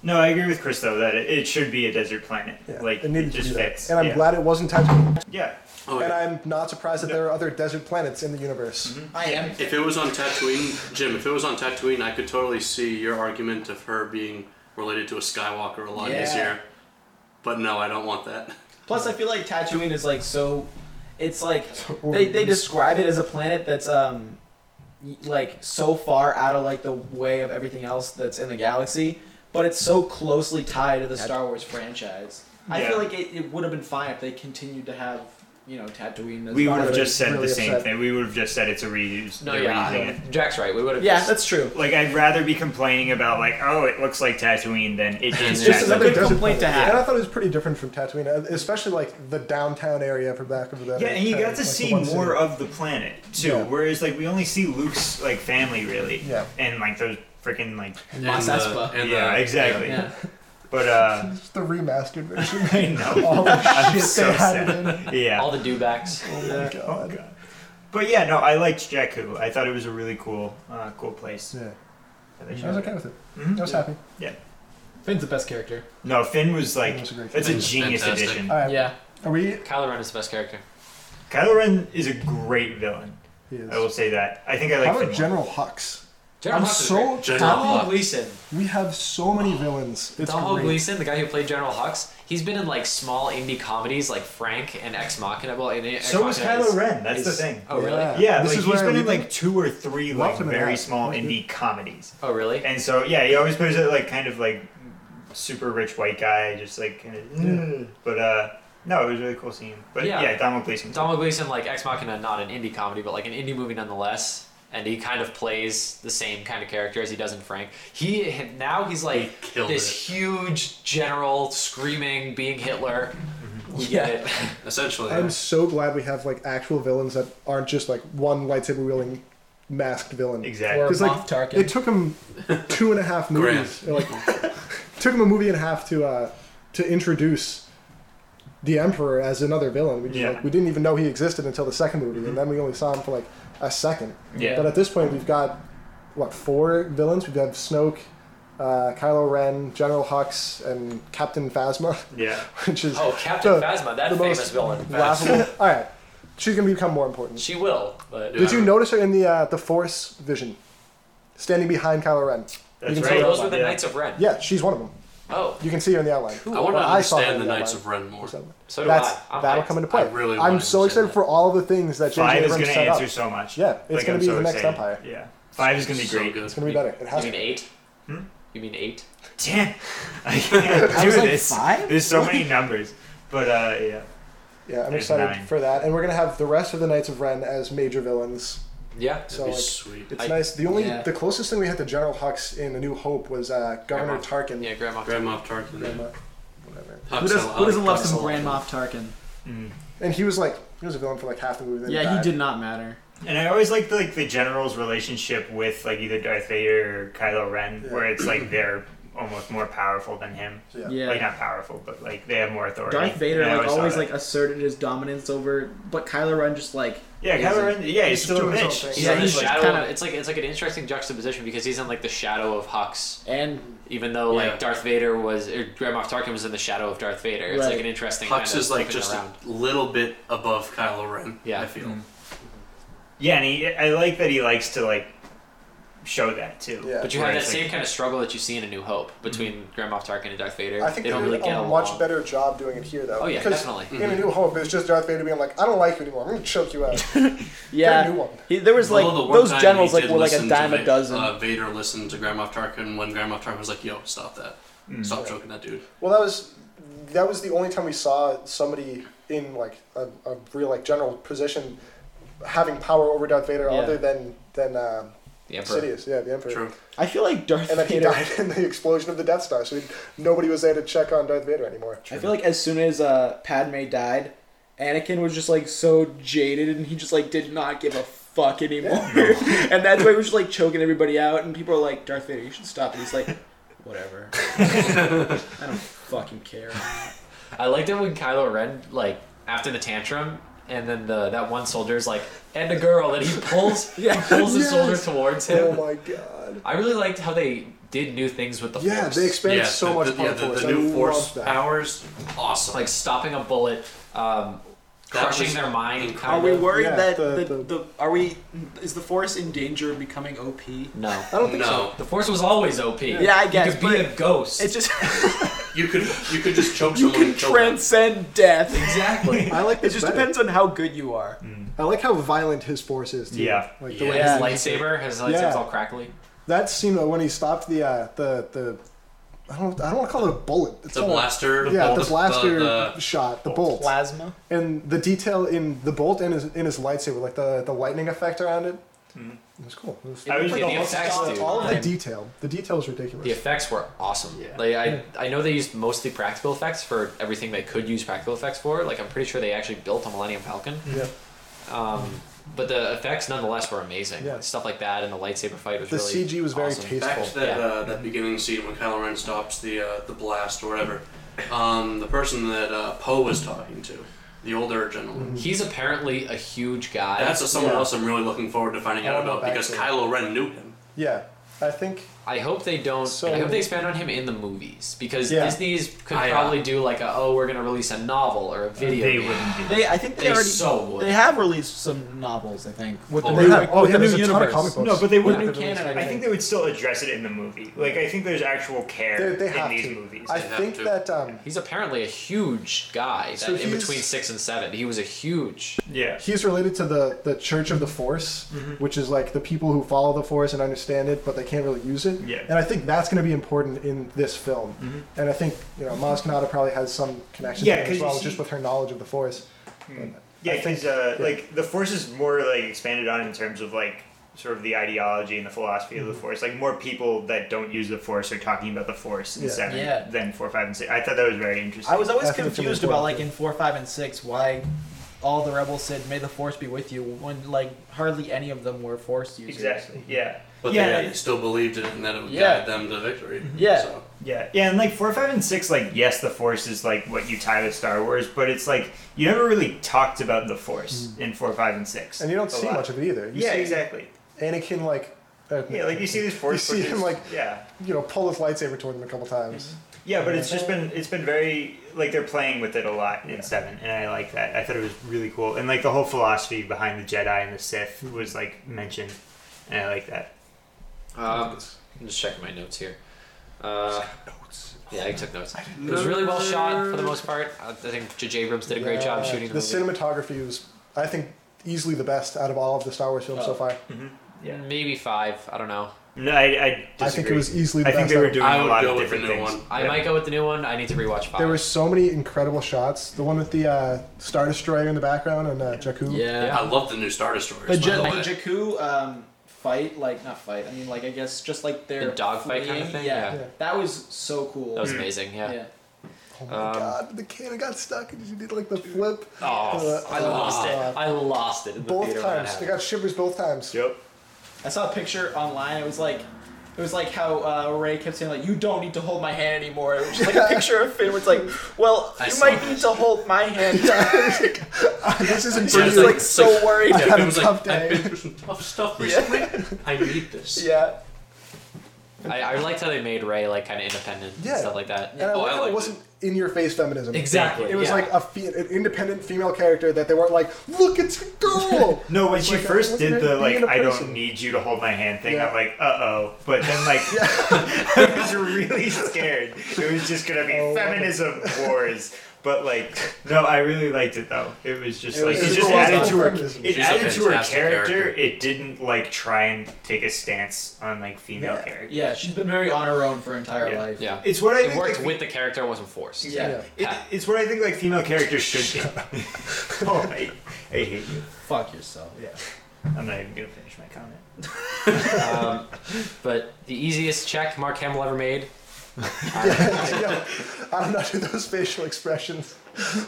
[SPEAKER 2] No, I agree with Chris though that it, it should be a desert planet.
[SPEAKER 4] Yeah.
[SPEAKER 2] Like
[SPEAKER 4] it
[SPEAKER 2] it,
[SPEAKER 4] needed
[SPEAKER 2] just
[SPEAKER 4] to be that.
[SPEAKER 2] fits.
[SPEAKER 4] And I'm
[SPEAKER 2] yeah.
[SPEAKER 4] glad it wasn't Tatooine.
[SPEAKER 2] Yeah.
[SPEAKER 5] Oh,
[SPEAKER 4] And
[SPEAKER 5] yeah.
[SPEAKER 4] I'm not surprised that there are other desert planets in the universe.
[SPEAKER 3] I am.
[SPEAKER 5] If it was on Tatooine, Jim, if it was on Tatooine, I could totally see your argument of her being related to a Skywalker a lot
[SPEAKER 3] Yeah.
[SPEAKER 5] easier. But no, I don't want that.
[SPEAKER 3] Plus, I feel like Tatooine is like so. It's like
[SPEAKER 4] So
[SPEAKER 2] Mm-hmm.
[SPEAKER 3] they, they
[SPEAKER 4] organized.
[SPEAKER 3] describe it as a planet that's um y- like so far out of like the way of everything else that's in the galaxy, but it's so closely tied to the Star Wars franchise. I
[SPEAKER 2] Yeah.
[SPEAKER 3] feel like it, it would have been fine if they continued to have you know Tatooine. As
[SPEAKER 2] We
[SPEAKER 3] part
[SPEAKER 2] would
[SPEAKER 3] of
[SPEAKER 2] have
[SPEAKER 3] it.
[SPEAKER 2] just said
[SPEAKER 4] really
[SPEAKER 2] the same
[SPEAKER 4] upset.
[SPEAKER 2] thing. We would have just said it's a reuse.
[SPEAKER 1] No,
[SPEAKER 2] They're
[SPEAKER 1] yeah,
[SPEAKER 2] reusing it.
[SPEAKER 1] Jack's right. We would have.
[SPEAKER 3] Yeah, that's true.
[SPEAKER 2] Like I'd rather be complaining about like, oh, it looks like Tatooine than it
[SPEAKER 1] It's
[SPEAKER 2] is
[SPEAKER 1] just
[SPEAKER 2] Tatooine.
[SPEAKER 3] another good complaint to have.
[SPEAKER 4] And I thought it was pretty different from Tatooine, uh, especially like the downtown area, for lack of a better
[SPEAKER 2] Yeah, and you
[SPEAKER 4] term,
[SPEAKER 2] got
[SPEAKER 4] like, the
[SPEAKER 2] to see
[SPEAKER 4] one city.
[SPEAKER 2] more of the planet too.
[SPEAKER 4] Yeah.
[SPEAKER 2] Whereas like we only see Luke's like family really.
[SPEAKER 4] Yeah.
[SPEAKER 2] And like those freaking like
[SPEAKER 5] And
[SPEAKER 3] Mos
[SPEAKER 5] the-
[SPEAKER 3] Espa.
[SPEAKER 5] and uh, the-
[SPEAKER 2] Yeah, exactly.
[SPEAKER 3] Yeah.
[SPEAKER 2] But uh
[SPEAKER 4] It's the remastered version.
[SPEAKER 2] I know.
[SPEAKER 4] All the
[SPEAKER 2] I'm
[SPEAKER 4] shit
[SPEAKER 2] so
[SPEAKER 4] they had
[SPEAKER 2] sad.
[SPEAKER 4] it in.
[SPEAKER 2] Yeah.
[SPEAKER 1] All the dewbacks.
[SPEAKER 4] Oh my
[SPEAKER 2] Oh,
[SPEAKER 4] god.
[SPEAKER 2] God. But yeah, no, I liked Jakku. I thought it was a really cool, uh, cool place.
[SPEAKER 4] Yeah.
[SPEAKER 2] that they
[SPEAKER 4] I
[SPEAKER 2] showed
[SPEAKER 4] was okay
[SPEAKER 2] it.
[SPEAKER 4] with it.
[SPEAKER 2] Mhm.
[SPEAKER 4] I was
[SPEAKER 3] Yeah.
[SPEAKER 4] happy.
[SPEAKER 3] Finn's the best character.
[SPEAKER 2] No, Finn was like,
[SPEAKER 4] That was a great
[SPEAKER 2] that's a
[SPEAKER 5] Finn's
[SPEAKER 2] genius
[SPEAKER 5] fantastic.
[SPEAKER 2] addition.
[SPEAKER 1] Uh,
[SPEAKER 4] All right.
[SPEAKER 3] Yeah,
[SPEAKER 4] Are we?
[SPEAKER 1] Kylo Ren is the best character.
[SPEAKER 2] Kylo Ren is a great villain.
[SPEAKER 4] He is.
[SPEAKER 2] I will say that. I think I like
[SPEAKER 4] How
[SPEAKER 2] Finn
[SPEAKER 4] about
[SPEAKER 2] more.
[SPEAKER 4] General Hux?
[SPEAKER 1] General
[SPEAKER 4] I'm
[SPEAKER 1] Hux is
[SPEAKER 4] so
[SPEAKER 1] great.
[SPEAKER 5] General
[SPEAKER 1] Domhnall
[SPEAKER 5] Hux.
[SPEAKER 1] Gleeson.
[SPEAKER 4] We have so many villains. It's
[SPEAKER 1] Domhnall
[SPEAKER 4] great.
[SPEAKER 1] Gleeson, the guy who played General Hux, he's been in like small indie comedies like Frank and Ex Machina. Well, and Ex
[SPEAKER 2] So was
[SPEAKER 1] Machina is-
[SPEAKER 2] Kylo Ren. That's the
[SPEAKER 1] is-
[SPEAKER 2] thing.
[SPEAKER 1] Oh really?
[SPEAKER 4] Yeah.
[SPEAKER 2] Yeah,
[SPEAKER 4] This
[SPEAKER 2] like
[SPEAKER 4] is
[SPEAKER 2] he's
[SPEAKER 4] where
[SPEAKER 2] been
[SPEAKER 4] we
[SPEAKER 2] in
[SPEAKER 4] think-
[SPEAKER 2] like two or three like
[SPEAKER 4] Lots of them
[SPEAKER 2] very
[SPEAKER 4] have.
[SPEAKER 2] small indie comedies,
[SPEAKER 1] Oh really?
[SPEAKER 2] and so yeah, he always plays it like kind of like super rich white guy, just like kind of. But uh, no, it was a really cool scene. But
[SPEAKER 1] Yeah.
[SPEAKER 2] yeah, Donald Gleason.
[SPEAKER 1] Donald Gleason, like Ex Machina, not an indie comedy, but like an indie movie nonetheless. And he kind of plays the same kind of character as he does in Frank. He now he's like
[SPEAKER 5] killed
[SPEAKER 1] this
[SPEAKER 5] it.
[SPEAKER 1] huge general screaming, being Hitler. You get it.
[SPEAKER 5] Essentially.
[SPEAKER 4] I'm so glad we have like actual villains that aren't just like one lightsaber wielding masked villain.
[SPEAKER 3] or
[SPEAKER 2] Exactly.
[SPEAKER 4] Because, like,
[SPEAKER 3] Moff Tarkin.
[SPEAKER 4] It took him two and a half movies. or, like, took him a movie and a half to uh, to introduce the Emperor as another villain. We just,
[SPEAKER 2] Yeah.
[SPEAKER 4] like, we didn't even know he existed until the second movie, and then we only saw him for like a second.
[SPEAKER 2] Yeah.
[SPEAKER 4] But at this point, we've got what four villains? We've got Snoke, uh, Kylo Ren, General Hux, and Captain Phasma,
[SPEAKER 2] Yeah.
[SPEAKER 4] which is
[SPEAKER 1] Oh, Captain
[SPEAKER 4] The-
[SPEAKER 1] Phasma, that
[SPEAKER 4] the
[SPEAKER 1] famous
[SPEAKER 4] most
[SPEAKER 1] villain.
[SPEAKER 4] laughable. All right, she's gonna become more important.
[SPEAKER 1] She will, but
[SPEAKER 5] Yeah.
[SPEAKER 4] Did you notice her in the uh, the Force vision, standing behind Kylo Ren?
[SPEAKER 2] That's
[SPEAKER 4] can
[SPEAKER 1] So
[SPEAKER 4] tell
[SPEAKER 2] right.
[SPEAKER 1] those were the
[SPEAKER 2] yeah.
[SPEAKER 1] Knights of Ren.
[SPEAKER 4] Yeah, she's one of them.
[SPEAKER 1] Oh,
[SPEAKER 4] You can see it on the outline.
[SPEAKER 5] I want to
[SPEAKER 4] Well, I saw it on
[SPEAKER 5] understand the Knights
[SPEAKER 4] outline.
[SPEAKER 5] of Ren more.
[SPEAKER 4] So
[SPEAKER 1] so do
[SPEAKER 4] That's
[SPEAKER 1] I. I'm
[SPEAKER 4] that'll
[SPEAKER 1] hyped.
[SPEAKER 4] come into play.
[SPEAKER 5] I really
[SPEAKER 4] I'm
[SPEAKER 5] wanna
[SPEAKER 4] so excited
[SPEAKER 5] understand
[SPEAKER 4] for all the things that James
[SPEAKER 2] Five is
[SPEAKER 4] Abrams
[SPEAKER 2] going to
[SPEAKER 4] set up.
[SPEAKER 2] answer so much.
[SPEAKER 4] Yeah, it's
[SPEAKER 2] Like,
[SPEAKER 4] gonna
[SPEAKER 2] I'm
[SPEAKER 4] be
[SPEAKER 2] so
[SPEAKER 4] the next
[SPEAKER 2] excited.
[SPEAKER 4] Empire.
[SPEAKER 2] Yeah, five is going to be
[SPEAKER 5] So
[SPEAKER 2] great.
[SPEAKER 5] good.
[SPEAKER 4] It's gonna be better. It Hmm?
[SPEAKER 1] You
[SPEAKER 4] has
[SPEAKER 1] mean
[SPEAKER 4] to.
[SPEAKER 1] eight? You mean eight?
[SPEAKER 2] Damn, I can't do
[SPEAKER 3] I was like,
[SPEAKER 2] this.
[SPEAKER 3] five?
[SPEAKER 2] There's so many numbers, but uh, yeah,
[SPEAKER 4] Yeah, I'm
[SPEAKER 2] There's
[SPEAKER 4] excited
[SPEAKER 2] nine.
[SPEAKER 4] for that. And we're gonna have the rest of the Knights of Ren as major villains.
[SPEAKER 1] Yeah.
[SPEAKER 5] That'd
[SPEAKER 4] So,
[SPEAKER 5] be
[SPEAKER 4] like,
[SPEAKER 5] sweet.
[SPEAKER 4] It's
[SPEAKER 1] I-
[SPEAKER 4] nice. The only,
[SPEAKER 3] Yeah.
[SPEAKER 4] the closest thing we had to General Hux in A New Hope was uh, Governor Tarkin.
[SPEAKER 1] Yeah, Grandma.
[SPEAKER 5] Grand Moff Tarkin.
[SPEAKER 4] Grandma, whatever.
[SPEAKER 3] Who,
[SPEAKER 5] Huxel,
[SPEAKER 3] does,
[SPEAKER 5] I
[SPEAKER 3] who doesn't
[SPEAKER 5] like
[SPEAKER 3] love
[SPEAKER 5] Huxel.
[SPEAKER 3] some Grand Moff Tarkin?
[SPEAKER 2] Mm.
[SPEAKER 4] And he was like, he was a villain for like half the movie. then
[SPEAKER 3] Yeah, he
[SPEAKER 4] died.
[SPEAKER 3] did not matter.
[SPEAKER 2] and I always like the, like the general's relationship with like either Darth Vader or Kylo Ren,
[SPEAKER 4] Yeah.
[SPEAKER 2] where it's like they're almost more powerful than him.
[SPEAKER 4] Yeah.
[SPEAKER 3] Yeah.
[SPEAKER 2] Like not powerful, but like they have more authority.
[SPEAKER 3] Darth Vader
[SPEAKER 2] And I
[SPEAKER 3] like
[SPEAKER 2] thought
[SPEAKER 3] always
[SPEAKER 2] that.
[SPEAKER 3] like asserted his dominance over, but Kylo Ren just like
[SPEAKER 2] yeah,
[SPEAKER 3] he's
[SPEAKER 2] Kylo
[SPEAKER 3] like-
[SPEAKER 2] Ren. Yeah, he's,
[SPEAKER 4] he's
[SPEAKER 2] still a
[SPEAKER 4] doing his own thing.
[SPEAKER 2] bitch.
[SPEAKER 1] He's
[SPEAKER 3] Yeah,
[SPEAKER 1] in the
[SPEAKER 3] he's
[SPEAKER 1] shadow.
[SPEAKER 3] kinda-
[SPEAKER 1] of- it's like it's like an interesting juxtaposition because he's in like the shadow of Hux,
[SPEAKER 3] and
[SPEAKER 1] even though
[SPEAKER 5] Yeah.
[SPEAKER 1] like Darth Vader was or Grand Moff Tarkin was in the shadow of Darth Vader. It's
[SPEAKER 3] Right.
[SPEAKER 1] like an interesting. kind
[SPEAKER 5] Hux
[SPEAKER 1] of
[SPEAKER 5] is like
[SPEAKER 1] flipping
[SPEAKER 5] just
[SPEAKER 1] around.
[SPEAKER 5] a little bit above Kylo Ren.
[SPEAKER 1] Yeah.
[SPEAKER 5] I feel.
[SPEAKER 2] Yeah, and he, I like that he likes to like show that too.
[SPEAKER 4] Yeah.
[SPEAKER 1] But you
[SPEAKER 2] Where
[SPEAKER 1] have that
[SPEAKER 2] it's
[SPEAKER 1] same
[SPEAKER 2] like-
[SPEAKER 1] kind of struggle that you see in A New Hope between Grand Moff Tarkin and Darth Vader.
[SPEAKER 4] Mm-hmm. I think
[SPEAKER 1] they
[SPEAKER 4] they,
[SPEAKER 1] don't
[SPEAKER 4] did
[SPEAKER 1] really get
[SPEAKER 4] a
[SPEAKER 1] along.
[SPEAKER 4] much better job doing it here, though.
[SPEAKER 1] Oh, yeah,
[SPEAKER 4] because
[SPEAKER 1] definitely.
[SPEAKER 4] In A New Hope, it was just Darth Vader being like, "I don't like you anymore. I'm gonna choke you out." Get a new
[SPEAKER 3] yeah,
[SPEAKER 4] one.
[SPEAKER 3] he, there was like
[SPEAKER 5] Although the one
[SPEAKER 3] those
[SPEAKER 5] time
[SPEAKER 3] generals
[SPEAKER 5] he
[SPEAKER 3] like
[SPEAKER 5] did
[SPEAKER 3] were like a
[SPEAKER 5] listen
[SPEAKER 3] dime
[SPEAKER 5] to
[SPEAKER 3] a
[SPEAKER 5] Va-
[SPEAKER 3] dozen.
[SPEAKER 5] Uh, Vader listened to Grand Moff Tarkin when Grand Moff Tarkin was like, "Yo, stop that!
[SPEAKER 4] Mm.
[SPEAKER 5] Stop choking that dude."
[SPEAKER 4] Well, that was that was the only time we saw somebody in like a, a real like general position having power over Darth Vader,
[SPEAKER 3] Yeah.
[SPEAKER 4] other than than uh,
[SPEAKER 1] The Emperor.
[SPEAKER 4] Sidious. Yeah, the Emperor.
[SPEAKER 5] True.
[SPEAKER 3] I feel like Darth
[SPEAKER 4] And then he
[SPEAKER 3] Vader.
[SPEAKER 4] died in the explosion of the Death Star, so he, nobody was there to check on Darth Vader anymore.
[SPEAKER 3] I feel like as soon as uh, Padme died, Anakin was just like so jaded, and he just like did not give a fuck anymore. and that's why he was just like choking everybody out, and people are like, "Darth Vader, you should stop." And he's like, "Whatever, I don't fucking care."
[SPEAKER 1] I liked it when Kylo Ren like after the tantrum. And then the that one soldier's like, and a girl that he pulls,
[SPEAKER 3] Yeah.
[SPEAKER 1] he pulls the
[SPEAKER 4] Yes.
[SPEAKER 1] soldier towards him.
[SPEAKER 4] Oh my god.
[SPEAKER 1] I really liked how they did new things with the
[SPEAKER 4] Yeah,
[SPEAKER 1] force.
[SPEAKER 4] they expanded
[SPEAKER 5] yeah,
[SPEAKER 4] so
[SPEAKER 5] the,
[SPEAKER 4] much
[SPEAKER 5] the,
[SPEAKER 4] upon
[SPEAKER 5] yeah,
[SPEAKER 4] the,
[SPEAKER 5] the,
[SPEAKER 4] Force.
[SPEAKER 5] the
[SPEAKER 4] I
[SPEAKER 5] new
[SPEAKER 4] love
[SPEAKER 5] Force
[SPEAKER 4] that.
[SPEAKER 5] powers. Awesome.
[SPEAKER 1] like stopping a bullet, um,
[SPEAKER 5] That
[SPEAKER 1] crushing
[SPEAKER 5] was
[SPEAKER 1] their mind.
[SPEAKER 5] incredible.
[SPEAKER 3] Are
[SPEAKER 1] Kind
[SPEAKER 3] we
[SPEAKER 1] of.
[SPEAKER 3] worried
[SPEAKER 4] Yeah,
[SPEAKER 3] that
[SPEAKER 4] the-
[SPEAKER 3] the,
[SPEAKER 4] the-
[SPEAKER 3] the, are we is the Force in danger of becoming OP?
[SPEAKER 1] No,
[SPEAKER 4] I don't think so.
[SPEAKER 5] no,
[SPEAKER 1] the force was always OP.
[SPEAKER 3] Yeah, I guess,
[SPEAKER 1] You could be
[SPEAKER 3] but
[SPEAKER 1] a ghost.
[SPEAKER 3] It just
[SPEAKER 5] you could you could just choke
[SPEAKER 3] you
[SPEAKER 5] someone
[SPEAKER 3] can
[SPEAKER 5] and kill them.
[SPEAKER 3] transcend death.
[SPEAKER 1] exactly.
[SPEAKER 4] I like
[SPEAKER 3] It
[SPEAKER 4] this
[SPEAKER 3] just
[SPEAKER 4] better.
[SPEAKER 3] depends on how good you are.
[SPEAKER 4] I like how violent his force is too.
[SPEAKER 2] Yeah.
[SPEAKER 4] Like the
[SPEAKER 5] Yeah.
[SPEAKER 4] way
[SPEAKER 1] His
[SPEAKER 3] Yeah.
[SPEAKER 1] lightsaber, his lightsaber's
[SPEAKER 4] Yeah.
[SPEAKER 1] all crackly.
[SPEAKER 4] that scene though when he stopped the uh, the the I don't I don't want to call it a bullet. It's
[SPEAKER 5] The
[SPEAKER 4] all-
[SPEAKER 5] blaster.
[SPEAKER 4] Yeah,
[SPEAKER 5] bolt,
[SPEAKER 4] the blaster
[SPEAKER 5] the-
[SPEAKER 4] shot, the bolt.
[SPEAKER 3] Plasma.
[SPEAKER 4] and the detail in the bolt and his in his lightsaber, like the the lightning effect around it. It was cool. It was,
[SPEAKER 2] I was-
[SPEAKER 4] like
[SPEAKER 2] yeah,
[SPEAKER 1] the
[SPEAKER 4] whole
[SPEAKER 1] effects,
[SPEAKER 4] shot,
[SPEAKER 1] dude.
[SPEAKER 4] all of the
[SPEAKER 1] I'm-
[SPEAKER 4] detail. The detail is ridiculous.
[SPEAKER 1] The effects were awesome.
[SPEAKER 5] Yeah.
[SPEAKER 1] Like I, I know they used mostly practical effects for everything they could use practical effects for. Like I'm pretty sure they actually built a Millennium Falcon.
[SPEAKER 4] Yeah.
[SPEAKER 1] Um, but the effects nonetheless were amazing.
[SPEAKER 4] Yeah.
[SPEAKER 1] Stuff like that and the lightsaber fight was
[SPEAKER 4] The
[SPEAKER 1] really
[SPEAKER 4] CG was very
[SPEAKER 1] awesome.
[SPEAKER 4] tasteful.
[SPEAKER 5] Back to that,
[SPEAKER 1] Yeah.
[SPEAKER 5] uh, that beginning scene when Kylo Ren stops the uh, the blast or whatever. Um, the person that uh, Poe was talking to, the older gentleman.
[SPEAKER 4] Mm-hmm.
[SPEAKER 1] He's apparently a huge guy.
[SPEAKER 5] That's a, someone
[SPEAKER 4] Yeah.
[SPEAKER 5] else I'm really looking forward to finding
[SPEAKER 4] I
[SPEAKER 5] out
[SPEAKER 4] don't know
[SPEAKER 5] about because
[SPEAKER 4] backstory.
[SPEAKER 5] Kylo Ren knew him.
[SPEAKER 4] Yeah, I think
[SPEAKER 1] I hope they don't.
[SPEAKER 4] So-
[SPEAKER 1] I hope they expand on him in the movies because
[SPEAKER 4] Yeah.
[SPEAKER 1] Disney's could
[SPEAKER 5] I, uh,
[SPEAKER 1] probably do like a oh we're gonna release a novel or a video.
[SPEAKER 2] They
[SPEAKER 1] game.
[SPEAKER 2] wouldn't do that.
[SPEAKER 3] They I think they,
[SPEAKER 1] They
[SPEAKER 3] already
[SPEAKER 1] so would.
[SPEAKER 3] they have released some novels. I think with the
[SPEAKER 5] Oh,
[SPEAKER 4] they,
[SPEAKER 3] new,
[SPEAKER 5] yeah.
[SPEAKER 4] oh
[SPEAKER 3] with
[SPEAKER 4] yeah,
[SPEAKER 3] the
[SPEAKER 4] there's
[SPEAKER 3] new
[SPEAKER 4] a ton of
[SPEAKER 3] universe.
[SPEAKER 4] comic books.
[SPEAKER 2] No, but they
[SPEAKER 1] With
[SPEAKER 2] wouldn't.
[SPEAKER 1] new
[SPEAKER 4] They released
[SPEAKER 1] canon, I
[SPEAKER 2] I think they would still address it in the movie. Like I think there's actual care
[SPEAKER 4] they, they have
[SPEAKER 2] in these
[SPEAKER 4] to.
[SPEAKER 2] movies.
[SPEAKER 4] I
[SPEAKER 5] They have
[SPEAKER 4] think
[SPEAKER 5] to.
[SPEAKER 4] that um,
[SPEAKER 1] He's apparently a huge guy. That
[SPEAKER 4] So
[SPEAKER 1] in
[SPEAKER 4] he's-
[SPEAKER 1] between six and seven, he was a huge.
[SPEAKER 2] yeah.
[SPEAKER 4] he's related to the the Church of the Force, which is like the people who follow the Force and understand it, but they can't really use it.
[SPEAKER 2] Yeah.
[SPEAKER 4] And I think that's going to be important in this film. And I think you know Maz Kanata probably has some connection
[SPEAKER 2] Yeah,
[SPEAKER 4] to it
[SPEAKER 2] 'cause
[SPEAKER 4] as
[SPEAKER 2] you
[SPEAKER 4] well,
[SPEAKER 2] see-
[SPEAKER 4] just with her knowledge of the Force.
[SPEAKER 2] Yeah,
[SPEAKER 4] I think-
[SPEAKER 2] because uh,
[SPEAKER 4] yeah.
[SPEAKER 2] like the force is more like expanded on in terms of like sort of the ideology and the philosophy
[SPEAKER 4] Mm-hmm.
[SPEAKER 2] of the force. Like more people that don't use the force are talking about the force in
[SPEAKER 4] Yeah.
[SPEAKER 2] seven
[SPEAKER 3] Yeah.
[SPEAKER 2] than four, five, and six. I thought that was very interesting.
[SPEAKER 3] I was always
[SPEAKER 4] I think it's
[SPEAKER 3] confused
[SPEAKER 4] really
[SPEAKER 3] about like in
[SPEAKER 4] important,
[SPEAKER 3] four, five, and six why all the rebels said "May the Force be with you" when like hardly any of them were Force users.
[SPEAKER 2] exactly.
[SPEAKER 4] Mm-hmm.
[SPEAKER 2] Yeah.
[SPEAKER 5] But
[SPEAKER 2] yeah.
[SPEAKER 5] they, they still believed it and that it would
[SPEAKER 3] Yeah. Mm-hmm.
[SPEAKER 5] guide them to victory.
[SPEAKER 3] Yeah.
[SPEAKER 5] So,
[SPEAKER 2] Yeah, yeah, and like four, five, and six, like yes, the Force is like what you tie with Star Wars, but it's like you never really talked about the Force in four, five, and six,
[SPEAKER 4] Mm-hmm. And you don't
[SPEAKER 2] a
[SPEAKER 4] see
[SPEAKER 2] lot.
[SPEAKER 4] much of it either. You
[SPEAKER 2] yeah,
[SPEAKER 4] see
[SPEAKER 2] exactly.
[SPEAKER 4] Anakin like. Uh,
[SPEAKER 2] Yeah, like you see these Force.
[SPEAKER 4] You see him,
[SPEAKER 2] pushes-
[SPEAKER 4] like-
[SPEAKER 2] yeah,
[SPEAKER 4] you know, pull his lightsaber toward him a couple times.
[SPEAKER 2] yeah, but it's just been it's been very like they're playing with it a lot in seven, and I like that. I thought it was really cool, and like the whole philosophy behind the Jedi and the Sith was like mentioned, and I like that. Mm-hmm.
[SPEAKER 1] Um, I'm just checking my notes here. Uh,
[SPEAKER 4] Notes.
[SPEAKER 1] yeah, I took notes. It was really well shot for the most part. I think J.J. Abrams did a great job
[SPEAKER 4] Yeah.
[SPEAKER 1] shooting the,
[SPEAKER 4] The
[SPEAKER 1] movie.
[SPEAKER 4] cinematography was, I think, easily the best out of all of the Star Wars films so
[SPEAKER 3] Oh.
[SPEAKER 4] far.
[SPEAKER 3] Yeah.
[SPEAKER 1] Maybe five. I don't know.
[SPEAKER 2] No, I, I disagree.
[SPEAKER 4] I think it was easily the
[SPEAKER 2] I think
[SPEAKER 4] best.
[SPEAKER 2] they
[SPEAKER 4] out
[SPEAKER 2] were
[SPEAKER 4] of-
[SPEAKER 2] doing
[SPEAKER 5] I
[SPEAKER 2] a
[SPEAKER 5] would
[SPEAKER 2] lot
[SPEAKER 5] go
[SPEAKER 2] of
[SPEAKER 5] with the
[SPEAKER 2] different
[SPEAKER 5] new
[SPEAKER 2] things.
[SPEAKER 5] one.
[SPEAKER 1] I
[SPEAKER 2] Yeah.
[SPEAKER 1] might go with the new one. I need to rewatch five.
[SPEAKER 4] There were so many incredible shots. The one with the uh, Star Destroyer in the background and uh, Jakku.
[SPEAKER 1] Yeah.
[SPEAKER 5] I love the new Star Destroyers.
[SPEAKER 3] The,
[SPEAKER 5] by
[SPEAKER 3] Ja-
[SPEAKER 5] the
[SPEAKER 3] the
[SPEAKER 5] way.
[SPEAKER 3] Jakku um, fight, like not fight. I mean, like I guess just like their
[SPEAKER 1] The dogfight kind of thing?
[SPEAKER 4] Yeah. Yeah.
[SPEAKER 3] that was so cool.
[SPEAKER 1] that was amazing. Yeah.
[SPEAKER 4] Oh my
[SPEAKER 1] Um,
[SPEAKER 4] god, the cannon got stuck and she did like the flip.
[SPEAKER 1] Oh,
[SPEAKER 4] Uh,
[SPEAKER 1] I lost it.
[SPEAKER 4] uh,
[SPEAKER 1] I lost it in the
[SPEAKER 4] Both
[SPEAKER 1] theater when that
[SPEAKER 4] times. I
[SPEAKER 1] happened.
[SPEAKER 4] got shivers both times.
[SPEAKER 2] Yep.
[SPEAKER 3] I saw a picture online. It was like. It was like how uh, Ray kept saying, like, you don't need to hold my hand anymore. It was just like a picture of Finn where it's like, well,
[SPEAKER 5] I
[SPEAKER 3] you
[SPEAKER 5] saw
[SPEAKER 3] might
[SPEAKER 5] that.
[SPEAKER 3] need to hold my hand.
[SPEAKER 4] this isn't
[SPEAKER 5] Yeah,
[SPEAKER 4] for
[SPEAKER 5] it's
[SPEAKER 3] He's
[SPEAKER 4] you.
[SPEAKER 3] like so worried.
[SPEAKER 4] had
[SPEAKER 5] it
[SPEAKER 4] a
[SPEAKER 5] was like,
[SPEAKER 4] tough day.
[SPEAKER 5] I've been through some tough stuff
[SPEAKER 3] Yeah.
[SPEAKER 5] recently. I need this.
[SPEAKER 3] Yeah.
[SPEAKER 1] I, I liked how they made Ray like kind of independent
[SPEAKER 4] Yeah.
[SPEAKER 1] and stuff like that.
[SPEAKER 4] and I
[SPEAKER 5] Oh,
[SPEAKER 4] like
[SPEAKER 5] I
[SPEAKER 4] how
[SPEAKER 5] liked
[SPEAKER 4] it
[SPEAKER 5] it.
[SPEAKER 4] wasn't in your face feminism.
[SPEAKER 1] Exactly,
[SPEAKER 4] It was
[SPEAKER 1] yeah.
[SPEAKER 4] like a fe- an independent female character that they weren't like, look, it's a girl.
[SPEAKER 2] No, when she
[SPEAKER 4] Like, uh,
[SPEAKER 2] first
[SPEAKER 4] what's
[SPEAKER 2] did
[SPEAKER 4] her
[SPEAKER 2] the
[SPEAKER 4] name?
[SPEAKER 2] like,
[SPEAKER 4] Being a
[SPEAKER 2] I don't
[SPEAKER 4] person.
[SPEAKER 2] need you to hold my hand thing,
[SPEAKER 4] Yeah.
[SPEAKER 2] I'm like, uh oh. But then like, I was really scared. It was just gonna be
[SPEAKER 4] Oh.
[SPEAKER 2] feminism wars. But like, no, I really liked it though. It was just
[SPEAKER 3] It
[SPEAKER 2] like
[SPEAKER 3] was
[SPEAKER 2] it
[SPEAKER 3] just
[SPEAKER 2] just
[SPEAKER 3] cool.
[SPEAKER 2] added to her.
[SPEAKER 4] Feminism.
[SPEAKER 2] It
[SPEAKER 5] She's a
[SPEAKER 2] added to her
[SPEAKER 5] fantastic
[SPEAKER 2] character.
[SPEAKER 5] character.
[SPEAKER 2] It didn't like try and take a stance on like female
[SPEAKER 4] Yeah.
[SPEAKER 2] characters.
[SPEAKER 3] Yeah, she's been very on her own for her entire
[SPEAKER 2] Yeah.
[SPEAKER 3] life.
[SPEAKER 1] Yeah.
[SPEAKER 2] It's what I
[SPEAKER 1] It
[SPEAKER 2] think.
[SPEAKER 1] worked
[SPEAKER 2] like,
[SPEAKER 1] with the character. It wasn't forced.
[SPEAKER 3] Yeah.
[SPEAKER 4] Yeah.
[SPEAKER 2] it- it's what I think like female characters should be. oh, I, I hate you.
[SPEAKER 3] Fuck yourself.
[SPEAKER 2] Yeah. I'm not even gonna finish my comment.
[SPEAKER 1] Um, but the easiest check Mark Hamill ever made.
[SPEAKER 4] Yeah. I don't know do those facial expressions.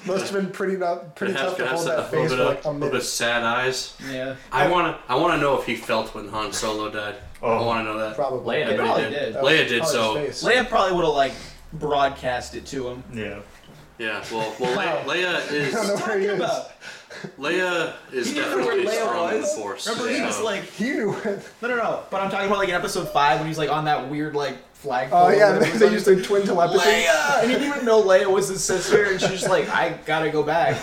[SPEAKER 4] Must have been pretty not pretty
[SPEAKER 5] Could have,
[SPEAKER 4] tough
[SPEAKER 5] could
[SPEAKER 4] to
[SPEAKER 5] have
[SPEAKER 4] hold
[SPEAKER 5] set
[SPEAKER 4] that
[SPEAKER 5] a little
[SPEAKER 4] face
[SPEAKER 5] bit
[SPEAKER 4] for like
[SPEAKER 5] up,
[SPEAKER 4] a
[SPEAKER 5] a little bit
[SPEAKER 4] minute.
[SPEAKER 5] sad eyes.
[SPEAKER 3] Yeah.
[SPEAKER 5] I wanna, I wanna know if he felt when Han Solo died. I
[SPEAKER 2] Oh.
[SPEAKER 5] wanna know that.
[SPEAKER 4] Probably.
[SPEAKER 1] Leia
[SPEAKER 3] They
[SPEAKER 1] did.
[SPEAKER 5] Everybody
[SPEAKER 3] probably
[SPEAKER 5] did.
[SPEAKER 3] did.
[SPEAKER 4] That
[SPEAKER 5] Leia
[SPEAKER 4] was
[SPEAKER 5] did,
[SPEAKER 4] probably
[SPEAKER 5] so-
[SPEAKER 4] his face.
[SPEAKER 3] Leia probably would have like broadcast it to him.
[SPEAKER 2] Yeah.
[SPEAKER 5] Yeah, well, well, Le- Leia is
[SPEAKER 4] I don't know where he is.
[SPEAKER 3] About.
[SPEAKER 5] Leia is
[SPEAKER 3] You remember where
[SPEAKER 5] definitely
[SPEAKER 3] Leia
[SPEAKER 5] strong in the
[SPEAKER 3] was?
[SPEAKER 5] force.
[SPEAKER 3] Remember he
[SPEAKER 5] so-
[SPEAKER 3] was like
[SPEAKER 4] He knew it.
[SPEAKER 3] no no no. But I'm talking about like in episode five when he's like on that weird like flagpole.
[SPEAKER 4] Oh
[SPEAKER 3] or
[SPEAKER 4] yeah,
[SPEAKER 3] whatever
[SPEAKER 4] they,
[SPEAKER 3] it was
[SPEAKER 4] they
[SPEAKER 3] on.
[SPEAKER 4] used their twin telepathy.
[SPEAKER 3] Leia, and he didn't even know Leia was his sister, and she's just like, I gotta go back.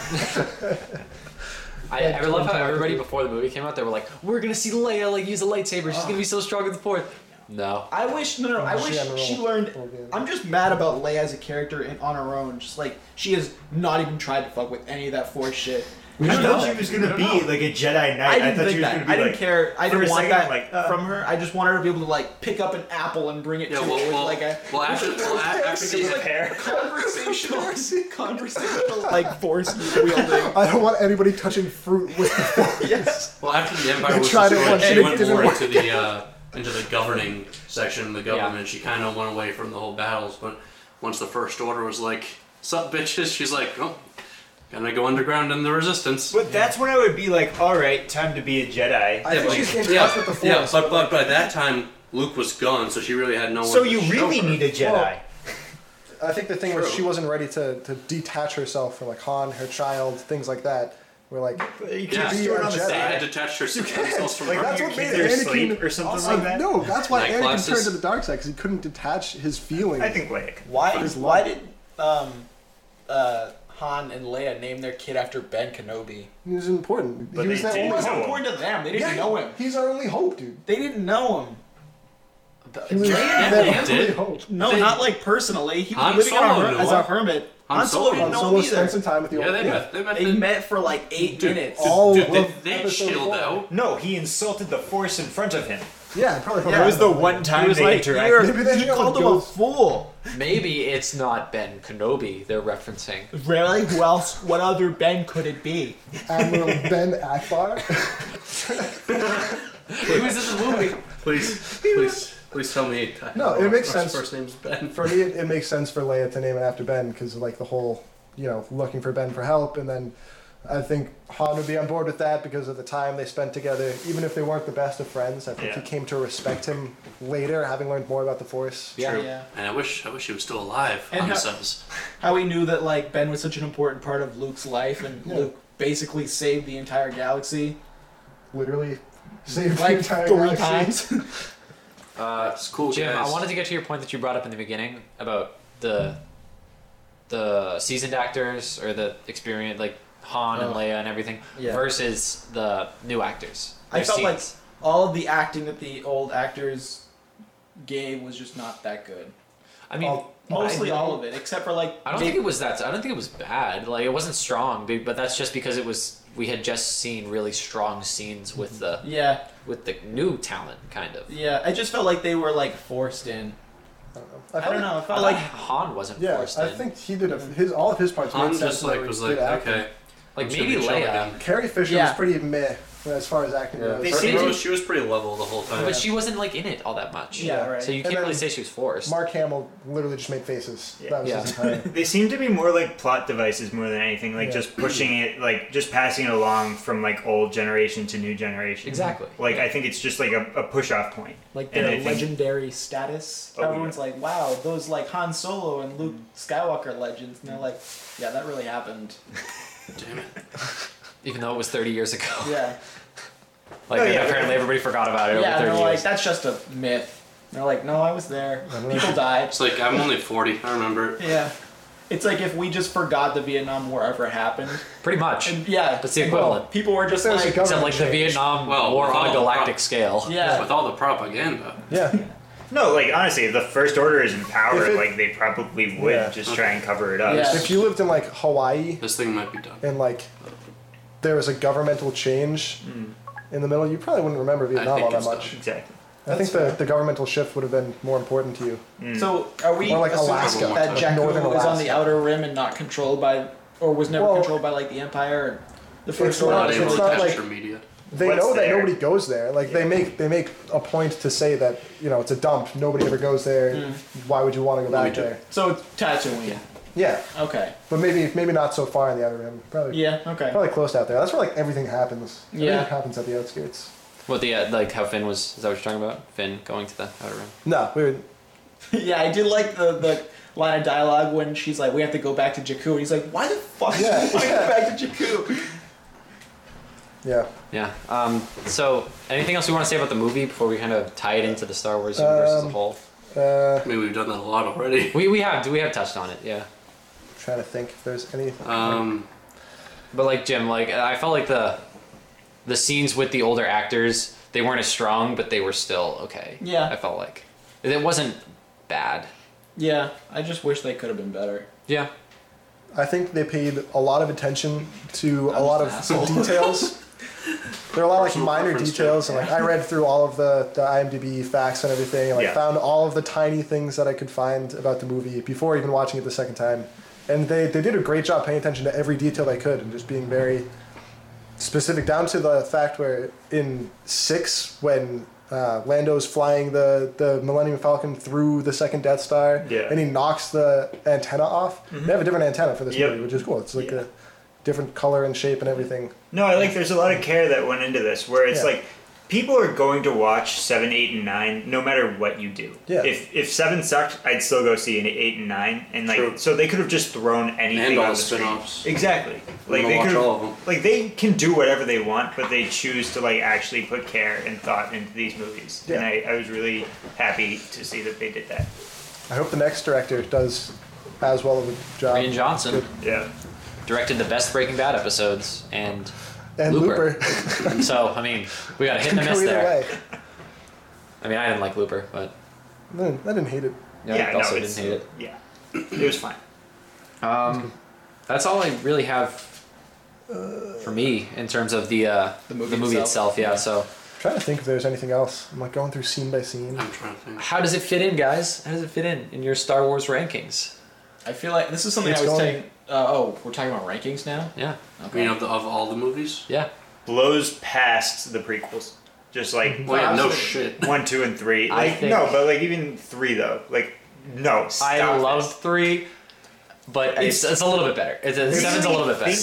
[SPEAKER 1] I, I love how everybody before the movie came out, they were like, "We're gonna see Leia like use a lightsaber. She's gonna be so strong in the fourth. No.
[SPEAKER 3] I wish no no. I wish
[SPEAKER 4] General
[SPEAKER 3] she learned.
[SPEAKER 4] Organa.
[SPEAKER 3] I'm just mad about Leia as a character and on her own. Just like she has not even tried to fuck with any of that force shit.
[SPEAKER 2] I
[SPEAKER 3] know.
[SPEAKER 2] thought she was gonna
[SPEAKER 1] don't
[SPEAKER 2] be
[SPEAKER 1] know.
[SPEAKER 2] like a Jedi Knight.
[SPEAKER 3] I
[SPEAKER 2] I,
[SPEAKER 3] didn't
[SPEAKER 2] thought
[SPEAKER 3] think
[SPEAKER 2] she was
[SPEAKER 3] that.
[SPEAKER 2] gonna be
[SPEAKER 3] I didn't
[SPEAKER 2] like,
[SPEAKER 3] care. I
[SPEAKER 2] for
[SPEAKER 3] didn't
[SPEAKER 2] a
[SPEAKER 3] want
[SPEAKER 2] second,
[SPEAKER 3] that
[SPEAKER 2] like, uh.
[SPEAKER 3] from her. I just wanted her to be able to like pick up an apple and bring it
[SPEAKER 5] yeah,
[SPEAKER 3] to
[SPEAKER 5] well,
[SPEAKER 3] me with
[SPEAKER 5] well,
[SPEAKER 3] like a
[SPEAKER 5] well, after, well, a- after
[SPEAKER 3] She was
[SPEAKER 5] the
[SPEAKER 3] like
[SPEAKER 2] hair.
[SPEAKER 3] conversational, conversational, like force wielding.
[SPEAKER 4] I don't want anybody touching fruit with the fork.
[SPEAKER 3] Yes.
[SPEAKER 5] well after the Empire was
[SPEAKER 4] tried it
[SPEAKER 5] destroyed,
[SPEAKER 4] once
[SPEAKER 5] she
[SPEAKER 4] and it
[SPEAKER 5] went
[SPEAKER 4] didn't
[SPEAKER 5] more
[SPEAKER 4] work.
[SPEAKER 5] into the uh, into the governing section of the government. She kind of went away from the whole battles, but once the First Order was like, "Sup, bitches," she's like, "Oh, gonna go underground in the Resistance."
[SPEAKER 2] But that's when I would be like, all right, time to be a Jedi.
[SPEAKER 4] I
[SPEAKER 5] Yeah,
[SPEAKER 4] think
[SPEAKER 5] but-
[SPEAKER 4] she's in
[SPEAKER 5] yeah,
[SPEAKER 4] touch with the
[SPEAKER 5] yeah,
[SPEAKER 4] force.
[SPEAKER 5] but but by that time, Luke was gone, so she really had no one.
[SPEAKER 2] so
[SPEAKER 5] to
[SPEAKER 2] you
[SPEAKER 5] show
[SPEAKER 2] really
[SPEAKER 5] her.
[SPEAKER 2] need a Jedi.
[SPEAKER 4] Well, I think the thing was
[SPEAKER 5] True.
[SPEAKER 4] she wasn't ready to, to detach herself from like Han, her child, things like that. We're like,
[SPEAKER 2] you
[SPEAKER 5] Yeah.
[SPEAKER 2] can't just do it on the
[SPEAKER 4] Jedi.
[SPEAKER 5] They had
[SPEAKER 2] side.
[SPEAKER 5] detached themselves from
[SPEAKER 4] like
[SPEAKER 5] her.
[SPEAKER 4] that's
[SPEAKER 2] your
[SPEAKER 4] what
[SPEAKER 2] kid
[SPEAKER 4] made
[SPEAKER 2] their
[SPEAKER 4] Anakin
[SPEAKER 2] sleep or something
[SPEAKER 4] also-
[SPEAKER 2] like that?
[SPEAKER 4] No, that's why
[SPEAKER 5] Night
[SPEAKER 4] Anakin
[SPEAKER 5] classes.
[SPEAKER 4] turned to the dark side because he couldn't detach his feelings.
[SPEAKER 2] I think Leia. could-
[SPEAKER 3] Why?
[SPEAKER 4] His
[SPEAKER 3] Why
[SPEAKER 4] love.
[SPEAKER 3] did um, uh, Han and Leia name their kid after Ben Kenobi?
[SPEAKER 4] he was important.
[SPEAKER 2] But
[SPEAKER 4] he was
[SPEAKER 2] they
[SPEAKER 4] that
[SPEAKER 2] did.
[SPEAKER 4] only
[SPEAKER 2] No.
[SPEAKER 4] hope.
[SPEAKER 3] According to them, they didn't
[SPEAKER 4] Yeah,
[SPEAKER 3] know him.
[SPEAKER 4] He's our only hope, dude.
[SPEAKER 3] They didn't know him.
[SPEAKER 4] He was
[SPEAKER 5] they
[SPEAKER 4] their only
[SPEAKER 5] did.
[SPEAKER 4] hope.
[SPEAKER 3] No,
[SPEAKER 5] They-
[SPEAKER 3] not like personally. He was
[SPEAKER 5] Han
[SPEAKER 3] living on a
[SPEAKER 5] Solo
[SPEAKER 3] her-
[SPEAKER 5] knew
[SPEAKER 3] as a
[SPEAKER 5] him.
[SPEAKER 3] hermit.
[SPEAKER 5] Han
[SPEAKER 3] Han Solo
[SPEAKER 5] Solo
[SPEAKER 3] didn't
[SPEAKER 4] Han
[SPEAKER 3] know
[SPEAKER 4] Solo
[SPEAKER 3] him either.
[SPEAKER 4] spent some time with the
[SPEAKER 5] Yeah,
[SPEAKER 4] old
[SPEAKER 5] they met. They met.
[SPEAKER 3] They
[SPEAKER 5] the-
[SPEAKER 3] met for like eight minutes.
[SPEAKER 4] All
[SPEAKER 5] Dude, they,
[SPEAKER 4] of
[SPEAKER 5] they
[SPEAKER 4] episode
[SPEAKER 5] chilled
[SPEAKER 4] four.
[SPEAKER 5] out.
[SPEAKER 2] No, he insulted the Force in front of him.
[SPEAKER 4] Yeah, probably.
[SPEAKER 2] That was the one
[SPEAKER 3] He
[SPEAKER 2] time
[SPEAKER 3] was
[SPEAKER 2] they
[SPEAKER 3] like,
[SPEAKER 2] interacted.
[SPEAKER 3] "You're-
[SPEAKER 4] Maybe they
[SPEAKER 3] you
[SPEAKER 4] didn't
[SPEAKER 3] called
[SPEAKER 4] know
[SPEAKER 3] him a
[SPEAKER 4] ghosts.
[SPEAKER 3] fool.
[SPEAKER 1] Maybe it's not Ben Kenobi they're referencing.
[SPEAKER 3] Really? Who else? What other Ben could it be?
[SPEAKER 4] Admiral Ben Akbar.
[SPEAKER 1] He was in the movie.
[SPEAKER 5] Please, please, please tell me. I
[SPEAKER 4] No,
[SPEAKER 5] don't
[SPEAKER 4] it makes
[SPEAKER 5] know.
[SPEAKER 4] sense.
[SPEAKER 5] His first name's Ben.
[SPEAKER 4] for me, it, it makes sense for Leia to name it after Ben because like the whole, you know, looking for Ben for help, and then I think Han would be on board with that because of the time they spent together. Even if they weren't the best of friends, I think he
[SPEAKER 2] Yeah.
[SPEAKER 4] came to respect him later, having learned more about the Force.
[SPEAKER 1] Yeah.
[SPEAKER 3] Yeah.
[SPEAKER 5] And I wish, I wish he was still alive.
[SPEAKER 3] And
[SPEAKER 5] on
[SPEAKER 3] how-
[SPEAKER 5] says,
[SPEAKER 3] How he knew that like Ben was such an important part of Luke's life, and
[SPEAKER 4] Yeah.
[SPEAKER 3] Luke basically saved the entire galaxy
[SPEAKER 4] Literally saved the
[SPEAKER 3] like
[SPEAKER 4] entire
[SPEAKER 3] three
[SPEAKER 4] galaxy.
[SPEAKER 3] times.
[SPEAKER 1] Uh,
[SPEAKER 5] "It's cool,
[SPEAKER 1] Jim,
[SPEAKER 5] guys."
[SPEAKER 1] I wanted to get to your point that you brought up in the beginning about the the seasoned actors or the experience like Han and
[SPEAKER 3] Oh.
[SPEAKER 1] Leia and everything
[SPEAKER 3] Yeah.
[SPEAKER 1] versus the new actors.
[SPEAKER 3] I
[SPEAKER 1] Their
[SPEAKER 3] felt like
[SPEAKER 1] scenes.
[SPEAKER 3] all of the acting that the old actors gave was just not that good.
[SPEAKER 1] I mean,
[SPEAKER 3] All- mostly all of it, except for like
[SPEAKER 1] I don't think it was that. I don't think it was bad. Like it wasn't strong, be- but that's just because it was. We had just seen really strong scenes with the
[SPEAKER 3] yeah,
[SPEAKER 1] with the new talent, kind of.
[SPEAKER 3] yeah. I just felt like they were like forced in. I
[SPEAKER 4] felt
[SPEAKER 3] don't know. I
[SPEAKER 1] I
[SPEAKER 3] felt
[SPEAKER 1] like
[SPEAKER 3] like
[SPEAKER 1] Han wasn't
[SPEAKER 4] Yeah,
[SPEAKER 1] forced
[SPEAKER 4] I
[SPEAKER 1] in.
[SPEAKER 4] think he did a, his all of his parts.
[SPEAKER 5] Han
[SPEAKER 4] made sense
[SPEAKER 5] just like
[SPEAKER 4] were
[SPEAKER 5] was like
[SPEAKER 4] good acting.
[SPEAKER 5] okay.
[SPEAKER 1] like
[SPEAKER 5] I'm
[SPEAKER 1] maybe
[SPEAKER 5] sure Michelle
[SPEAKER 1] Leia,
[SPEAKER 5] again.
[SPEAKER 4] Carrie Fisher
[SPEAKER 3] Yeah.
[SPEAKER 4] was pretty meh as far as acting
[SPEAKER 5] Yeah.
[SPEAKER 4] goes.
[SPEAKER 2] They
[SPEAKER 5] Her-
[SPEAKER 2] seem
[SPEAKER 5] her-
[SPEAKER 2] to-
[SPEAKER 5] she was pretty level the whole time.
[SPEAKER 1] but she wasn't like in it all that much.
[SPEAKER 3] Yeah, right.
[SPEAKER 1] So you
[SPEAKER 4] And
[SPEAKER 1] can't
[SPEAKER 4] then
[SPEAKER 1] really say she was forced.
[SPEAKER 4] Mark Hamill literally just made faces.
[SPEAKER 2] Yeah.
[SPEAKER 4] That was
[SPEAKER 1] Yeah.
[SPEAKER 4] his entire.
[SPEAKER 2] They seem to be more like plot devices more than anything, like
[SPEAKER 4] Yeah.
[SPEAKER 2] just pushing it, like just passing it along from like old generation to new generation.
[SPEAKER 1] Exactly.
[SPEAKER 2] Like I think it's just like a, a push off point.
[SPEAKER 3] like
[SPEAKER 2] And
[SPEAKER 3] their
[SPEAKER 2] I think-
[SPEAKER 3] legendary status.
[SPEAKER 2] Oh, yeah.
[SPEAKER 3] Everyone's like, wow, those like Han Solo and Luke Skywalker legends, and they're like, yeah, that really happened.
[SPEAKER 5] Damn it.
[SPEAKER 1] even though it was 30 years ago.
[SPEAKER 3] Yeah,
[SPEAKER 1] Like
[SPEAKER 2] Oh, yeah.
[SPEAKER 1] apparently everybody forgot about it
[SPEAKER 3] yeah.
[SPEAKER 1] over
[SPEAKER 3] And
[SPEAKER 1] 30
[SPEAKER 3] they're like,
[SPEAKER 1] years.
[SPEAKER 3] that's just a myth. And they're like, no, I was there. People died.
[SPEAKER 5] It's like I'm only 40. I remember. it.
[SPEAKER 3] Yeah. It's like if we just forgot the Vietnam War ever happened.
[SPEAKER 1] Pretty much.
[SPEAKER 3] And yeah,
[SPEAKER 1] That's the equivalent.
[SPEAKER 3] people were just
[SPEAKER 4] There's a
[SPEAKER 3] like,
[SPEAKER 1] Except
[SPEAKER 4] government
[SPEAKER 1] like the
[SPEAKER 4] change.
[SPEAKER 1] Vietnam
[SPEAKER 5] Well,
[SPEAKER 1] War
[SPEAKER 5] with
[SPEAKER 1] on a
[SPEAKER 5] all the
[SPEAKER 1] galactic
[SPEAKER 5] pro-
[SPEAKER 1] scale.
[SPEAKER 3] yeah,
[SPEAKER 5] With all the propaganda.
[SPEAKER 4] Yeah.
[SPEAKER 2] No, like honestly, if the First Order is in power,
[SPEAKER 4] If it-
[SPEAKER 2] like they probably would
[SPEAKER 4] Yeah.
[SPEAKER 2] just try and cover it up.
[SPEAKER 3] Yeah.
[SPEAKER 4] If you lived in like Hawaii
[SPEAKER 5] This thing might be done.
[SPEAKER 4] and like there was a governmental change in the middle, you probably wouldn't remember Vietnam
[SPEAKER 5] think
[SPEAKER 4] all that
[SPEAKER 5] it's
[SPEAKER 4] much.
[SPEAKER 2] Exactly.
[SPEAKER 4] I think
[SPEAKER 3] That's
[SPEAKER 4] the,
[SPEAKER 3] fair.
[SPEAKER 4] the governmental shift would have been more important to you.
[SPEAKER 3] So are we
[SPEAKER 4] Or like
[SPEAKER 3] assuming
[SPEAKER 4] Alaska,
[SPEAKER 3] that
[SPEAKER 5] like
[SPEAKER 3] Jakku
[SPEAKER 4] northern
[SPEAKER 3] was on the
[SPEAKER 4] Alaska.
[SPEAKER 3] outer rim and not controlled by, or was never
[SPEAKER 4] Well,
[SPEAKER 3] controlled by like the Empire? And the
[SPEAKER 4] it's
[SPEAKER 3] first
[SPEAKER 4] not
[SPEAKER 3] order.
[SPEAKER 5] Not
[SPEAKER 4] it's
[SPEAKER 5] able to
[SPEAKER 4] not
[SPEAKER 5] capture
[SPEAKER 4] like-
[SPEAKER 5] media.
[SPEAKER 4] They
[SPEAKER 2] What's
[SPEAKER 4] know
[SPEAKER 2] there?
[SPEAKER 4] that nobody goes there. Like they make they make a point to say that you know it's a dump. Nobody ever goes there. Why would you want to go
[SPEAKER 5] Well, we
[SPEAKER 4] back
[SPEAKER 5] do.
[SPEAKER 4] there?
[SPEAKER 3] So it's Tatooine.
[SPEAKER 4] Yeah,
[SPEAKER 3] Okay.
[SPEAKER 4] but maybe maybe not so far in the outer rim. Probably
[SPEAKER 3] Yeah. Okay.
[SPEAKER 4] probably close to out there. That's where like everything happens.
[SPEAKER 3] Yeah.
[SPEAKER 4] everything happens at the outskirts.
[SPEAKER 1] What the uh, like how Finn was? Is that what you're talking about? Finn going to the outer rim.
[SPEAKER 4] No, we were
[SPEAKER 3] yeah, I did like the the line of dialogue when she's like, "We have to go back to Jakku," and he's like, "Why the fuck
[SPEAKER 4] Yeah,
[SPEAKER 3] do we
[SPEAKER 4] yeah.
[SPEAKER 3] go back to Jakku?"
[SPEAKER 4] yeah.
[SPEAKER 1] Yeah. Um, so, anything else we want to say about the movie before we kind of tie it into the Star Wars universe as a
[SPEAKER 4] Um,
[SPEAKER 1] whole?
[SPEAKER 4] Uh,
[SPEAKER 5] I mean, we've done that a lot already.
[SPEAKER 1] We we have we have touched on it, yeah.
[SPEAKER 4] trying to think if there's any.
[SPEAKER 5] Um,
[SPEAKER 1] But like Jim, like I felt like the the scenes with the older actors they weren't as strong, but they were still okay.
[SPEAKER 3] Yeah.
[SPEAKER 1] I felt like it wasn't bad.
[SPEAKER 3] Yeah, I just wish they could have been better.
[SPEAKER 1] Yeah.
[SPEAKER 4] I think they paid a lot of attention to a
[SPEAKER 3] I'm
[SPEAKER 4] lot of
[SPEAKER 3] just an asshole.
[SPEAKER 4] details. There are a lot of like
[SPEAKER 5] Personal
[SPEAKER 4] minor
[SPEAKER 5] preference,
[SPEAKER 4] details, and like I read through all of the, the IMDb facts and everything, and like
[SPEAKER 2] Yeah.
[SPEAKER 4] found all of the tiny things that I could find about the movie before even watching it the second time. And they, they did a great job paying attention to every detail they could and just being very specific down to the fact where in six when uh, Lando's flying the, the Millennium Falcon through the second Death Star
[SPEAKER 2] Yeah. Mm-hmm.
[SPEAKER 4] and he knocks the antenna off. They have a different antenna for this
[SPEAKER 2] Yep.
[SPEAKER 4] movie, which is cool. It's like
[SPEAKER 2] Yeah.
[SPEAKER 4] a different color and shape and everything.
[SPEAKER 2] No, I like there's a lot of care that went into this where it's
[SPEAKER 4] Yeah.
[SPEAKER 2] like people are going to watch 7, 8 and 9 no matter what you do.
[SPEAKER 4] Yeah.
[SPEAKER 2] If if 7 sucked, I'd still go see an 8 and 9 and like
[SPEAKER 5] True.
[SPEAKER 2] so they could have just thrown anything
[SPEAKER 5] And all
[SPEAKER 2] on
[SPEAKER 5] the
[SPEAKER 2] the screen.
[SPEAKER 5] spin-offs.
[SPEAKER 2] Exactly. Like
[SPEAKER 5] gonna
[SPEAKER 2] they
[SPEAKER 5] watch
[SPEAKER 2] could
[SPEAKER 5] all of 'em.
[SPEAKER 2] like they can do whatever they want, but they choose to like actually put care and thought into these movies. And
[SPEAKER 4] Yeah.
[SPEAKER 2] I, I was really happy to see that they did that.
[SPEAKER 4] I hope the next director does as well of a job.
[SPEAKER 3] Um,
[SPEAKER 1] Rian Johnson
[SPEAKER 4] Good.
[SPEAKER 2] Yeah.
[SPEAKER 1] directed the best Breaking Bad episodes, and
[SPEAKER 4] And
[SPEAKER 1] Looper.
[SPEAKER 4] Looper,
[SPEAKER 1] so I mean we got a hit and
[SPEAKER 4] can
[SPEAKER 1] a
[SPEAKER 4] go
[SPEAKER 1] miss
[SPEAKER 4] either
[SPEAKER 1] there.
[SPEAKER 4] way.
[SPEAKER 1] I mean I didn't like Looper, but
[SPEAKER 4] I didn't- I didn't hate it.
[SPEAKER 1] yeah, I also didn't
[SPEAKER 2] it's-
[SPEAKER 1] hate it.
[SPEAKER 2] Yeah. It was fine.
[SPEAKER 1] Um, that's all I really have for me in terms of the uh,
[SPEAKER 3] The movie
[SPEAKER 1] itself.
[SPEAKER 3] itself.
[SPEAKER 1] Yeah. So
[SPEAKER 4] I'm trying to think if there's anything else. I'm like going through scene by scene.
[SPEAKER 5] I'm trying to think.
[SPEAKER 1] how does it fit in, guys? How does it fit in in your Star Wars rankings?
[SPEAKER 3] I feel like this is something
[SPEAKER 4] It's
[SPEAKER 3] I was
[SPEAKER 4] going-
[SPEAKER 3] saying. Uh, oh, we're talking about rankings now.
[SPEAKER 1] Yeah.
[SPEAKER 5] I mean, of, the, of all the movies.
[SPEAKER 1] Yeah.
[SPEAKER 2] Blows past the prequels. Just like
[SPEAKER 5] Well, yeah, no
[SPEAKER 3] Absolutely.
[SPEAKER 5] shit.
[SPEAKER 2] one, two, and three.
[SPEAKER 1] Mhm. I
[SPEAKER 2] Like
[SPEAKER 1] think-
[SPEAKER 2] no, but like even three though. Like no, stop
[SPEAKER 1] I love
[SPEAKER 2] this.
[SPEAKER 1] three, but it's,
[SPEAKER 2] It's-
[SPEAKER 1] it's a little bit better. It's, it's, seven's a little bit
[SPEAKER 2] Think
[SPEAKER 1] better.
[SPEAKER 2] about what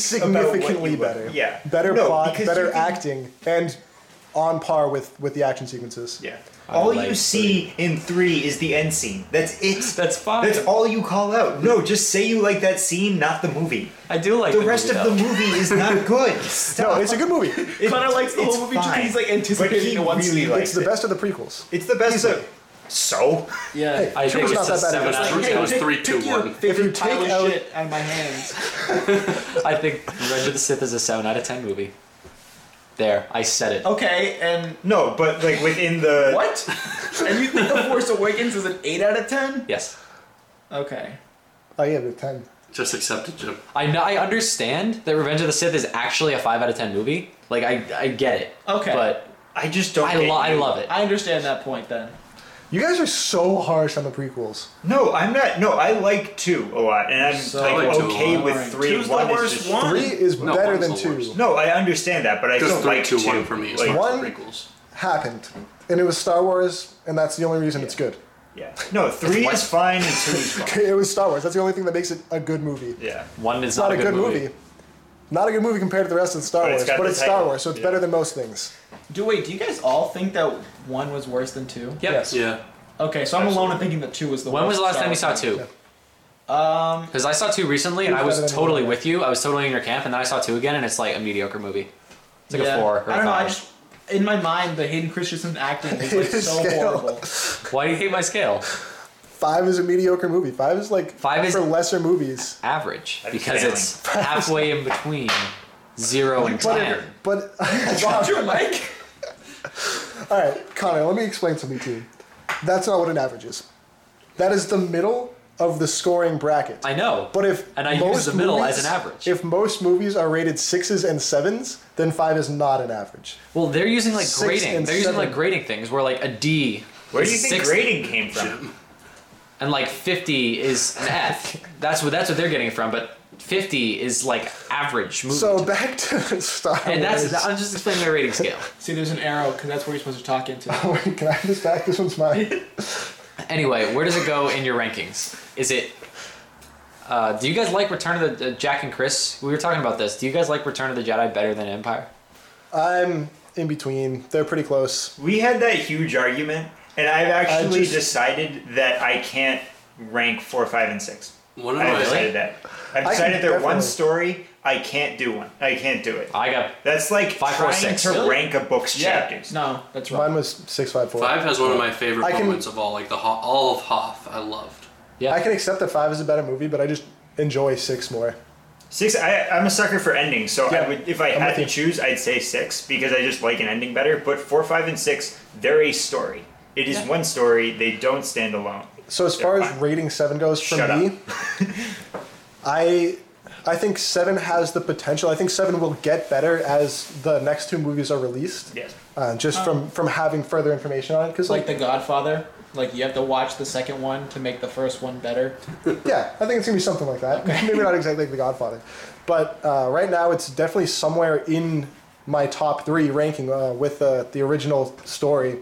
[SPEAKER 4] Significantly
[SPEAKER 2] you would-
[SPEAKER 4] better.
[SPEAKER 2] Yeah,
[SPEAKER 4] Better
[SPEAKER 2] No,
[SPEAKER 4] plot,
[SPEAKER 2] because
[SPEAKER 4] better
[SPEAKER 2] you can-
[SPEAKER 4] acting, and on par with with the action sequences.
[SPEAKER 2] Yeah,
[SPEAKER 1] I
[SPEAKER 2] all
[SPEAKER 1] like
[SPEAKER 2] you see in three is the end scene. That's it.
[SPEAKER 1] That's fine.
[SPEAKER 2] That's all you call out. No, just say you like that scene, not the movie.
[SPEAKER 1] I do like
[SPEAKER 2] The rest of the movie is not good.
[SPEAKER 4] No,
[SPEAKER 2] Stop.
[SPEAKER 4] it's a good movie.
[SPEAKER 2] It-
[SPEAKER 3] Connor likes the
[SPEAKER 2] it's
[SPEAKER 3] whole movie just 'cause
[SPEAKER 2] fine.
[SPEAKER 3] he's, like, anticipating
[SPEAKER 2] but he
[SPEAKER 3] the one
[SPEAKER 2] really
[SPEAKER 3] scene.
[SPEAKER 2] Likes
[SPEAKER 4] It's the
[SPEAKER 2] it.
[SPEAKER 4] best of the prequels.
[SPEAKER 2] It's the best.
[SPEAKER 4] Easily.
[SPEAKER 2] of- So
[SPEAKER 3] Yeah.
[SPEAKER 4] Hey,
[SPEAKER 1] I think it's
[SPEAKER 4] Tripp's not
[SPEAKER 1] a
[SPEAKER 4] that bad.
[SPEAKER 1] seven
[SPEAKER 4] It's
[SPEAKER 1] out of
[SPEAKER 5] three-
[SPEAKER 1] ten.
[SPEAKER 5] was three, two,
[SPEAKER 3] your
[SPEAKER 5] one. If
[SPEAKER 3] favorite
[SPEAKER 4] you
[SPEAKER 3] pile
[SPEAKER 4] take
[SPEAKER 3] of
[SPEAKER 4] out-
[SPEAKER 3] shit out of my hands.
[SPEAKER 1] I think Revenge of the Sith is a seven out of ten movie. There, I said it.
[SPEAKER 3] Okay, and
[SPEAKER 2] no, but like within the
[SPEAKER 3] what? and you think The Force Awakens is an eight out of ten?
[SPEAKER 1] Yes.
[SPEAKER 3] Okay.
[SPEAKER 4] I am at ten.
[SPEAKER 5] Just accept it, Jim.
[SPEAKER 1] I know, I understand that Revenge of the Sith is actually a five out of ten movie. Like I, I get it.
[SPEAKER 3] Okay.
[SPEAKER 1] But
[SPEAKER 2] I just don't.
[SPEAKER 1] I,
[SPEAKER 2] get
[SPEAKER 1] lo- I
[SPEAKER 2] you.
[SPEAKER 1] love it.
[SPEAKER 3] I understand that point then.
[SPEAKER 4] You guys are so harsh on the prequels.
[SPEAKER 2] No, I'm not. No, I like two a lot, and I'm
[SPEAKER 3] So-
[SPEAKER 5] I like
[SPEAKER 2] like
[SPEAKER 5] two a
[SPEAKER 2] okay
[SPEAKER 5] lot.
[SPEAKER 2] with
[SPEAKER 3] Alright.
[SPEAKER 2] three.
[SPEAKER 5] Two's the
[SPEAKER 2] one
[SPEAKER 5] worst
[SPEAKER 2] is just,
[SPEAKER 5] one.
[SPEAKER 4] Three is
[SPEAKER 5] No,
[SPEAKER 4] better
[SPEAKER 5] one's
[SPEAKER 4] than
[SPEAKER 5] the
[SPEAKER 4] two.
[SPEAKER 5] worst.
[SPEAKER 2] No, I understand that, but I
[SPEAKER 5] Just
[SPEAKER 2] don't
[SPEAKER 5] three,
[SPEAKER 2] like
[SPEAKER 5] two,
[SPEAKER 2] two.
[SPEAKER 5] one for me. Is
[SPEAKER 2] Like,
[SPEAKER 5] like,
[SPEAKER 4] One-
[SPEAKER 5] prequels.
[SPEAKER 4] Happened, and it was Star Wars, and that's the only reason it's good.
[SPEAKER 2] yeah. No, three
[SPEAKER 1] what?
[SPEAKER 2] is fine and two is fine.
[SPEAKER 4] It was Star Wars. That's the only thing that makes it a good movie.
[SPEAKER 2] Yeah.
[SPEAKER 1] One is
[SPEAKER 4] It's not, a good movie. Not a good movie compared to the rest of Star
[SPEAKER 2] But it's
[SPEAKER 4] Wars,
[SPEAKER 2] got
[SPEAKER 4] but
[SPEAKER 2] the
[SPEAKER 4] it's Star
[SPEAKER 2] title.
[SPEAKER 4] Wars, so it's
[SPEAKER 2] Yeah.
[SPEAKER 4] better than most things.
[SPEAKER 3] Do wait, do you guys all think that one was worse than two?
[SPEAKER 1] Yep.
[SPEAKER 4] Yes.
[SPEAKER 5] Yeah.
[SPEAKER 3] Okay, so I'm alone in thinking that two was the
[SPEAKER 1] When was
[SPEAKER 3] worst
[SPEAKER 1] the last
[SPEAKER 3] Star
[SPEAKER 1] time you saw
[SPEAKER 3] Wars
[SPEAKER 1] two?
[SPEAKER 4] Yeah.
[SPEAKER 3] Um
[SPEAKER 1] Because I saw two recently, and I
[SPEAKER 4] Better
[SPEAKER 1] was
[SPEAKER 4] than
[SPEAKER 1] totally
[SPEAKER 4] one.
[SPEAKER 1] with you. I was totally in your camp, and then I saw two again, and it's like a mediocre movie. It's like
[SPEAKER 3] yeah.
[SPEAKER 1] a four. Or
[SPEAKER 3] I don't
[SPEAKER 1] a
[SPEAKER 3] know,
[SPEAKER 1] five.
[SPEAKER 3] I just in my mind the Hayden Christensen acting was like
[SPEAKER 4] His
[SPEAKER 3] so
[SPEAKER 4] scale.
[SPEAKER 3] horrible.
[SPEAKER 1] Why do you hate my scale?
[SPEAKER 4] Five is a mediocre movie. Five is like
[SPEAKER 1] Five is-
[SPEAKER 4] for lesser movies.
[SPEAKER 1] Average,
[SPEAKER 2] I'm
[SPEAKER 1] because
[SPEAKER 2] failing.
[SPEAKER 1] it's halfway in between zero and
[SPEAKER 4] But
[SPEAKER 1] ten.
[SPEAKER 4] but
[SPEAKER 3] Drop your mic.
[SPEAKER 4] all right, Connor, let me explain something to you. That's not what an average is. That is the middle of the scoring bracket.
[SPEAKER 1] I know.
[SPEAKER 4] But if
[SPEAKER 1] And I use
[SPEAKER 4] most
[SPEAKER 1] the middle
[SPEAKER 4] movies-
[SPEAKER 1] as an average.
[SPEAKER 4] If most movies are rated sixes and sevens, then five is not an average.
[SPEAKER 1] well, they're using like
[SPEAKER 4] Six
[SPEAKER 1] grading.
[SPEAKER 4] and
[SPEAKER 1] They're using
[SPEAKER 4] seven.
[SPEAKER 1] like grading things where like a D.
[SPEAKER 2] Where do
[SPEAKER 1] is
[SPEAKER 2] you think
[SPEAKER 1] 60,
[SPEAKER 2] grading came from?
[SPEAKER 1] And like fifty is an F. that's what that's what they're getting it from. But fifty is like average movie.
[SPEAKER 4] So back to Star Wars.
[SPEAKER 1] and that's I'm just explaining my rating scale.
[SPEAKER 3] See, there's an arrow because that's where you're supposed to talk into.
[SPEAKER 4] Oh, Wait, can I have this back? This one's mine.
[SPEAKER 1] Anyway, where does it go in your rankings? Is it? Uh, do you guys like Return of the uh, Jack and Chris? We were talking about this. Do you guys like Return of the Jedi better than Empire?
[SPEAKER 4] I'm in between. They're pretty close.
[SPEAKER 2] We had that huge argument, and I've actually
[SPEAKER 4] just-
[SPEAKER 2] decided that I can't rank four, five, and six.
[SPEAKER 5] One of
[SPEAKER 2] I've
[SPEAKER 5] my
[SPEAKER 2] decided that. I've
[SPEAKER 4] I
[SPEAKER 2] decided
[SPEAKER 4] can
[SPEAKER 2] they're one
[SPEAKER 4] definitely-
[SPEAKER 2] story. I can't do one. I can't do it.
[SPEAKER 1] I got
[SPEAKER 2] That's like
[SPEAKER 1] Five, four,
[SPEAKER 2] trying
[SPEAKER 1] six.
[SPEAKER 2] to
[SPEAKER 1] Really?
[SPEAKER 2] rank a book's chapters.
[SPEAKER 3] No, that's wrong.
[SPEAKER 4] Mine was six five four.
[SPEAKER 5] Five has
[SPEAKER 2] Oh.
[SPEAKER 5] one of my favorite
[SPEAKER 4] I can-
[SPEAKER 5] moments of all, like the Ho- all of Hoth. I loved.
[SPEAKER 1] yeah.
[SPEAKER 4] I can accept that five is a better movie, but I just enjoy six more.
[SPEAKER 2] Six. I, I'm a sucker for endings, so
[SPEAKER 4] Yeah,
[SPEAKER 2] I would, if I
[SPEAKER 4] I'm
[SPEAKER 2] had
[SPEAKER 4] with
[SPEAKER 2] to
[SPEAKER 4] you.
[SPEAKER 2] choose, I'd say six because I just like an ending better. But four, five, and six, they're a story. It is
[SPEAKER 3] Yeah.
[SPEAKER 2] one story. They don't stand alone.
[SPEAKER 4] So as far
[SPEAKER 2] fine.
[SPEAKER 4] as rating seven goes for
[SPEAKER 2] Shut
[SPEAKER 4] me, I I think seven has the potential. I think seven will get better as the next two movies are released.
[SPEAKER 2] Yes.
[SPEAKER 4] Uh, just from from having further information on it, because
[SPEAKER 3] Like
[SPEAKER 4] like,
[SPEAKER 3] The Godfather, like you have to watch the second one to make the first one better.
[SPEAKER 4] yeah, I think it's gonna be something like that. Maybe not exactly like The Godfather, but uh, right now it's definitely somewhere in my top three ranking uh, with uh, the original story.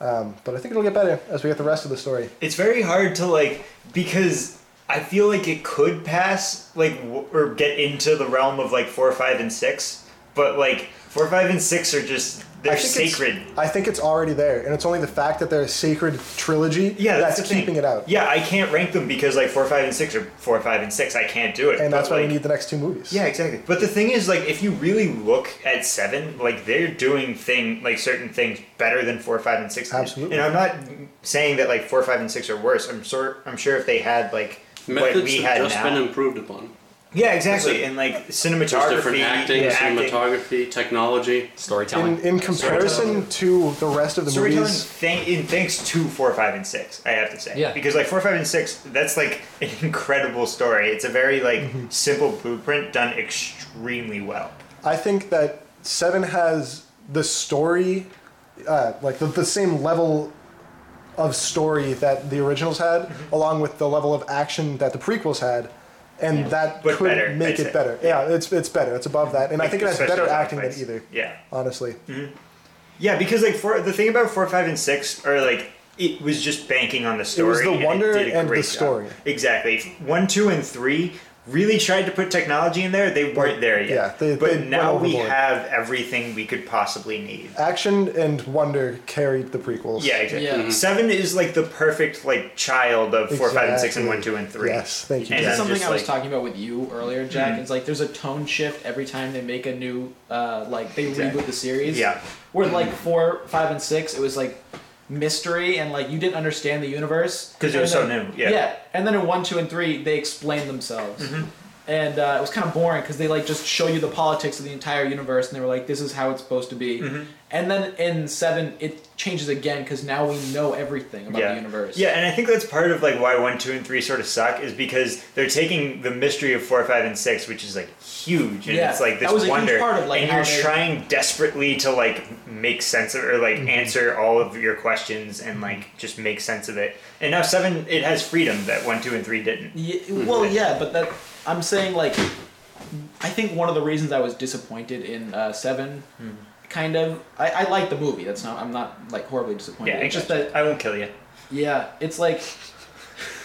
[SPEAKER 4] Um, but I think it'll get better as we get the rest of the story.
[SPEAKER 2] It's very hard to like because I feel like it could pass like w- or get into the realm of like four, five, and six, but like four, five, and six are just
[SPEAKER 4] I
[SPEAKER 2] they're
[SPEAKER 4] think it's-
[SPEAKER 2] sacred.
[SPEAKER 4] I think it's already there, and it's only the fact that they're a sacred trilogy
[SPEAKER 2] Yeah, that's, the thing.
[SPEAKER 4] keeping it out.
[SPEAKER 2] Yeah, I can't rank them because like four, five, and six are four, five, and six. I can't do it.
[SPEAKER 4] and that's
[SPEAKER 2] but,
[SPEAKER 4] why
[SPEAKER 2] like,
[SPEAKER 4] we need the next two movies.
[SPEAKER 2] Yeah, exactly. But the thing is, like, if you really look at seven, like they're doing thing like certain things better than four, five, and six. did.
[SPEAKER 4] Absolutely.
[SPEAKER 2] And I'm not saying that like four, five, and six are worse. I'm sure. I'm sure if they had like
[SPEAKER 5] Methods
[SPEAKER 2] what we
[SPEAKER 5] have
[SPEAKER 2] had
[SPEAKER 5] just
[SPEAKER 2] now.
[SPEAKER 5] been improved upon.
[SPEAKER 2] yeah, exactly.
[SPEAKER 5] There's
[SPEAKER 2] And like
[SPEAKER 5] There's
[SPEAKER 2] cinematography,
[SPEAKER 5] different acting,
[SPEAKER 2] yeah,
[SPEAKER 5] cinematography, technology.
[SPEAKER 1] Storytelling.
[SPEAKER 4] In, in comparison to the rest of the
[SPEAKER 2] Storytelling,
[SPEAKER 4] movies,
[SPEAKER 2] thank, in thanks to four, five, and six, I have to say,
[SPEAKER 1] Yeah.
[SPEAKER 2] because like four, five, and six, that's like an incredible story. It's a very like
[SPEAKER 4] Mm-hmm.
[SPEAKER 2] simple blueprint done extremely well.
[SPEAKER 4] I think that Seven has the story, uh, like the, the same level of story that the originals had,
[SPEAKER 2] Mm-hmm.
[SPEAKER 4] along with the level of action that the prequels had, and that
[SPEAKER 2] Mm-hmm. But
[SPEAKER 4] could
[SPEAKER 2] better,
[SPEAKER 4] make
[SPEAKER 2] I'd
[SPEAKER 4] it
[SPEAKER 2] say.
[SPEAKER 4] better. Yeah, it's it's better. It's above that, and I
[SPEAKER 2] Like,
[SPEAKER 4] think it has
[SPEAKER 2] especially
[SPEAKER 4] better
[SPEAKER 2] the
[SPEAKER 4] acting than
[SPEAKER 2] fights.
[SPEAKER 4] either.
[SPEAKER 2] Yeah.
[SPEAKER 4] Honestly,
[SPEAKER 2] Yeah, because like four, the thing about four, five, and six are like it was just banking on the story.
[SPEAKER 4] was the
[SPEAKER 2] and
[SPEAKER 4] wonder
[SPEAKER 2] did a
[SPEAKER 4] and the
[SPEAKER 2] great job.
[SPEAKER 4] story.
[SPEAKER 2] Exactly. One, two, and three really tried to put technology in there. They weren't there yet.
[SPEAKER 4] yeah, they-
[SPEAKER 2] but
[SPEAKER 4] they went
[SPEAKER 2] now we
[SPEAKER 4] overboard.
[SPEAKER 2] have everything we could possibly need.
[SPEAKER 4] action and wonder carried the prequels.
[SPEAKER 2] Yeah, exactly.
[SPEAKER 3] Yeah. Mhm.
[SPEAKER 2] Seven is like the perfect like child of four, five, and six, and
[SPEAKER 4] Exactly.
[SPEAKER 2] one, two, and three.
[SPEAKER 4] Yes, thank you.
[SPEAKER 2] And
[SPEAKER 3] This
[SPEAKER 2] I'm
[SPEAKER 3] is something
[SPEAKER 2] just
[SPEAKER 3] I
[SPEAKER 2] like-
[SPEAKER 3] was
[SPEAKER 2] Mm-hmm.
[SPEAKER 3] talking about with you earlier, Jack. It's like there's a tone shift every time they make a new, uh, like they
[SPEAKER 2] Exactly.
[SPEAKER 3] reboot the series.
[SPEAKER 2] Yeah.
[SPEAKER 3] Where like four, five, and six, it was like mystery and like you didn't understand the universe
[SPEAKER 2] 'Cause it
[SPEAKER 3] And
[SPEAKER 2] was so
[SPEAKER 3] then-
[SPEAKER 2] new, yeah. Mm-hmm.
[SPEAKER 3] Yeah, and then in one, two, and three, they explain themselves. and uh, it was kind of boring because they like just show you the politics of the entire universe, and they were like, "This is how it's supposed to be."
[SPEAKER 2] Mm-hmm.
[SPEAKER 3] And then in seven, it changes again because now we know everything about
[SPEAKER 2] yeah.
[SPEAKER 3] the universe.
[SPEAKER 2] Yeah, and I think that's part of like why one, two, and three sort of suck is because they're taking the mystery of four, five, and six, which is like huge, and
[SPEAKER 3] Yeah,
[SPEAKER 2] it's like this
[SPEAKER 3] that was a huge
[SPEAKER 2] wonder,
[SPEAKER 3] part of, like,
[SPEAKER 2] and
[SPEAKER 3] how
[SPEAKER 2] you're
[SPEAKER 3] they-
[SPEAKER 2] trying desperately to like make sense of or like
[SPEAKER 3] Mm-hmm.
[SPEAKER 2] answer all of your questions and like just make sense of it. And now seven, it has freedom that one, two, and three didn't.
[SPEAKER 3] Yeah, well, yeah, but that I'm saying like I think one of the reasons I was disappointed in uh, Seven, kind of I, I like the movie. That's not I'm not like horribly disappointed.
[SPEAKER 2] Yeah,
[SPEAKER 3] it's just that
[SPEAKER 2] I won't kill you.
[SPEAKER 3] yeah, it's like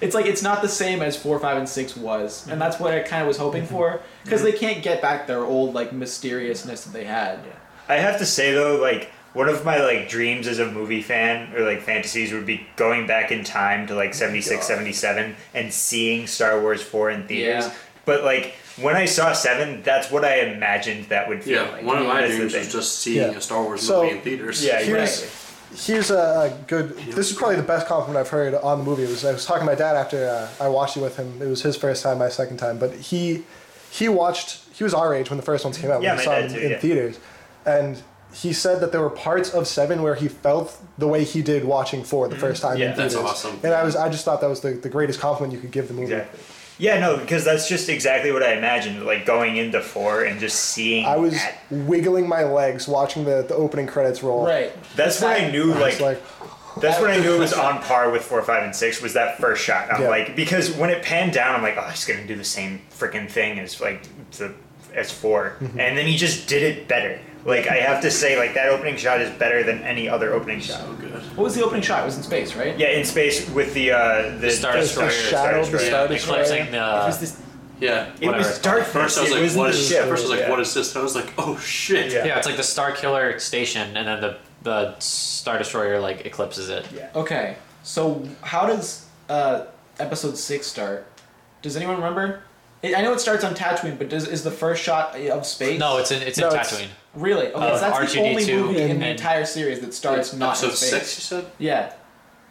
[SPEAKER 3] it's like it's not the same as four, five, and six was, and that's what I kind of was hoping for because they can't get back their old like mysteriousness that they had.
[SPEAKER 2] I have to say though, like one of my like dreams as a movie fan or like fantasies would be going back in time to
[SPEAKER 5] Oh
[SPEAKER 2] like 76, 77 and seeing Star Wars 4 in theaters.
[SPEAKER 3] Yeah.
[SPEAKER 2] But like when I saw 7, that's what I imagined that would feel
[SPEAKER 5] Yeah,
[SPEAKER 2] like.
[SPEAKER 5] one of my
[SPEAKER 2] That's the
[SPEAKER 5] dreams
[SPEAKER 2] thing.
[SPEAKER 5] was just seeing
[SPEAKER 4] Yeah.
[SPEAKER 5] a Star Wars
[SPEAKER 4] So-
[SPEAKER 5] movie in theaters.
[SPEAKER 2] Yeah,
[SPEAKER 4] Here's-
[SPEAKER 2] exactly.
[SPEAKER 4] Here's a, a good. This is probably the best compliment I've heard on the movie. It was I was talking to my dad after uh, I watched it with him. It was his first time, my second time. But he he watched. He was our age when the first ones came out.
[SPEAKER 2] Yeah,
[SPEAKER 4] when
[SPEAKER 2] my
[SPEAKER 4] he saw
[SPEAKER 2] dad
[SPEAKER 4] them
[SPEAKER 2] too,
[SPEAKER 4] in
[SPEAKER 2] yeah.
[SPEAKER 4] theaters, and he said that there were parts of Seven where he felt the way he did watching Four the first time
[SPEAKER 2] Mm-hmm. Yeah,
[SPEAKER 4] in
[SPEAKER 5] that's
[SPEAKER 4] theaters.
[SPEAKER 5] awesome.
[SPEAKER 4] And I was I just thought that was the, the greatest compliment you could give the movie.
[SPEAKER 2] Exactly. Yeah, no, because that's just exactly what I imagined. Like going into 4 and just seeing
[SPEAKER 4] I was
[SPEAKER 2] that.
[SPEAKER 4] wiggling my legs watching the, the opening credits roll.
[SPEAKER 3] Right.
[SPEAKER 2] That's when I knew
[SPEAKER 4] I
[SPEAKER 2] like
[SPEAKER 4] was like,
[SPEAKER 2] That's when I knew it was on par with four, five, and six. Was that first shot? I'm
[SPEAKER 4] Yeah.
[SPEAKER 2] like, because when it panned down, I'm like, oh, he's gonna do the same freaking thing as like the as 4 and then he just did it better. Like I have to say, like that opening shot is better than any other opening shot.
[SPEAKER 5] So good.
[SPEAKER 3] What was the opening shot? It was in space, right?
[SPEAKER 2] Yeah, in space with the uh, the,
[SPEAKER 1] Star
[SPEAKER 2] the-
[SPEAKER 1] Destroyer.
[SPEAKER 4] the shadow of the
[SPEAKER 2] Destroyer.
[SPEAKER 4] Star
[SPEAKER 1] I kept saying
[SPEAKER 3] It
[SPEAKER 1] the
[SPEAKER 3] was this-
[SPEAKER 5] Yeah.
[SPEAKER 2] It
[SPEAKER 1] Whatever.
[SPEAKER 2] was darkness.
[SPEAKER 5] First I was
[SPEAKER 2] it
[SPEAKER 5] like,
[SPEAKER 2] was
[SPEAKER 5] what
[SPEAKER 2] the
[SPEAKER 5] is
[SPEAKER 2] ship.
[SPEAKER 5] first I was like,
[SPEAKER 2] Yeah.
[SPEAKER 5] what is this? And I was like, oh shit.
[SPEAKER 2] Yeah.
[SPEAKER 1] yeah, it's like the Star Killer station, and then the the Star Destroyer like eclipses it.
[SPEAKER 2] Yeah.
[SPEAKER 3] Okay, so how does uh, episode six start? Does anyone remember? I I know it starts on Tatooine, but does, is the first shot of space?
[SPEAKER 1] No, it's in it's in
[SPEAKER 4] No, it's-
[SPEAKER 1] Tatooine.
[SPEAKER 3] really okay.
[SPEAKER 1] uh,
[SPEAKER 3] so that's the only
[SPEAKER 1] R2D2
[SPEAKER 3] movie in the
[SPEAKER 1] and-
[SPEAKER 3] entire series that starts not
[SPEAKER 5] Episode
[SPEAKER 3] in space.
[SPEAKER 5] six, you said?
[SPEAKER 3] Yeah,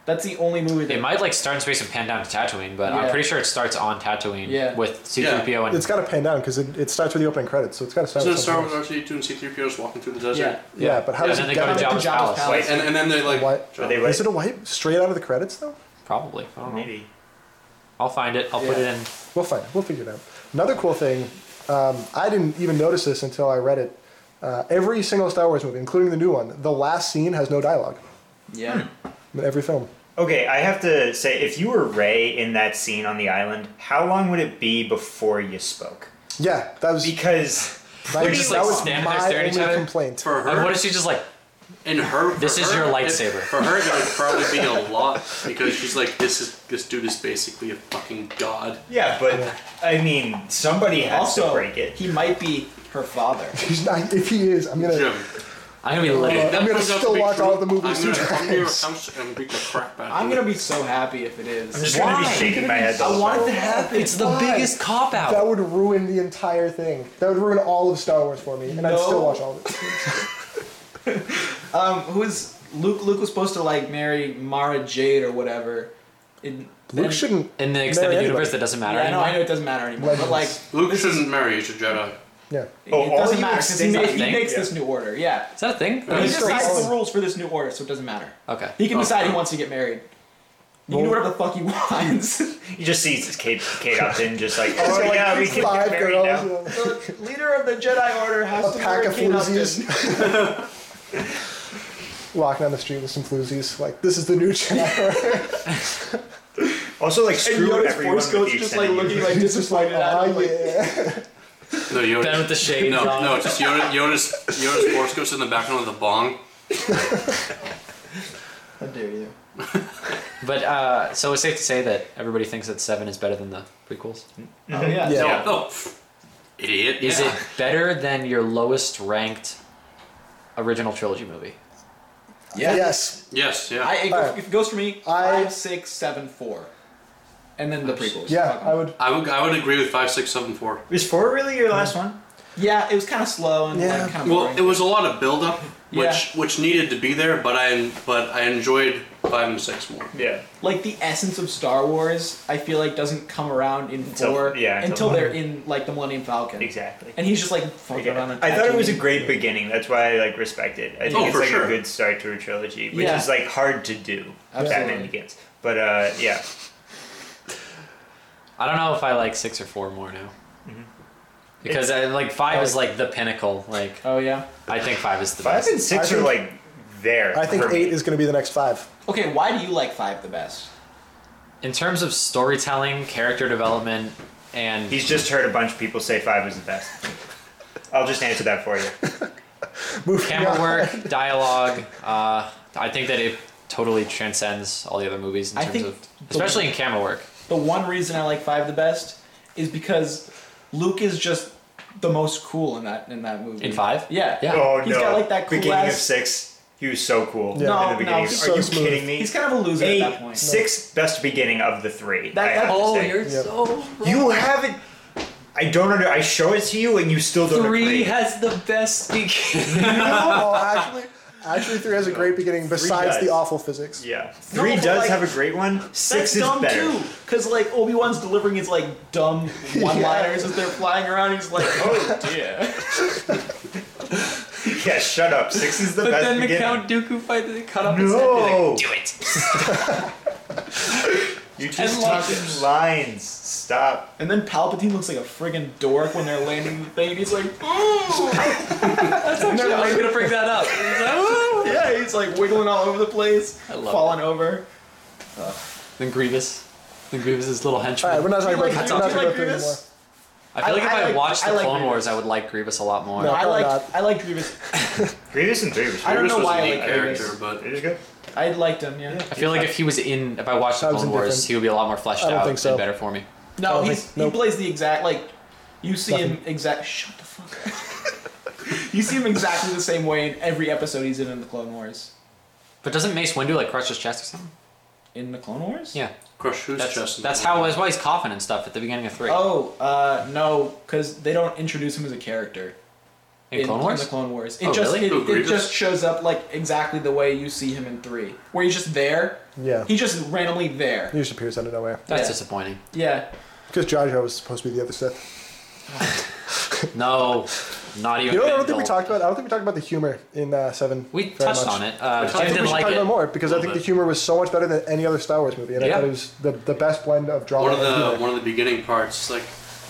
[SPEAKER 3] that's the only movie that.
[SPEAKER 1] It might like start in space and pan down to Tatooine, but
[SPEAKER 3] Yeah.
[SPEAKER 1] I'm pretty sure it starts on Tatooine
[SPEAKER 3] Yeah.
[SPEAKER 1] with C-3PO and
[SPEAKER 4] it's got to pan down because it, it starts with the opening credits, so it's got to start.
[SPEAKER 5] Doesn't it
[SPEAKER 4] with
[SPEAKER 5] start
[SPEAKER 4] something
[SPEAKER 5] with R2D2 and C3PO just walking through the desert?
[SPEAKER 3] yeah,
[SPEAKER 4] else. Yeah, but how
[SPEAKER 5] Yeah,
[SPEAKER 4] does
[SPEAKER 1] and
[SPEAKER 4] it
[SPEAKER 1] then they
[SPEAKER 4] get
[SPEAKER 1] go to
[SPEAKER 4] there?
[SPEAKER 1] Jabba's, palace.
[SPEAKER 3] Jabba's palace.
[SPEAKER 5] And, and then they like.
[SPEAKER 4] What?
[SPEAKER 5] John-
[SPEAKER 2] Are they like-
[SPEAKER 4] Is it a wipe straight out of the credits though?
[SPEAKER 1] Probably. I don't know.
[SPEAKER 2] Maybe.
[SPEAKER 1] I'll find it. I'll put
[SPEAKER 3] Yeah.
[SPEAKER 1] it in.
[SPEAKER 4] We'll find it. We'll figure it out. Another cool thing, um, I didn't even notice this until I read it. Uh, every single Star Wars movie, including the new one, the last scene has no dialogue
[SPEAKER 3] yeah.
[SPEAKER 4] in every film.
[SPEAKER 2] Okay, I have to say, if you were Ray in that scene on the island, how long would it be before you spoke?
[SPEAKER 4] Yeah, that was
[SPEAKER 2] Because
[SPEAKER 4] that,
[SPEAKER 1] They're
[SPEAKER 4] was-
[SPEAKER 1] just,
[SPEAKER 4] that
[SPEAKER 1] like,
[SPEAKER 4] was
[SPEAKER 1] standing there
[SPEAKER 4] my
[SPEAKER 1] staring at
[SPEAKER 4] only
[SPEAKER 1] each other.
[SPEAKER 4] complaint.
[SPEAKER 5] For her,
[SPEAKER 1] Like, what is she just like?
[SPEAKER 5] and her. for
[SPEAKER 1] This is
[SPEAKER 5] her,
[SPEAKER 1] your
[SPEAKER 5] it-
[SPEAKER 1] lightsaber.
[SPEAKER 5] for her, it would probably be a lot because she's like, this is this dude is basically a fucking god.
[SPEAKER 2] Yeah, but I mean, somebody has to
[SPEAKER 3] Also,
[SPEAKER 2] break it.
[SPEAKER 3] he might be her father.
[SPEAKER 4] He's not- if he is, I'm gonna.
[SPEAKER 5] Jim,
[SPEAKER 1] I'm gonna be livid.
[SPEAKER 5] if that
[SPEAKER 4] I'm gonna
[SPEAKER 5] turns out to
[SPEAKER 4] still
[SPEAKER 5] be
[SPEAKER 4] watch
[SPEAKER 5] true,
[SPEAKER 4] all the movies
[SPEAKER 5] I'm gonna,
[SPEAKER 4] two
[SPEAKER 5] I'm gonna,
[SPEAKER 4] times.
[SPEAKER 5] I'm just gonna beat the crap out of
[SPEAKER 3] I'm
[SPEAKER 5] you.
[SPEAKER 3] gonna be so happy if it is.
[SPEAKER 2] I'm just gonna be
[SPEAKER 4] Why?
[SPEAKER 2] shaking my head. the
[SPEAKER 3] I
[SPEAKER 2] whole
[SPEAKER 3] want it
[SPEAKER 2] time.
[SPEAKER 3] to happen.
[SPEAKER 1] It's the
[SPEAKER 4] Why?
[SPEAKER 1] biggest cop out.
[SPEAKER 4] That would ruin the entire thing. That would ruin all of Star Wars for me, and I'd
[SPEAKER 3] No.
[SPEAKER 4] still watch all of it.
[SPEAKER 3] um, who is Luke? Luke was supposed to like marry Mara Jade or whatever. In,
[SPEAKER 4] Luke shouldn't.
[SPEAKER 1] in the extended
[SPEAKER 4] anybody.
[SPEAKER 1] universe, that doesn't matter
[SPEAKER 3] Yeah, I know,
[SPEAKER 1] anymore.
[SPEAKER 3] I know it doesn't matter anymore, but like
[SPEAKER 4] Legends.
[SPEAKER 5] Luke shouldn't marry. He's a Jedi.
[SPEAKER 4] Yeah.
[SPEAKER 2] Oh, all
[SPEAKER 3] it doesn't
[SPEAKER 2] you
[SPEAKER 3] matter because he,
[SPEAKER 2] extend-
[SPEAKER 3] ma- he
[SPEAKER 1] Thing?
[SPEAKER 3] makes
[SPEAKER 2] Yeah.
[SPEAKER 3] this new order. Yeah,
[SPEAKER 1] Is that a thing?
[SPEAKER 5] Yeah.
[SPEAKER 3] he
[SPEAKER 5] He's
[SPEAKER 4] still
[SPEAKER 3] decides
[SPEAKER 4] calling-
[SPEAKER 3] the rules for this new order, so it doesn't matter.
[SPEAKER 1] Okay.
[SPEAKER 3] He can
[SPEAKER 5] Oh,
[SPEAKER 3] decide he
[SPEAKER 5] okay.
[SPEAKER 3] wants to get married. He can do whatever the fuck he wants.
[SPEAKER 2] You just see Kate, Kate Upton just like, oh
[SPEAKER 4] So, like,
[SPEAKER 2] yeah, we can
[SPEAKER 4] five
[SPEAKER 2] get married now.
[SPEAKER 4] girls. uh,
[SPEAKER 3] the leader of the Jedi Order has
[SPEAKER 4] A pack of floozies. Walking down the street with some floozies, like this is the new channel.
[SPEAKER 2] Also, like
[SPEAKER 3] And
[SPEAKER 2] screw
[SPEAKER 3] Yoda's
[SPEAKER 2] everyone
[SPEAKER 3] force
[SPEAKER 2] with
[SPEAKER 3] coach
[SPEAKER 2] the
[SPEAKER 3] just like
[SPEAKER 2] extended
[SPEAKER 3] looking
[SPEAKER 2] universe.
[SPEAKER 3] like
[SPEAKER 4] He's just like,
[SPEAKER 3] disappointed at him.
[SPEAKER 4] oh
[SPEAKER 3] like,
[SPEAKER 4] yeah.
[SPEAKER 5] No, Yoda.
[SPEAKER 1] Done with the shades
[SPEAKER 5] No,
[SPEAKER 1] on.
[SPEAKER 5] no, it's just Yoda, Yoda's Yoda's force goes in the background with a bong.
[SPEAKER 3] How dare you?
[SPEAKER 4] Uh-huh.
[SPEAKER 1] But uh, so it's safe to say that everybody thinks that Seven is better than the prequels.
[SPEAKER 3] Oh yeah.
[SPEAKER 4] Yeah.
[SPEAKER 5] Yeah. Oh, pff, idiot.
[SPEAKER 1] Is
[SPEAKER 5] yeah.
[SPEAKER 1] it better than your lowest ranked original trilogy movie?
[SPEAKER 3] Yeah.
[SPEAKER 4] Yes.
[SPEAKER 5] Yes. Yeah.
[SPEAKER 3] I, it,
[SPEAKER 4] All
[SPEAKER 3] goes,
[SPEAKER 4] right.
[SPEAKER 3] it goes for me
[SPEAKER 4] I-
[SPEAKER 3] five, six, seven, four, and then the prequels.
[SPEAKER 4] Yeah,
[SPEAKER 3] Fuck 'em.
[SPEAKER 4] I would.
[SPEAKER 5] I would I would agree with five, six, seven, four.
[SPEAKER 2] Is four really your last one?
[SPEAKER 3] Yeah, it was kind of slow and
[SPEAKER 4] Yeah.
[SPEAKER 3] like, kind of
[SPEAKER 5] Well,
[SPEAKER 3] boring.
[SPEAKER 5] it was a lot of buildup, which
[SPEAKER 3] Yeah.
[SPEAKER 5] which needed to be there, but I but I enjoyed five and six more.
[SPEAKER 2] Yeah.
[SPEAKER 3] like the essence of Star Wars, I feel like doesn't come around in
[SPEAKER 2] Until-
[SPEAKER 3] four
[SPEAKER 2] yeah,
[SPEAKER 3] until
[SPEAKER 2] until-
[SPEAKER 3] they're in like the Millennium Falcon.
[SPEAKER 2] Exactly.
[SPEAKER 3] And he's just like fucking around. on
[SPEAKER 2] I thought it was a
[SPEAKER 3] Tatooine.
[SPEAKER 2] great beginning. That's why I like respect it. I think
[SPEAKER 5] Oh,
[SPEAKER 2] it's
[SPEAKER 5] for
[SPEAKER 2] like
[SPEAKER 5] sure.
[SPEAKER 2] a good start to a trilogy, which
[SPEAKER 3] Yeah.
[SPEAKER 2] is like hard to do.
[SPEAKER 3] Absolutely.
[SPEAKER 2] Batman Begins, but uh, yeah,
[SPEAKER 1] I don't know if I like six or four more now.
[SPEAKER 3] Mm-hmm.
[SPEAKER 1] Because I, like five is like the pinnacle. Like
[SPEAKER 3] Oh yeah.
[SPEAKER 1] I think five is the
[SPEAKER 2] five
[SPEAKER 1] best.
[SPEAKER 2] and six
[SPEAKER 4] I
[SPEAKER 2] are
[SPEAKER 4] think-
[SPEAKER 2] like there.
[SPEAKER 4] I think
[SPEAKER 2] for me.
[SPEAKER 4] eight is going to be the next five.
[SPEAKER 3] Okay, why do you like five the best?
[SPEAKER 1] In terms of storytelling, character development, and
[SPEAKER 2] He's just heard a bunch of people say five was the best. I'll just answer that for you.
[SPEAKER 4] Moving
[SPEAKER 1] camera
[SPEAKER 4] on.
[SPEAKER 1] work, dialogue. Uh, I think that it totally transcends all the other movies in
[SPEAKER 3] I
[SPEAKER 1] terms
[SPEAKER 3] think
[SPEAKER 1] of,
[SPEAKER 3] the-
[SPEAKER 1] especially in camera work.
[SPEAKER 3] The one reason I like five the best is because Luke is just the most cool in that in that movie.
[SPEAKER 1] In five?
[SPEAKER 3] Yeah.
[SPEAKER 1] Yeah.
[SPEAKER 2] Oh
[SPEAKER 3] He's
[SPEAKER 2] no!
[SPEAKER 3] got, like, that cool
[SPEAKER 2] beginning of
[SPEAKER 3] ass-
[SPEAKER 2] six, he was so cool.
[SPEAKER 4] Yeah. No,
[SPEAKER 2] in the beginning.
[SPEAKER 3] no,
[SPEAKER 2] Are
[SPEAKER 3] he's
[SPEAKER 4] so
[SPEAKER 2] you
[SPEAKER 4] smooth.
[SPEAKER 2] kidding me?
[SPEAKER 3] He's kind of a loser
[SPEAKER 2] eight,
[SPEAKER 3] at that point.
[SPEAKER 2] sixth best beginning of the three.
[SPEAKER 3] That-
[SPEAKER 2] I
[SPEAKER 3] that- Oh,
[SPEAKER 2] have to say.
[SPEAKER 4] Yep.
[SPEAKER 1] Oh, so
[SPEAKER 2] You haven't. I don't under. I show it to you, and you still don't agree.
[SPEAKER 1] Three has the best beginning.
[SPEAKER 4] oh, actually, actually, three has a great beginning besides
[SPEAKER 2] does.
[SPEAKER 4] the awful physics.
[SPEAKER 2] yeah, three
[SPEAKER 3] but,
[SPEAKER 2] does
[SPEAKER 3] like,
[SPEAKER 2] have a great one. Six
[SPEAKER 3] That's
[SPEAKER 2] is
[SPEAKER 3] dumb
[SPEAKER 2] better.
[SPEAKER 3] too, because like Obi Wan's delivering his like dumb one-liners as they're flying around. He's like, oh dear.
[SPEAKER 2] Yeah, shut up. Six is the
[SPEAKER 1] But
[SPEAKER 2] best
[SPEAKER 1] then the
[SPEAKER 2] beginning.
[SPEAKER 1] Count Dooku fight they cut off his head. be
[SPEAKER 2] no,
[SPEAKER 1] Like, Do it.
[SPEAKER 2] you just
[SPEAKER 3] And,
[SPEAKER 2] talk
[SPEAKER 3] like-
[SPEAKER 2] in lines. Stop.
[SPEAKER 3] And then Palpatine looks like a friggin' dork when they're landing the thing, and he's like, "Oh." ooh!
[SPEAKER 1] That's actually, I was gonna bring that up. He's like, "Ooh."
[SPEAKER 3] yeah, he's like wiggling all over the place,
[SPEAKER 1] I love
[SPEAKER 3] falling over.
[SPEAKER 1] Then Grievous. Then Grievous' little
[SPEAKER 4] All
[SPEAKER 1] henchman.
[SPEAKER 4] right, we're not
[SPEAKER 3] Do
[SPEAKER 4] talking about,
[SPEAKER 3] you
[SPEAKER 4] we're
[SPEAKER 3] like- do you
[SPEAKER 4] not talking
[SPEAKER 3] like
[SPEAKER 4] about three anymore.
[SPEAKER 3] Grievous?
[SPEAKER 1] I feel
[SPEAKER 3] I-
[SPEAKER 1] like if
[SPEAKER 3] I
[SPEAKER 1] I,
[SPEAKER 3] like-
[SPEAKER 1] watched
[SPEAKER 3] I
[SPEAKER 1] the
[SPEAKER 3] like
[SPEAKER 1] Clone
[SPEAKER 3] Grievous.
[SPEAKER 1] Wars, I would like Grievous a lot more.
[SPEAKER 4] No.
[SPEAKER 3] I like
[SPEAKER 4] not.
[SPEAKER 3] I like Grievous.
[SPEAKER 2] Grievous and three was.
[SPEAKER 3] I don't
[SPEAKER 5] Grievous
[SPEAKER 3] know
[SPEAKER 5] was
[SPEAKER 3] why
[SPEAKER 5] a
[SPEAKER 3] I
[SPEAKER 5] neat
[SPEAKER 3] like
[SPEAKER 5] character,
[SPEAKER 3] Grievous.
[SPEAKER 5] but
[SPEAKER 2] It was good.
[SPEAKER 3] I liked him, yeah.
[SPEAKER 1] I feel like if he was in, if I watched the
[SPEAKER 4] I was
[SPEAKER 1] Clone Wars,
[SPEAKER 4] indifferent.
[SPEAKER 1] he would be a lot more fleshed
[SPEAKER 4] I don't
[SPEAKER 1] out
[SPEAKER 4] think so.
[SPEAKER 1] and better for me.
[SPEAKER 3] No,
[SPEAKER 4] don't
[SPEAKER 3] he's
[SPEAKER 4] think- nope.
[SPEAKER 3] he plays the exact like you see him exact. Shut the fuck up. you see him exactly the same way in every episode he's in in the Clone Wars.
[SPEAKER 1] But doesn't Mace Windu like crush his chest or something?
[SPEAKER 3] In the Clone Wars?
[SPEAKER 1] Yeah,
[SPEAKER 5] crush who's
[SPEAKER 1] that's,
[SPEAKER 5] Justin?
[SPEAKER 1] that's how that's why he's coughing and stuff at the beginning of three.
[SPEAKER 3] Oh, uh, no, because they don't introduce him as a character
[SPEAKER 1] in Clone Wars,
[SPEAKER 3] the Clone Wars. It
[SPEAKER 1] Oh,
[SPEAKER 3] just
[SPEAKER 1] really?
[SPEAKER 3] it,
[SPEAKER 5] Who,
[SPEAKER 3] it
[SPEAKER 5] Grievous?
[SPEAKER 3] just shows up like exactly the way you see him in three, where he's just there.
[SPEAKER 4] Yeah.
[SPEAKER 3] He just randomly there.
[SPEAKER 4] He just appears out of nowhere.
[SPEAKER 1] that's
[SPEAKER 3] Yeah.
[SPEAKER 1] disappointing.
[SPEAKER 3] Yeah.
[SPEAKER 4] Because Jar Jar was supposed to be the other Sith.
[SPEAKER 1] No, not even.
[SPEAKER 4] You know what I don't
[SPEAKER 1] Vindel.
[SPEAKER 4] think we talked about? I don't think we talked about the humor in uh, Seven.
[SPEAKER 1] We
[SPEAKER 4] very
[SPEAKER 1] touched
[SPEAKER 4] much.
[SPEAKER 1] on it. Uh,
[SPEAKER 4] I
[SPEAKER 1] Jim
[SPEAKER 4] think we
[SPEAKER 1] didn't like
[SPEAKER 4] should talk about
[SPEAKER 1] it.
[SPEAKER 4] it more because I
[SPEAKER 5] Little
[SPEAKER 4] think the
[SPEAKER 5] bit.
[SPEAKER 4] humor was so much better than any other Star Wars movie, and
[SPEAKER 1] Yeah.
[SPEAKER 4] I thought it was the, the best blend of drama
[SPEAKER 5] one of
[SPEAKER 4] and humor.
[SPEAKER 5] the one of the beginning parts. It's like,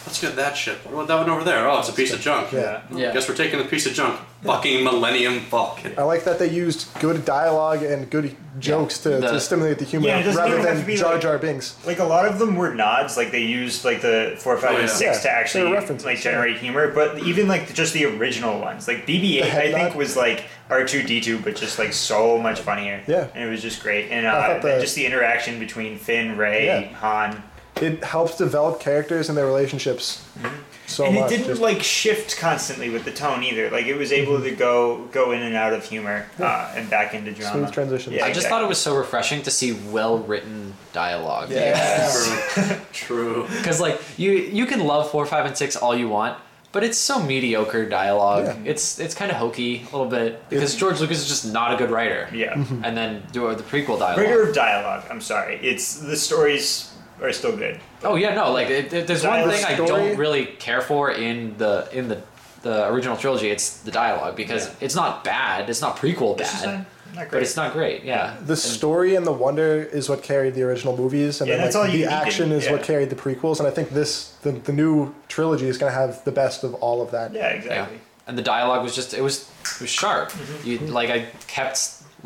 [SPEAKER 5] let's get that ship. What about that one over there? Oh, it's a piece of junk.
[SPEAKER 4] Yeah.
[SPEAKER 3] Yeah.
[SPEAKER 5] Guess we're taking the piece of junk. Fucking Millennium Falcon.
[SPEAKER 4] I like that they used good dialogue and good jokes to,
[SPEAKER 1] The-
[SPEAKER 4] to stimulate the humor
[SPEAKER 2] Yeah, it doesn't
[SPEAKER 4] rather
[SPEAKER 2] even have
[SPEAKER 4] than
[SPEAKER 2] to be
[SPEAKER 4] Jar
[SPEAKER 2] like-
[SPEAKER 4] Jar Binks.
[SPEAKER 2] Like a lot of them were nods, like they used like the four, five,
[SPEAKER 5] Oh,
[SPEAKER 2] and
[SPEAKER 5] yeah.
[SPEAKER 2] six
[SPEAKER 4] Yeah,
[SPEAKER 2] to
[SPEAKER 4] they
[SPEAKER 2] actually
[SPEAKER 4] were references,
[SPEAKER 2] like
[SPEAKER 4] yeah.
[SPEAKER 2] generate humor. But even like just the original ones, like BB-8,
[SPEAKER 4] The
[SPEAKER 2] I
[SPEAKER 4] head
[SPEAKER 2] think
[SPEAKER 4] nod?
[SPEAKER 2] was like R2D2, but just like so much funnier.
[SPEAKER 4] Yeah.
[SPEAKER 2] and it was just great. And
[SPEAKER 4] I
[SPEAKER 2] uh,
[SPEAKER 4] thought the-
[SPEAKER 2] just the interaction between Finn, Ray,
[SPEAKER 4] Yeah.
[SPEAKER 2] Han,
[SPEAKER 4] It helps develop characters and their relationships
[SPEAKER 1] Mm-hmm.
[SPEAKER 4] so
[SPEAKER 2] and it
[SPEAKER 4] much.
[SPEAKER 2] didn't
[SPEAKER 4] Just- Mm-hmm.
[SPEAKER 2] like shift constantly with the tone either. Like it was able to go go in and out of humor uh, and back into drama.
[SPEAKER 4] Smooth transitions.
[SPEAKER 2] Yeah,
[SPEAKER 1] I just thought it was so refreshing to see well written dialogue.
[SPEAKER 5] True. True.
[SPEAKER 1] Because like you you can love four, five, and six all you want, but it's so mediocre dialogue.
[SPEAKER 4] Yeah.
[SPEAKER 1] It's it's kind of hokey a little bit because George Lucas is just not a good writer.
[SPEAKER 2] Yeah.
[SPEAKER 4] Mm-hmm.
[SPEAKER 1] And then do the prequel dialogue.
[SPEAKER 2] Rigor of dialogue. I'm sorry. It's the stories are still good.
[SPEAKER 1] Oh yeah, no. Like it, it- there's one
[SPEAKER 2] Dialogue
[SPEAKER 1] thing I
[SPEAKER 4] story?
[SPEAKER 1] don't really care for in the in the the original trilogy. It's the dialogue because it's not bad. It's not prequel
[SPEAKER 2] It's just
[SPEAKER 1] bad,
[SPEAKER 2] not, not
[SPEAKER 1] but
[SPEAKER 2] great.
[SPEAKER 1] it's not great. Yeah.
[SPEAKER 4] the story and the wonder is what carried the original movies, and
[SPEAKER 2] Yeah,
[SPEAKER 4] then
[SPEAKER 2] that's
[SPEAKER 4] like,
[SPEAKER 2] all you
[SPEAKER 4] the
[SPEAKER 2] needed,
[SPEAKER 4] action is
[SPEAKER 2] yeah.
[SPEAKER 4] what carried the prequels. And I think this, the, the new trilogy, is going to have the best of all of that.
[SPEAKER 2] yeah,
[SPEAKER 1] Yeah.
[SPEAKER 2] exactly. Mm-hmm.
[SPEAKER 1] And the dialogue was just it was it was sharp. You like I kept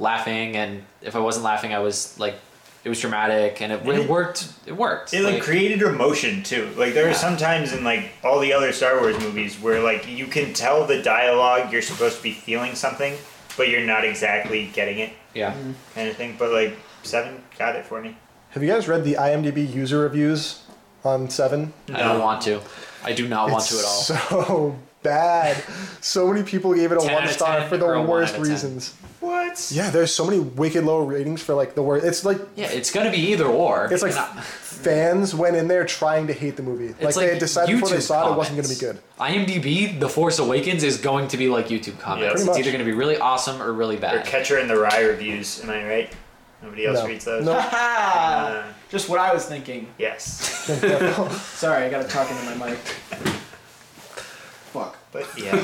[SPEAKER 1] laughing and if I wasn't laughing I was like it was dramatic and it, it
[SPEAKER 2] it-
[SPEAKER 1] worked it worked.
[SPEAKER 2] Mm-hmm. It like created emotion too. Like there
[SPEAKER 1] Yeah.
[SPEAKER 2] are some times in like all the other Star Wars movies where like you can tell the dialogue you're supposed to be feeling something, but you're not exactly getting it
[SPEAKER 1] yeah.
[SPEAKER 2] kind of thing. But like Seven got it for me.
[SPEAKER 4] Have you guys read the IMDb user reviews on Seven?
[SPEAKER 1] I don't
[SPEAKER 5] No.
[SPEAKER 1] want to. I do not want to at all.
[SPEAKER 4] So bad. So many people gave it a
[SPEAKER 1] 10 out
[SPEAKER 4] one
[SPEAKER 1] of
[SPEAKER 4] star
[SPEAKER 1] 10
[SPEAKER 4] for the
[SPEAKER 1] or a one
[SPEAKER 4] worst
[SPEAKER 1] out of 10?
[SPEAKER 4] reasons.
[SPEAKER 2] What?
[SPEAKER 4] Yeah, there's so many wicked low ratings for like the worst. It's like
[SPEAKER 1] yeah, it's gonna be either or.
[SPEAKER 4] It's like
[SPEAKER 1] And I-
[SPEAKER 4] fans went in there trying to hate the movie. Like,
[SPEAKER 1] it's
[SPEAKER 4] they had decided before they
[SPEAKER 1] YouTube
[SPEAKER 4] saw it, it wasn't going to be
[SPEAKER 1] comments.
[SPEAKER 4] good.
[SPEAKER 1] IMDb, The Force Awakens is going to be like YouTube comments.
[SPEAKER 2] pretty
[SPEAKER 1] it's
[SPEAKER 4] much.
[SPEAKER 1] either going to be really awesome or really
[SPEAKER 2] Or
[SPEAKER 1] bad.
[SPEAKER 2] Catcher in the Rye reviews. Am I right? Nobody else
[SPEAKER 4] No.
[SPEAKER 2] reads those.
[SPEAKER 4] No.
[SPEAKER 3] Ha
[SPEAKER 2] Uh,
[SPEAKER 3] Just what I was thinking.
[SPEAKER 2] yes,
[SPEAKER 3] Sorry, I gotta talk into my mic. Fuck.
[SPEAKER 2] but yeah.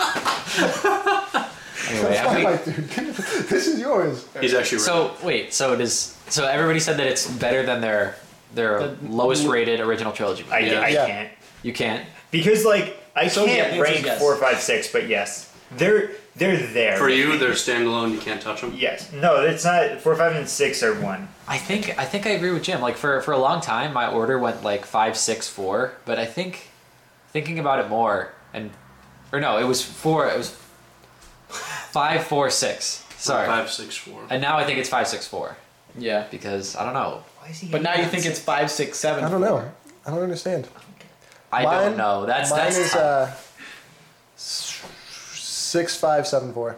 [SPEAKER 1] Anyway, have we-
[SPEAKER 4] Like, dude, this is yours.
[SPEAKER 5] He's actually right.
[SPEAKER 1] so wait, so it is. So everybody said that it's better than their their
[SPEAKER 3] The-
[SPEAKER 1] lowest rated original trilogy.
[SPEAKER 2] I,
[SPEAKER 5] Yeah.
[SPEAKER 2] I
[SPEAKER 4] Yeah.
[SPEAKER 2] can't
[SPEAKER 1] you can't.
[SPEAKER 2] because like I
[SPEAKER 3] So the
[SPEAKER 2] can't
[SPEAKER 3] answer is
[SPEAKER 2] rank
[SPEAKER 3] yes.
[SPEAKER 2] four, five, six. But yes, they're they're there
[SPEAKER 5] for you, they're standalone. You can't touch them.
[SPEAKER 2] Yes. No, it's not. Four, five, and six are one.
[SPEAKER 1] I think I think I agree with Jim. Like for for a long time, my order went like five, six, four. But I think thinking about it more and or no, it was four. It was five, four, six. Sorry.
[SPEAKER 5] Five, six, four.
[SPEAKER 1] And now I think it's five, six, four
[SPEAKER 3] Yeah.
[SPEAKER 1] because I don't know.
[SPEAKER 2] Why is he?
[SPEAKER 3] But now you think it's five, six, seven.
[SPEAKER 4] I don't know.
[SPEAKER 3] four.
[SPEAKER 4] I don't understand.
[SPEAKER 1] I
[SPEAKER 4] Mine-
[SPEAKER 1] don't know. That's
[SPEAKER 4] Mine
[SPEAKER 1] that's
[SPEAKER 4] is uh, s- six five seven four.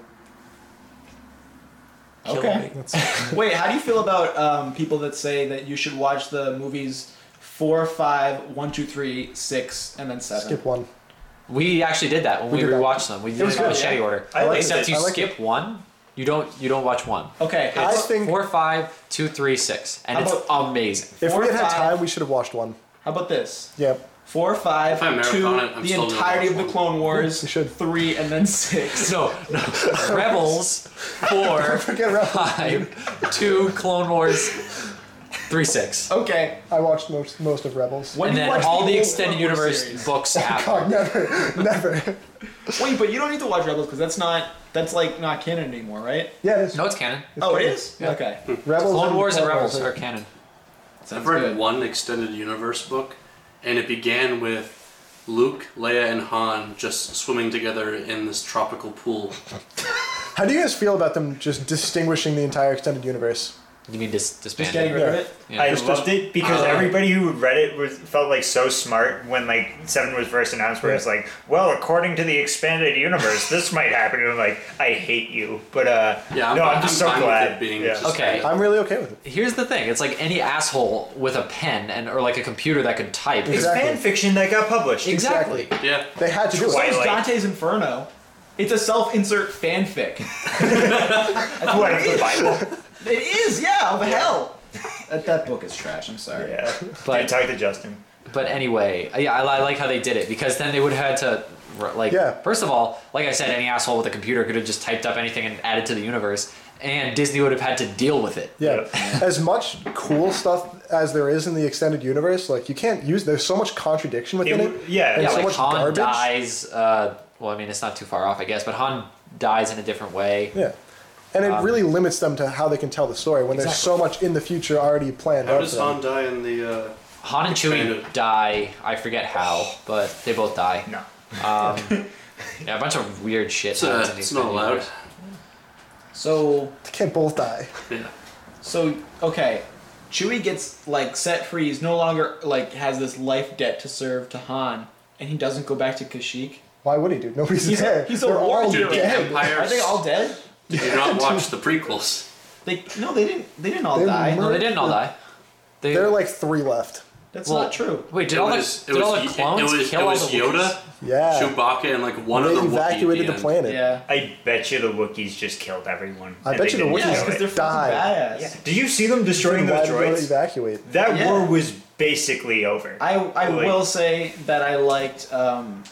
[SPEAKER 1] killing
[SPEAKER 3] Okay.
[SPEAKER 1] me.
[SPEAKER 3] Wait, how do you feel about um, people that say that you should watch the movies four, five, one, two, three, six, and then seven?
[SPEAKER 4] Skip one.
[SPEAKER 1] We actually did that when
[SPEAKER 4] We
[SPEAKER 1] we,
[SPEAKER 4] did that.
[SPEAKER 1] rewatched them. We did
[SPEAKER 3] was
[SPEAKER 1] it in
[SPEAKER 3] good,
[SPEAKER 1] machete
[SPEAKER 3] yeah.
[SPEAKER 1] order.
[SPEAKER 2] I liked
[SPEAKER 1] Except
[SPEAKER 2] it.
[SPEAKER 1] you
[SPEAKER 4] I liked
[SPEAKER 1] skip one, you don't you don't watch one.
[SPEAKER 3] Okay.
[SPEAKER 4] I
[SPEAKER 1] It's
[SPEAKER 4] think-
[SPEAKER 1] four, five, two, three, six, and
[SPEAKER 3] How
[SPEAKER 1] it's amazing.
[SPEAKER 4] If
[SPEAKER 3] Four
[SPEAKER 4] we had had
[SPEAKER 3] five-
[SPEAKER 4] time, we should have watched one.
[SPEAKER 3] How about this?
[SPEAKER 4] Yeah.
[SPEAKER 3] Four, five,
[SPEAKER 5] If I marathon
[SPEAKER 3] two,
[SPEAKER 5] it, I'm
[SPEAKER 3] the
[SPEAKER 5] still gonna
[SPEAKER 3] entirety
[SPEAKER 5] watch
[SPEAKER 3] of the
[SPEAKER 5] one.
[SPEAKER 3] Clone Wars,
[SPEAKER 4] You should.
[SPEAKER 3] three, and then six.
[SPEAKER 1] No, no. Rebels, four,
[SPEAKER 4] Forget about.
[SPEAKER 1] five, two, Clone Wars, three, six.
[SPEAKER 3] Okay.
[SPEAKER 4] I watched most most of Rebels.
[SPEAKER 3] When
[SPEAKER 1] and
[SPEAKER 3] you
[SPEAKER 1] then
[SPEAKER 3] watch
[SPEAKER 1] all the
[SPEAKER 3] whole
[SPEAKER 1] extended
[SPEAKER 3] Clone Wars
[SPEAKER 1] universe
[SPEAKER 3] series-
[SPEAKER 1] books
[SPEAKER 4] Oh,
[SPEAKER 1] after.
[SPEAKER 4] never, never.
[SPEAKER 3] Wait, but you don't need to watch Rebels because that's not that's like not canon anymore, right?
[SPEAKER 4] Yeah, it is.
[SPEAKER 1] No, it's canon.
[SPEAKER 3] oh, it is.
[SPEAKER 4] Yeah.
[SPEAKER 3] Okay.
[SPEAKER 4] Rebels
[SPEAKER 1] Clone Wars and Rebels
[SPEAKER 4] are-
[SPEAKER 1] are canon.
[SPEAKER 5] I've
[SPEAKER 3] Sounds
[SPEAKER 5] read
[SPEAKER 3] good.
[SPEAKER 5] one extended universe book, and it began with Luke, Leia, and Han just swimming together in this tropical pool.
[SPEAKER 4] How do you guys feel about them just distinguishing the entire extended universe?
[SPEAKER 1] You mean dis-
[SPEAKER 3] Just
[SPEAKER 1] disbanded?
[SPEAKER 3] getting rid of it.
[SPEAKER 1] Yeah.
[SPEAKER 2] I
[SPEAKER 4] It's
[SPEAKER 2] loved it because
[SPEAKER 5] Uh,
[SPEAKER 2] everybody who read it was felt like so smart when like Seven was first announced, where it's like, well, according to the expanded universe, this might happen, and I'm like, I hate you, but uh,
[SPEAKER 5] Yeah, I'm
[SPEAKER 2] no,
[SPEAKER 5] fine-
[SPEAKER 2] I'm just so
[SPEAKER 5] I'm fine with
[SPEAKER 2] glad.
[SPEAKER 5] it being
[SPEAKER 2] yeah.
[SPEAKER 5] just-
[SPEAKER 1] okay.
[SPEAKER 4] I'm really okay with it.
[SPEAKER 1] Here's the thing. It's like any asshole with a pen and or like a computer that could type.
[SPEAKER 2] It's
[SPEAKER 4] Exactly.
[SPEAKER 2] fan fiction that got published.
[SPEAKER 1] Exactly.
[SPEAKER 5] Yeah.
[SPEAKER 4] They had to do
[SPEAKER 3] So
[SPEAKER 4] it.
[SPEAKER 3] is
[SPEAKER 2] Twilight.
[SPEAKER 3] Dante's Inferno. It's a self-insert fanfic. That's
[SPEAKER 2] What
[SPEAKER 3] what
[SPEAKER 2] is
[SPEAKER 3] it
[SPEAKER 2] the
[SPEAKER 3] is.
[SPEAKER 2] Bible?
[SPEAKER 3] It is, yeah. Of hell. That, that book is trash. I'm sorry.
[SPEAKER 2] yeah,
[SPEAKER 1] But-
[SPEAKER 2] Dude, talk to Justin.
[SPEAKER 1] But anyway, yeah, I, I like how they did it because then they would have had to, r- like,
[SPEAKER 4] Yeah.
[SPEAKER 1] first of all, like I said, any asshole with a computer could have just typed up anything and added to the universe, and Disney would have had to deal with it.
[SPEAKER 4] Yeah. As much cool stuff as there is in the extended universe, like you can't use. There's so much contradiction within
[SPEAKER 2] It
[SPEAKER 4] it.
[SPEAKER 2] w- yeah.
[SPEAKER 4] and
[SPEAKER 1] Yeah,
[SPEAKER 4] so
[SPEAKER 1] like
[SPEAKER 4] much
[SPEAKER 1] Han
[SPEAKER 4] garbage.
[SPEAKER 1] dies. Uh, well, I mean, it's not too far off, I guess, but Han dies in a different way.
[SPEAKER 4] Yeah. And it
[SPEAKER 3] Um,
[SPEAKER 4] really limits them to how they can tell the story when there's so much in the future already planned.
[SPEAKER 5] How
[SPEAKER 4] out
[SPEAKER 5] does
[SPEAKER 4] for
[SPEAKER 3] um,
[SPEAKER 4] them.
[SPEAKER 5] Han die in the? Uh,
[SPEAKER 1] Han and Chewie
[SPEAKER 5] Expanded.
[SPEAKER 1] die. I forget how, but they both die.
[SPEAKER 2] No,
[SPEAKER 1] Yeah, a bunch of weird shit.
[SPEAKER 5] it's, uh,
[SPEAKER 1] happens in the
[SPEAKER 5] it's not
[SPEAKER 1] extended
[SPEAKER 5] allowed.
[SPEAKER 1] universe.
[SPEAKER 3] So,
[SPEAKER 4] They can't both die.
[SPEAKER 5] Yeah.
[SPEAKER 3] so okay. Chewie gets like set free. He's no longer like has this life debt to serve to Han, and he doesn't go back to Kashyyyk.
[SPEAKER 4] Why would he do? Nobody's
[SPEAKER 3] He's
[SPEAKER 4] there.
[SPEAKER 3] a, he's a
[SPEAKER 4] They're
[SPEAKER 3] war
[SPEAKER 4] all
[SPEAKER 3] hero.
[SPEAKER 5] Dude, the
[SPEAKER 4] dead.
[SPEAKER 5] Empire-
[SPEAKER 3] Are they all dead?
[SPEAKER 5] Did you not watch the prequels?
[SPEAKER 3] They no, they didn't. They didn't all
[SPEAKER 4] They
[SPEAKER 3] die.
[SPEAKER 4] mur-
[SPEAKER 1] No, they didn't all die. They,
[SPEAKER 4] There are like three left.
[SPEAKER 3] That's
[SPEAKER 1] well,
[SPEAKER 3] not true.
[SPEAKER 1] Wait, did
[SPEAKER 5] it
[SPEAKER 1] all
[SPEAKER 5] was,
[SPEAKER 1] the
[SPEAKER 5] it
[SPEAKER 1] did all
[SPEAKER 5] was
[SPEAKER 1] the
[SPEAKER 5] Ye-
[SPEAKER 1] clones
[SPEAKER 5] it was,
[SPEAKER 1] kill
[SPEAKER 5] it
[SPEAKER 1] all
[SPEAKER 5] was
[SPEAKER 1] the
[SPEAKER 5] Yoda,
[SPEAKER 1] Wookiees?
[SPEAKER 4] Yeah.
[SPEAKER 5] Chewbacca, and like one
[SPEAKER 4] Uh, they
[SPEAKER 5] other Wookiee. at
[SPEAKER 4] evacuated the
[SPEAKER 5] end.
[SPEAKER 4] planet.
[SPEAKER 3] Yeah.
[SPEAKER 2] I bet you the Wookiees just killed everyone.
[SPEAKER 4] I
[SPEAKER 2] and
[SPEAKER 4] bet
[SPEAKER 2] they
[SPEAKER 4] you the
[SPEAKER 2] didn't
[SPEAKER 4] Wookiees
[SPEAKER 3] Yeah,
[SPEAKER 2] show
[SPEAKER 4] just
[SPEAKER 3] because
[SPEAKER 2] it.
[SPEAKER 3] they're fucking
[SPEAKER 4] died.
[SPEAKER 3] badass.
[SPEAKER 2] Yeah. Did you see them destroying
[SPEAKER 4] Why
[SPEAKER 2] those
[SPEAKER 4] did they
[SPEAKER 2] droids?
[SPEAKER 4] evacuate?
[SPEAKER 2] That
[SPEAKER 3] Yeah.
[SPEAKER 2] war was basically over.
[SPEAKER 3] I I
[SPEAKER 2] Like-
[SPEAKER 3] will say that I liked um,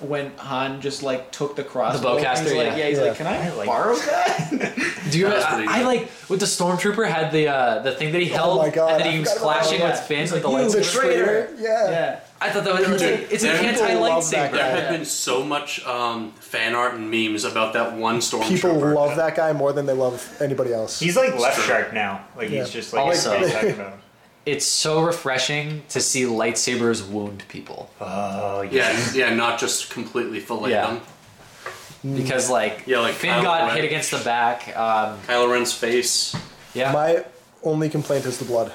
[SPEAKER 3] when Han just like took the crossbow. and
[SPEAKER 1] bowcaster,
[SPEAKER 3] he's like,
[SPEAKER 1] yeah.
[SPEAKER 3] he's
[SPEAKER 4] Yeah.
[SPEAKER 3] like, can I,
[SPEAKER 2] I like-
[SPEAKER 3] borrow that?
[SPEAKER 1] Do you?
[SPEAKER 5] That was
[SPEAKER 1] I,
[SPEAKER 5] pretty
[SPEAKER 1] I
[SPEAKER 5] good.
[SPEAKER 1] like with the stormtrooper had the uh, the thing that he held
[SPEAKER 4] Oh my God,
[SPEAKER 1] and that
[SPEAKER 4] I
[SPEAKER 1] he was
[SPEAKER 4] forgot about
[SPEAKER 1] flashing
[SPEAKER 3] that.
[SPEAKER 1] with Finn
[SPEAKER 3] He's
[SPEAKER 1] with the
[SPEAKER 3] like, "You
[SPEAKER 1] lightsaber.
[SPEAKER 4] traitor. Yeah.
[SPEAKER 3] yeah.
[SPEAKER 1] I thought that was
[SPEAKER 5] Dude,
[SPEAKER 1] it's an
[SPEAKER 5] there-
[SPEAKER 1] anti
[SPEAKER 4] people love that
[SPEAKER 1] lightsaber.
[SPEAKER 5] There
[SPEAKER 4] guy.
[SPEAKER 5] had been so much um, fan art and memes about that one stormtrooper.
[SPEAKER 4] People love that guy more than they love anybody else.
[SPEAKER 2] He's like left
[SPEAKER 5] true.
[SPEAKER 2] shark now. Like
[SPEAKER 4] Yeah.
[SPEAKER 2] he's just like
[SPEAKER 1] Also-
[SPEAKER 2] everybody's talking about him.
[SPEAKER 1] It's so refreshing to see lightsabers wound people
[SPEAKER 2] Oh yeah.
[SPEAKER 5] Yeah, yeah, not just completely fillet
[SPEAKER 1] Yeah.
[SPEAKER 5] them.
[SPEAKER 4] Mm.
[SPEAKER 1] because like,
[SPEAKER 5] Yeah, like
[SPEAKER 1] Finn
[SPEAKER 5] Kylo
[SPEAKER 1] got
[SPEAKER 5] Ren.
[SPEAKER 1] hit against the back. Um,
[SPEAKER 5] Kylo Ren's face.
[SPEAKER 1] yeah,
[SPEAKER 4] My only complaint is the blood.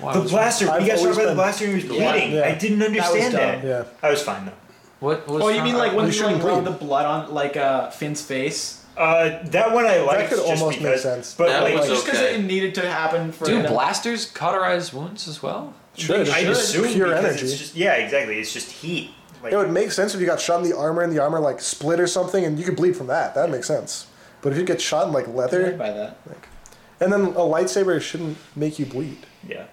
[SPEAKER 1] Wow,
[SPEAKER 2] The
[SPEAKER 1] was-
[SPEAKER 2] blaster.
[SPEAKER 4] I've
[SPEAKER 2] You guys talked
[SPEAKER 4] always
[SPEAKER 2] about the
[SPEAKER 4] been-
[SPEAKER 2] blaster. He was bleeding.
[SPEAKER 4] Yeah.
[SPEAKER 2] I didn't
[SPEAKER 3] was
[SPEAKER 2] understand
[SPEAKER 3] dumb,
[SPEAKER 2] that.
[SPEAKER 4] yeah.
[SPEAKER 2] I was fine though.
[SPEAKER 1] What, what was
[SPEAKER 3] Oh, you
[SPEAKER 1] wrong-
[SPEAKER 3] mean like when
[SPEAKER 4] You
[SPEAKER 3] you
[SPEAKER 4] shouldn't
[SPEAKER 3] like rub
[SPEAKER 4] bleed.
[SPEAKER 3] the blood on like uh, Finn's face?
[SPEAKER 2] Uh, that one I liked
[SPEAKER 4] could
[SPEAKER 2] just
[SPEAKER 4] almost make
[SPEAKER 2] because.
[SPEAKER 4] sense.
[SPEAKER 2] But
[SPEAKER 5] That
[SPEAKER 2] like,
[SPEAKER 5] was
[SPEAKER 3] Just because
[SPEAKER 5] Okay.
[SPEAKER 3] it needed to happen for
[SPEAKER 1] do
[SPEAKER 3] him to-
[SPEAKER 1] blasters cauterize wounds as well?
[SPEAKER 4] Sure,
[SPEAKER 2] I
[SPEAKER 4] sure.
[SPEAKER 2] assume
[SPEAKER 4] pure
[SPEAKER 2] because
[SPEAKER 4] energy.
[SPEAKER 2] It's just, yeah, exactly. It's just heat. Like,
[SPEAKER 4] It would make sense if you got shot in the armor and the armor like split or something, and you could bleed from that. That makes sense. But if you get shot in like
[SPEAKER 3] Annoyed
[SPEAKER 4] leather,
[SPEAKER 3] by that.
[SPEAKER 4] And then a lightsaber shouldn't make you bleed.
[SPEAKER 2] Yeah.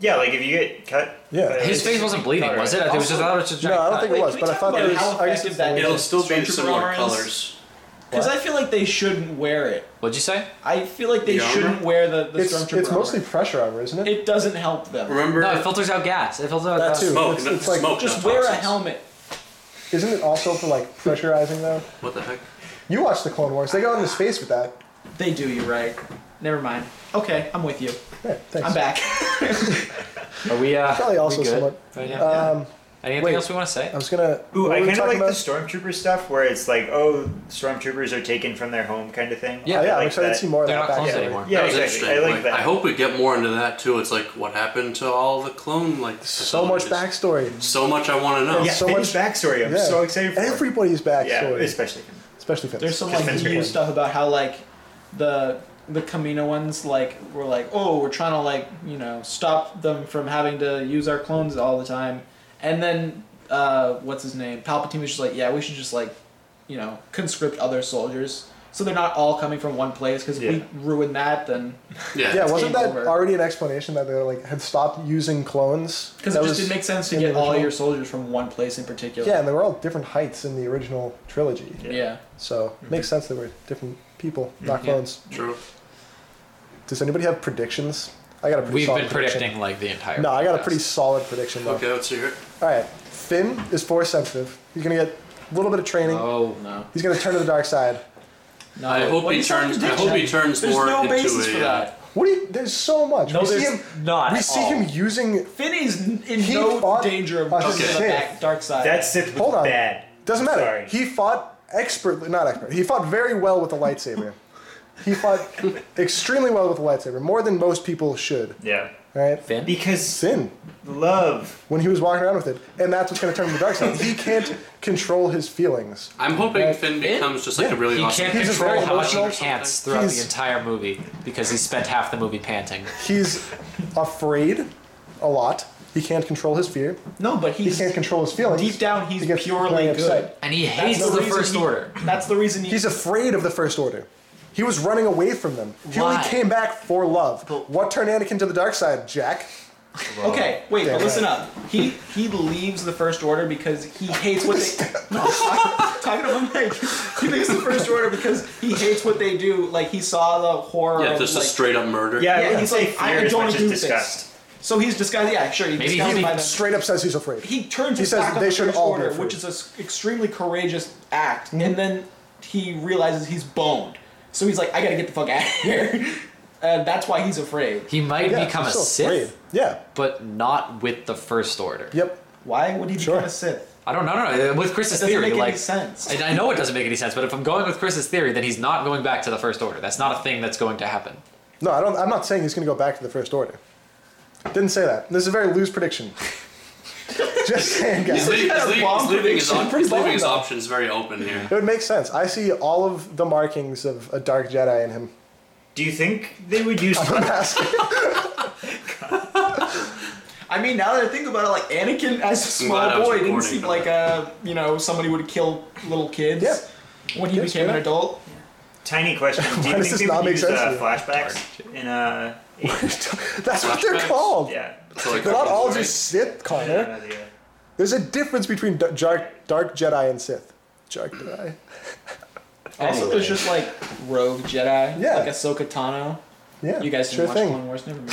[SPEAKER 2] Yeah, like if you get cut.
[SPEAKER 4] Yeah.
[SPEAKER 2] by-
[SPEAKER 1] His face wasn't bleeding, was it? I think it was just, I thought it was just a
[SPEAKER 4] No,
[SPEAKER 1] giant
[SPEAKER 4] I don't
[SPEAKER 1] cut.
[SPEAKER 4] think it
[SPEAKER 3] Wait,
[SPEAKER 4] was,
[SPEAKER 3] can we
[SPEAKER 4] but I
[SPEAKER 3] talk
[SPEAKER 4] thought
[SPEAKER 3] about
[SPEAKER 4] there was.
[SPEAKER 3] how
[SPEAKER 4] I guess
[SPEAKER 3] effective
[SPEAKER 4] it's
[SPEAKER 3] that
[SPEAKER 4] the
[SPEAKER 3] is?
[SPEAKER 5] It'll still be
[SPEAKER 3] Stormtrooper
[SPEAKER 5] similar
[SPEAKER 3] armor is-
[SPEAKER 5] colors.
[SPEAKER 3] Because I feel like they shouldn't wear it.
[SPEAKER 1] What'd you say?
[SPEAKER 3] I feel like they
[SPEAKER 5] The armor?
[SPEAKER 3] shouldn't wear the, the
[SPEAKER 4] It's,
[SPEAKER 3] stormtrooper
[SPEAKER 4] it's mostly
[SPEAKER 3] armor.
[SPEAKER 4] pressure armor, isn't it?
[SPEAKER 3] It doesn't help them.
[SPEAKER 5] Remember
[SPEAKER 1] No, it filters out gas. It filters out
[SPEAKER 4] That
[SPEAKER 1] gas.
[SPEAKER 4] too.
[SPEAKER 5] smoke.
[SPEAKER 4] It's-
[SPEAKER 5] not
[SPEAKER 4] it's like-
[SPEAKER 5] smoke,
[SPEAKER 3] Just
[SPEAKER 5] not
[SPEAKER 3] wear a
[SPEAKER 5] toxins.
[SPEAKER 3] helmet.
[SPEAKER 4] Isn't it also for like pressurizing though?
[SPEAKER 5] What the heck?
[SPEAKER 4] You watch the Clone Wars. They go into space with that.
[SPEAKER 3] They do you right. Never mind. Okay, I'm with you.
[SPEAKER 4] Yeah, thanks.
[SPEAKER 3] I'm back.
[SPEAKER 1] Are we, uh,
[SPEAKER 4] Probably
[SPEAKER 1] we
[SPEAKER 4] also
[SPEAKER 1] good?
[SPEAKER 4] somewhat-
[SPEAKER 1] Right, yeah.
[SPEAKER 4] Um,
[SPEAKER 1] Anything
[SPEAKER 4] wait.
[SPEAKER 1] else we want to say?
[SPEAKER 4] I was gonna.
[SPEAKER 2] Ooh,
[SPEAKER 4] what
[SPEAKER 2] I
[SPEAKER 4] were we
[SPEAKER 2] kind of
[SPEAKER 4] talking
[SPEAKER 2] like
[SPEAKER 4] about?
[SPEAKER 2] the stormtrooper stuff where it's like, oh, stormtroopers are taken from their home kind of thing.
[SPEAKER 1] Yeah.
[SPEAKER 4] Oh,
[SPEAKER 2] I
[SPEAKER 4] yeah, I'm
[SPEAKER 2] like
[SPEAKER 4] excited
[SPEAKER 2] that.
[SPEAKER 4] to see more of
[SPEAKER 1] They're
[SPEAKER 4] that.
[SPEAKER 1] not clones
[SPEAKER 4] backstory.
[SPEAKER 1] anymore.
[SPEAKER 2] Yeah,
[SPEAKER 5] that was
[SPEAKER 2] exactly. I
[SPEAKER 5] interesting.
[SPEAKER 2] like that.
[SPEAKER 5] I hope we get more into that too. It's like what happened to all the clone like
[SPEAKER 4] So much
[SPEAKER 5] facilities?
[SPEAKER 4] backstory.
[SPEAKER 5] So much I want to know.
[SPEAKER 2] yeah,
[SPEAKER 4] so
[SPEAKER 2] so
[SPEAKER 4] much-
[SPEAKER 2] much backstory. I'm
[SPEAKER 4] Yeah.
[SPEAKER 2] so excited for it.
[SPEAKER 4] Everybody's
[SPEAKER 2] Yeah,
[SPEAKER 4] backstory,
[SPEAKER 2] especially him.
[SPEAKER 4] especially Finn.
[SPEAKER 3] There's some
[SPEAKER 2] Just
[SPEAKER 3] like
[SPEAKER 2] been
[SPEAKER 3] new
[SPEAKER 2] great.
[SPEAKER 3] stuff about how like the the Camino ones like were like, oh, we're trying to like you know stop them from having to use our clones all the time, and then uh, what's his name? Palpatine was just like, yeah, we should just like you know conscript other soldiers so they're not all coming from one place because if
[SPEAKER 2] Yeah.
[SPEAKER 3] we ruin that then
[SPEAKER 5] Yeah.
[SPEAKER 4] yeah, wasn't
[SPEAKER 3] Game
[SPEAKER 4] that
[SPEAKER 3] over.
[SPEAKER 4] already an explanation that they like had stopped using clones?
[SPEAKER 3] because it
[SPEAKER 4] That
[SPEAKER 3] just
[SPEAKER 4] was-
[SPEAKER 3] didn't make sense to
[SPEAKER 4] in the
[SPEAKER 3] get all
[SPEAKER 4] original-
[SPEAKER 3] your soldiers from one place in particular.
[SPEAKER 4] Yeah, and they were all different heights in the original trilogy,
[SPEAKER 3] yeah. Mm-hmm.
[SPEAKER 4] so it makes sense they were different people, not
[SPEAKER 3] Yeah.
[SPEAKER 4] clones.
[SPEAKER 5] True.
[SPEAKER 4] Does anybody have predictions? I got a pretty
[SPEAKER 1] We've
[SPEAKER 4] solid
[SPEAKER 1] been
[SPEAKER 4] prediction.
[SPEAKER 1] predicting, like, the entire
[SPEAKER 4] No, I got a
[SPEAKER 1] podcast.
[SPEAKER 4] pretty solid prediction. Though.
[SPEAKER 5] Okay, let's hear it.
[SPEAKER 4] All right, Finn is force sensitive. He's gonna get a little bit of training.
[SPEAKER 1] Oh,
[SPEAKER 3] No.
[SPEAKER 4] He's gonna turn to the dark side.
[SPEAKER 3] No.
[SPEAKER 5] I hope
[SPEAKER 3] What
[SPEAKER 5] he
[SPEAKER 3] is our
[SPEAKER 5] turns. I
[SPEAKER 3] prediction?
[SPEAKER 5] hope he turns
[SPEAKER 3] There's
[SPEAKER 5] more
[SPEAKER 3] no
[SPEAKER 5] into
[SPEAKER 3] basis
[SPEAKER 5] a.
[SPEAKER 3] for
[SPEAKER 5] uh,
[SPEAKER 3] that.
[SPEAKER 4] What do you? There's so much.
[SPEAKER 3] No,
[SPEAKER 4] we see
[SPEAKER 3] there's
[SPEAKER 4] him.
[SPEAKER 3] not
[SPEAKER 4] We
[SPEAKER 3] at
[SPEAKER 4] see
[SPEAKER 3] all.
[SPEAKER 4] him using.
[SPEAKER 3] Finny's n- in
[SPEAKER 4] He
[SPEAKER 3] no
[SPEAKER 4] fought
[SPEAKER 3] danger of
[SPEAKER 4] a
[SPEAKER 3] going to the
[SPEAKER 5] Sith.
[SPEAKER 3] back, dark side.
[SPEAKER 2] That Sith was
[SPEAKER 4] Hold on.
[SPEAKER 2] bad.
[SPEAKER 4] Doesn't matter.
[SPEAKER 2] Sorry.
[SPEAKER 4] He fought expertly, not expert. He fought very well with the lightsaber. he fought extremely well with the lightsaber, more than most people should.
[SPEAKER 2] yeah.
[SPEAKER 4] Right?
[SPEAKER 1] Finn?
[SPEAKER 2] Because
[SPEAKER 4] Finn
[SPEAKER 2] love.
[SPEAKER 4] when he was walking around with it, and that's what's gonna turn him to the dark side. He can't control his feelings.
[SPEAKER 5] I'm hoping
[SPEAKER 4] Right.
[SPEAKER 5] Finn becomes just like a really
[SPEAKER 1] He
[SPEAKER 5] awesome.
[SPEAKER 1] can't
[SPEAKER 4] He's just
[SPEAKER 1] control
[SPEAKER 4] very
[SPEAKER 1] how
[SPEAKER 4] emotional.
[SPEAKER 1] he pants throughout the
[SPEAKER 4] He's-
[SPEAKER 1] entire movie because he spent half the movie panting.
[SPEAKER 4] He's afraid a lot. He can't control his fear.
[SPEAKER 3] no, but
[SPEAKER 4] He
[SPEAKER 3] he's
[SPEAKER 4] can't control his feelings.
[SPEAKER 3] deep down he's
[SPEAKER 4] He gets
[SPEAKER 3] purely
[SPEAKER 4] very
[SPEAKER 3] good.
[SPEAKER 4] upset.
[SPEAKER 1] And he
[SPEAKER 3] That's
[SPEAKER 1] hates the,
[SPEAKER 3] reason
[SPEAKER 1] First
[SPEAKER 3] he-
[SPEAKER 1] Order.
[SPEAKER 3] That's the reason he,
[SPEAKER 4] He's afraid of the First Order. He was running away from them. He
[SPEAKER 1] Why?
[SPEAKER 4] only came back for love. What turned Anakin to the dark side, Jack?
[SPEAKER 3] Okay, wait,
[SPEAKER 4] Damn
[SPEAKER 3] but
[SPEAKER 4] right.
[SPEAKER 3] listen up. He he leaves the first order because he hates what they no, talking, talking about Mike. He leaves the first order because he hates what they do. Like he saw the horror.
[SPEAKER 5] Yeah,
[SPEAKER 3] of,
[SPEAKER 5] just
[SPEAKER 3] like,
[SPEAKER 5] a straight up murder.
[SPEAKER 2] Yeah, I
[SPEAKER 3] Yeah,
[SPEAKER 2] wouldn't
[SPEAKER 3] he's
[SPEAKER 2] say
[SPEAKER 3] like
[SPEAKER 2] fear
[SPEAKER 3] I, I
[SPEAKER 2] as
[SPEAKER 3] don't
[SPEAKER 2] much
[SPEAKER 3] do
[SPEAKER 2] as disgust.
[SPEAKER 3] this. So he's disgusted. Yeah, sure. He's
[SPEAKER 1] Maybe he
[SPEAKER 3] disgusted
[SPEAKER 1] be-
[SPEAKER 3] by them.
[SPEAKER 4] Straight up says he's afraid.
[SPEAKER 3] he turns
[SPEAKER 4] He
[SPEAKER 3] his
[SPEAKER 4] says
[SPEAKER 3] back on
[SPEAKER 4] they
[SPEAKER 3] the
[SPEAKER 4] should
[SPEAKER 3] first
[SPEAKER 4] all be
[SPEAKER 3] order,
[SPEAKER 4] afraid.
[SPEAKER 3] which is an extremely courageous act, and then he realizes he's boned. So he's like, I gotta get the fuck out of here. And that's why he's afraid.
[SPEAKER 1] He might
[SPEAKER 4] Yeah,
[SPEAKER 1] become a
[SPEAKER 4] he's
[SPEAKER 1] Sith,
[SPEAKER 4] still afraid. Yeah.
[SPEAKER 1] but not with the First Order.
[SPEAKER 4] Yep.
[SPEAKER 3] Why would he
[SPEAKER 4] Sure.
[SPEAKER 3] become a Sith?
[SPEAKER 1] I don't know. No, no. With Chris's
[SPEAKER 3] That doesn't
[SPEAKER 1] theory,
[SPEAKER 3] make any
[SPEAKER 1] like,
[SPEAKER 3] sense.
[SPEAKER 1] And I know it doesn't make any sense, but if I'm going with Chris's theory, then he's not going back to the First Order. That's not a thing that's going to happen.
[SPEAKER 4] No, I don't. I'm not saying he's going to go back to the First Order. Didn't say that. This is a very loose prediction. Just saying, guys.
[SPEAKER 5] He's, leaving,
[SPEAKER 3] Is that
[SPEAKER 5] he's,
[SPEAKER 3] a
[SPEAKER 5] leaving,
[SPEAKER 3] bomb
[SPEAKER 5] he's leaving his,
[SPEAKER 3] prediction?
[SPEAKER 5] op-
[SPEAKER 4] Pretty
[SPEAKER 5] he's leaving
[SPEAKER 4] bomb,
[SPEAKER 5] his
[SPEAKER 4] though.
[SPEAKER 5] options very open here.
[SPEAKER 4] It would make sense. I see all of the markings of a dark Jedi in him.
[SPEAKER 2] Do you think they would use?
[SPEAKER 3] I mean, now that I think about it, like Anakin as a
[SPEAKER 5] I'm glad I was
[SPEAKER 3] small boy didn't
[SPEAKER 5] recording
[SPEAKER 3] seem
[SPEAKER 5] for
[SPEAKER 3] like a you know somebody would kill little kids. When he
[SPEAKER 4] Yes,
[SPEAKER 3] became an
[SPEAKER 4] yeah.
[SPEAKER 3] adult,
[SPEAKER 2] Tiny question. Do you
[SPEAKER 4] does
[SPEAKER 2] think
[SPEAKER 4] this
[SPEAKER 2] they
[SPEAKER 4] not
[SPEAKER 2] would
[SPEAKER 4] make
[SPEAKER 2] use
[SPEAKER 4] sense to
[SPEAKER 2] uh,
[SPEAKER 4] you?
[SPEAKER 2] flashbacks in uh?
[SPEAKER 4] That's what they're
[SPEAKER 5] Flashbacks?
[SPEAKER 4] called.
[SPEAKER 2] Yeah.
[SPEAKER 5] So, like,
[SPEAKER 4] They're not all
[SPEAKER 5] right?
[SPEAKER 4] just Sith, Connor.
[SPEAKER 2] Uh, yeah.
[SPEAKER 4] There's a difference between d- dark, dark Jedi and Sith. Dark Jedi.
[SPEAKER 3] also there's just like rogue Jedi,
[SPEAKER 4] Yeah.
[SPEAKER 3] like Ahsoka Tano.
[SPEAKER 4] Yeah.
[SPEAKER 3] You guys
[SPEAKER 4] sure
[SPEAKER 3] didn't watch
[SPEAKER 4] thing.
[SPEAKER 3] Clone Wars, never mind.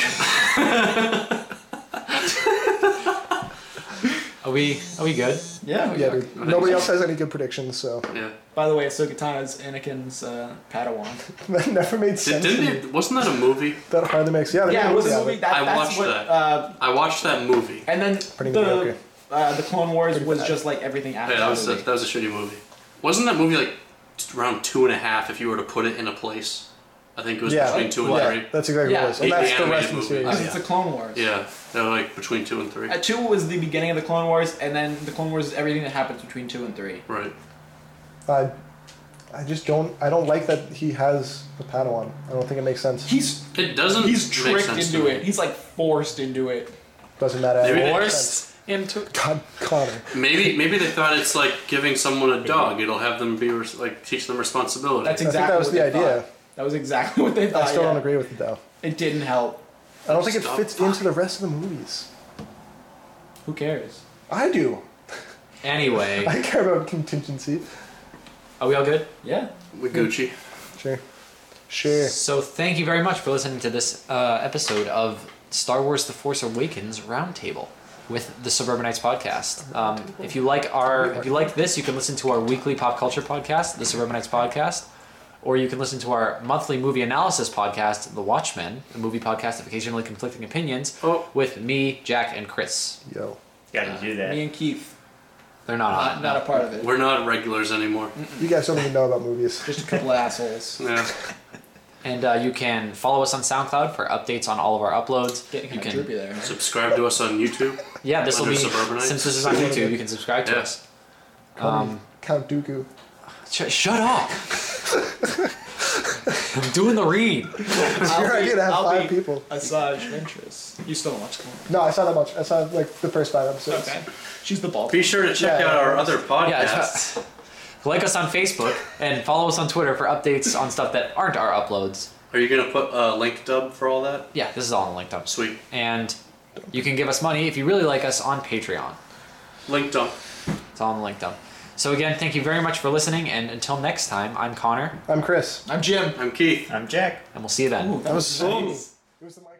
[SPEAKER 1] Are we? Are we good?
[SPEAKER 3] yeah.
[SPEAKER 4] Yeah, dude. Nobody else has any good predictions, so
[SPEAKER 5] Yeah.
[SPEAKER 3] By the way, Ahsoka Tano is Anakin's uh, Padawan.
[SPEAKER 4] that never made
[SPEAKER 5] Did,
[SPEAKER 4] sense. to
[SPEAKER 5] didn't
[SPEAKER 4] me.
[SPEAKER 5] they, wasn't that a movie?
[SPEAKER 4] That hardly makes. Yeah, they
[SPEAKER 3] yeah,
[SPEAKER 4] made
[SPEAKER 3] it
[SPEAKER 4] a
[SPEAKER 3] was
[SPEAKER 4] movie
[SPEAKER 3] a
[SPEAKER 4] out of
[SPEAKER 3] movie
[SPEAKER 4] it.
[SPEAKER 3] that
[SPEAKER 5] I
[SPEAKER 3] that's
[SPEAKER 5] watched
[SPEAKER 3] what.
[SPEAKER 5] that.
[SPEAKER 3] Uh,
[SPEAKER 5] I watched that movie.
[SPEAKER 3] and then
[SPEAKER 4] Pretty
[SPEAKER 3] the
[SPEAKER 4] mediocre.
[SPEAKER 3] uh, the Clone Wars was
[SPEAKER 4] bad.
[SPEAKER 3] just like everything after
[SPEAKER 5] Yeah, that was a,
[SPEAKER 3] that
[SPEAKER 5] that
[SPEAKER 3] movie.
[SPEAKER 5] was a shitty movie. Wasn't that movie like around two and a half? If you were to put it in a place, I think it was
[SPEAKER 4] Yeah,
[SPEAKER 5] between two and
[SPEAKER 4] yeah,
[SPEAKER 5] three.
[SPEAKER 4] that's exactly what
[SPEAKER 3] Yeah.
[SPEAKER 4] it was, and
[SPEAKER 5] The
[SPEAKER 4] that's the
[SPEAKER 5] animated
[SPEAKER 4] rest of the
[SPEAKER 5] movie.
[SPEAKER 4] series.
[SPEAKER 3] Because
[SPEAKER 5] Yeah.
[SPEAKER 3] it's the Clone Wars.
[SPEAKER 5] Yeah, they're like between two and three.
[SPEAKER 3] Uh, two was the beginning of the Clone Wars, and then the Clone Wars is everything that happens between two and three.
[SPEAKER 5] Right.
[SPEAKER 4] I, I just don't. I don't like that he has a Padawan. I don't think it makes sense.
[SPEAKER 3] He's
[SPEAKER 5] It doesn't.
[SPEAKER 3] he's
[SPEAKER 5] make
[SPEAKER 3] tricked
[SPEAKER 5] sense
[SPEAKER 3] into
[SPEAKER 5] to
[SPEAKER 3] it.
[SPEAKER 5] Me.
[SPEAKER 3] He's like forced into it.
[SPEAKER 4] Doesn't matter.
[SPEAKER 5] Maybe
[SPEAKER 4] at all.
[SPEAKER 5] they-
[SPEAKER 1] Forced into.
[SPEAKER 4] God, Connor.
[SPEAKER 5] Maybe maybe they thought it's like giving someone a dog. It'll have them be res- like teach them responsibility.
[SPEAKER 3] That's
[SPEAKER 4] I think
[SPEAKER 3] exactly
[SPEAKER 4] that was
[SPEAKER 3] what
[SPEAKER 4] the
[SPEAKER 3] they
[SPEAKER 4] idea.
[SPEAKER 3] thought. That was exactly what they thought.
[SPEAKER 4] I still
[SPEAKER 3] yeah.
[SPEAKER 4] don't agree with it though.
[SPEAKER 3] It didn't help.
[SPEAKER 4] I don't think it
[SPEAKER 5] Stop
[SPEAKER 4] fits into the rest of the movies.
[SPEAKER 3] Who cares?
[SPEAKER 4] I do.
[SPEAKER 1] Anyway,
[SPEAKER 4] I care about contingency.
[SPEAKER 1] are we all good?
[SPEAKER 3] Yeah.
[SPEAKER 5] With Gucci.
[SPEAKER 4] Sure. Sure.
[SPEAKER 1] So thank you very much for listening to this uh, episode of Star Wars: The Force Awakens Roundtable with the Suburbanites podcast. Um, if you like our, if you like this, you can listen to our weekly pop culture podcast, the Suburbanites podcast, or you can listen to our monthly movie analysis podcast, The Watchmen, a movie podcast of occasionally conflicting opinions,
[SPEAKER 5] Oh.
[SPEAKER 1] with me, Jack, and Chris.
[SPEAKER 4] Yo.
[SPEAKER 2] Got to do that.
[SPEAKER 3] Me and Keith.
[SPEAKER 1] They're not on.
[SPEAKER 3] Not, not a part of it.
[SPEAKER 5] Ah, We're not regulars anymore.
[SPEAKER 4] You guys don't even know about movies.
[SPEAKER 3] Just a couple of assholes.
[SPEAKER 5] Yeah.
[SPEAKER 1] And uh, you can follow us on SoundCloud for updates on all of our uploads.
[SPEAKER 3] Getting
[SPEAKER 1] you
[SPEAKER 3] kind
[SPEAKER 1] can,
[SPEAKER 3] of droopy there.
[SPEAKER 5] Subscribe to us on YouTube.
[SPEAKER 1] yeah, this will
[SPEAKER 5] Under
[SPEAKER 1] be
[SPEAKER 5] Suburbanites.
[SPEAKER 1] since this is on YouTube, you can subscribe to
[SPEAKER 5] Yeah.
[SPEAKER 1] us.
[SPEAKER 4] Call me Count Dooku.
[SPEAKER 1] Sh- shut up. I'm doing the read.
[SPEAKER 4] It's your idea to have five people.
[SPEAKER 3] Asajj Ventress. You still don't watch Clone
[SPEAKER 4] No, I saw that much. I saw like the first five episodes.
[SPEAKER 3] Wars. Okay. She's the bald.
[SPEAKER 5] Be sure to check
[SPEAKER 4] Yeah.
[SPEAKER 5] out our other
[SPEAKER 1] Yeah,
[SPEAKER 5] podcasts.
[SPEAKER 1] it's- like us on Facebook and follow us on Twitter for updates on stuff that aren't our uploads.
[SPEAKER 5] Are you gonna put a link dub for all that?
[SPEAKER 1] Yeah, this is all on LinkedIn.
[SPEAKER 5] Sweet.
[SPEAKER 1] And you can give us money if you really like us on Patreon.
[SPEAKER 5] Link dub.
[SPEAKER 1] It's all on LinkedIn. So again, thank you very much for listening, and until next time, I'm Connor,
[SPEAKER 4] I'm Chris.
[SPEAKER 3] I'm Jim.
[SPEAKER 5] I'm Keith.
[SPEAKER 2] I'm Jack.
[SPEAKER 1] and we'll see you then.
[SPEAKER 3] Ooh,
[SPEAKER 4] That was so.
[SPEAKER 3] nice.
[SPEAKER 4] It was the-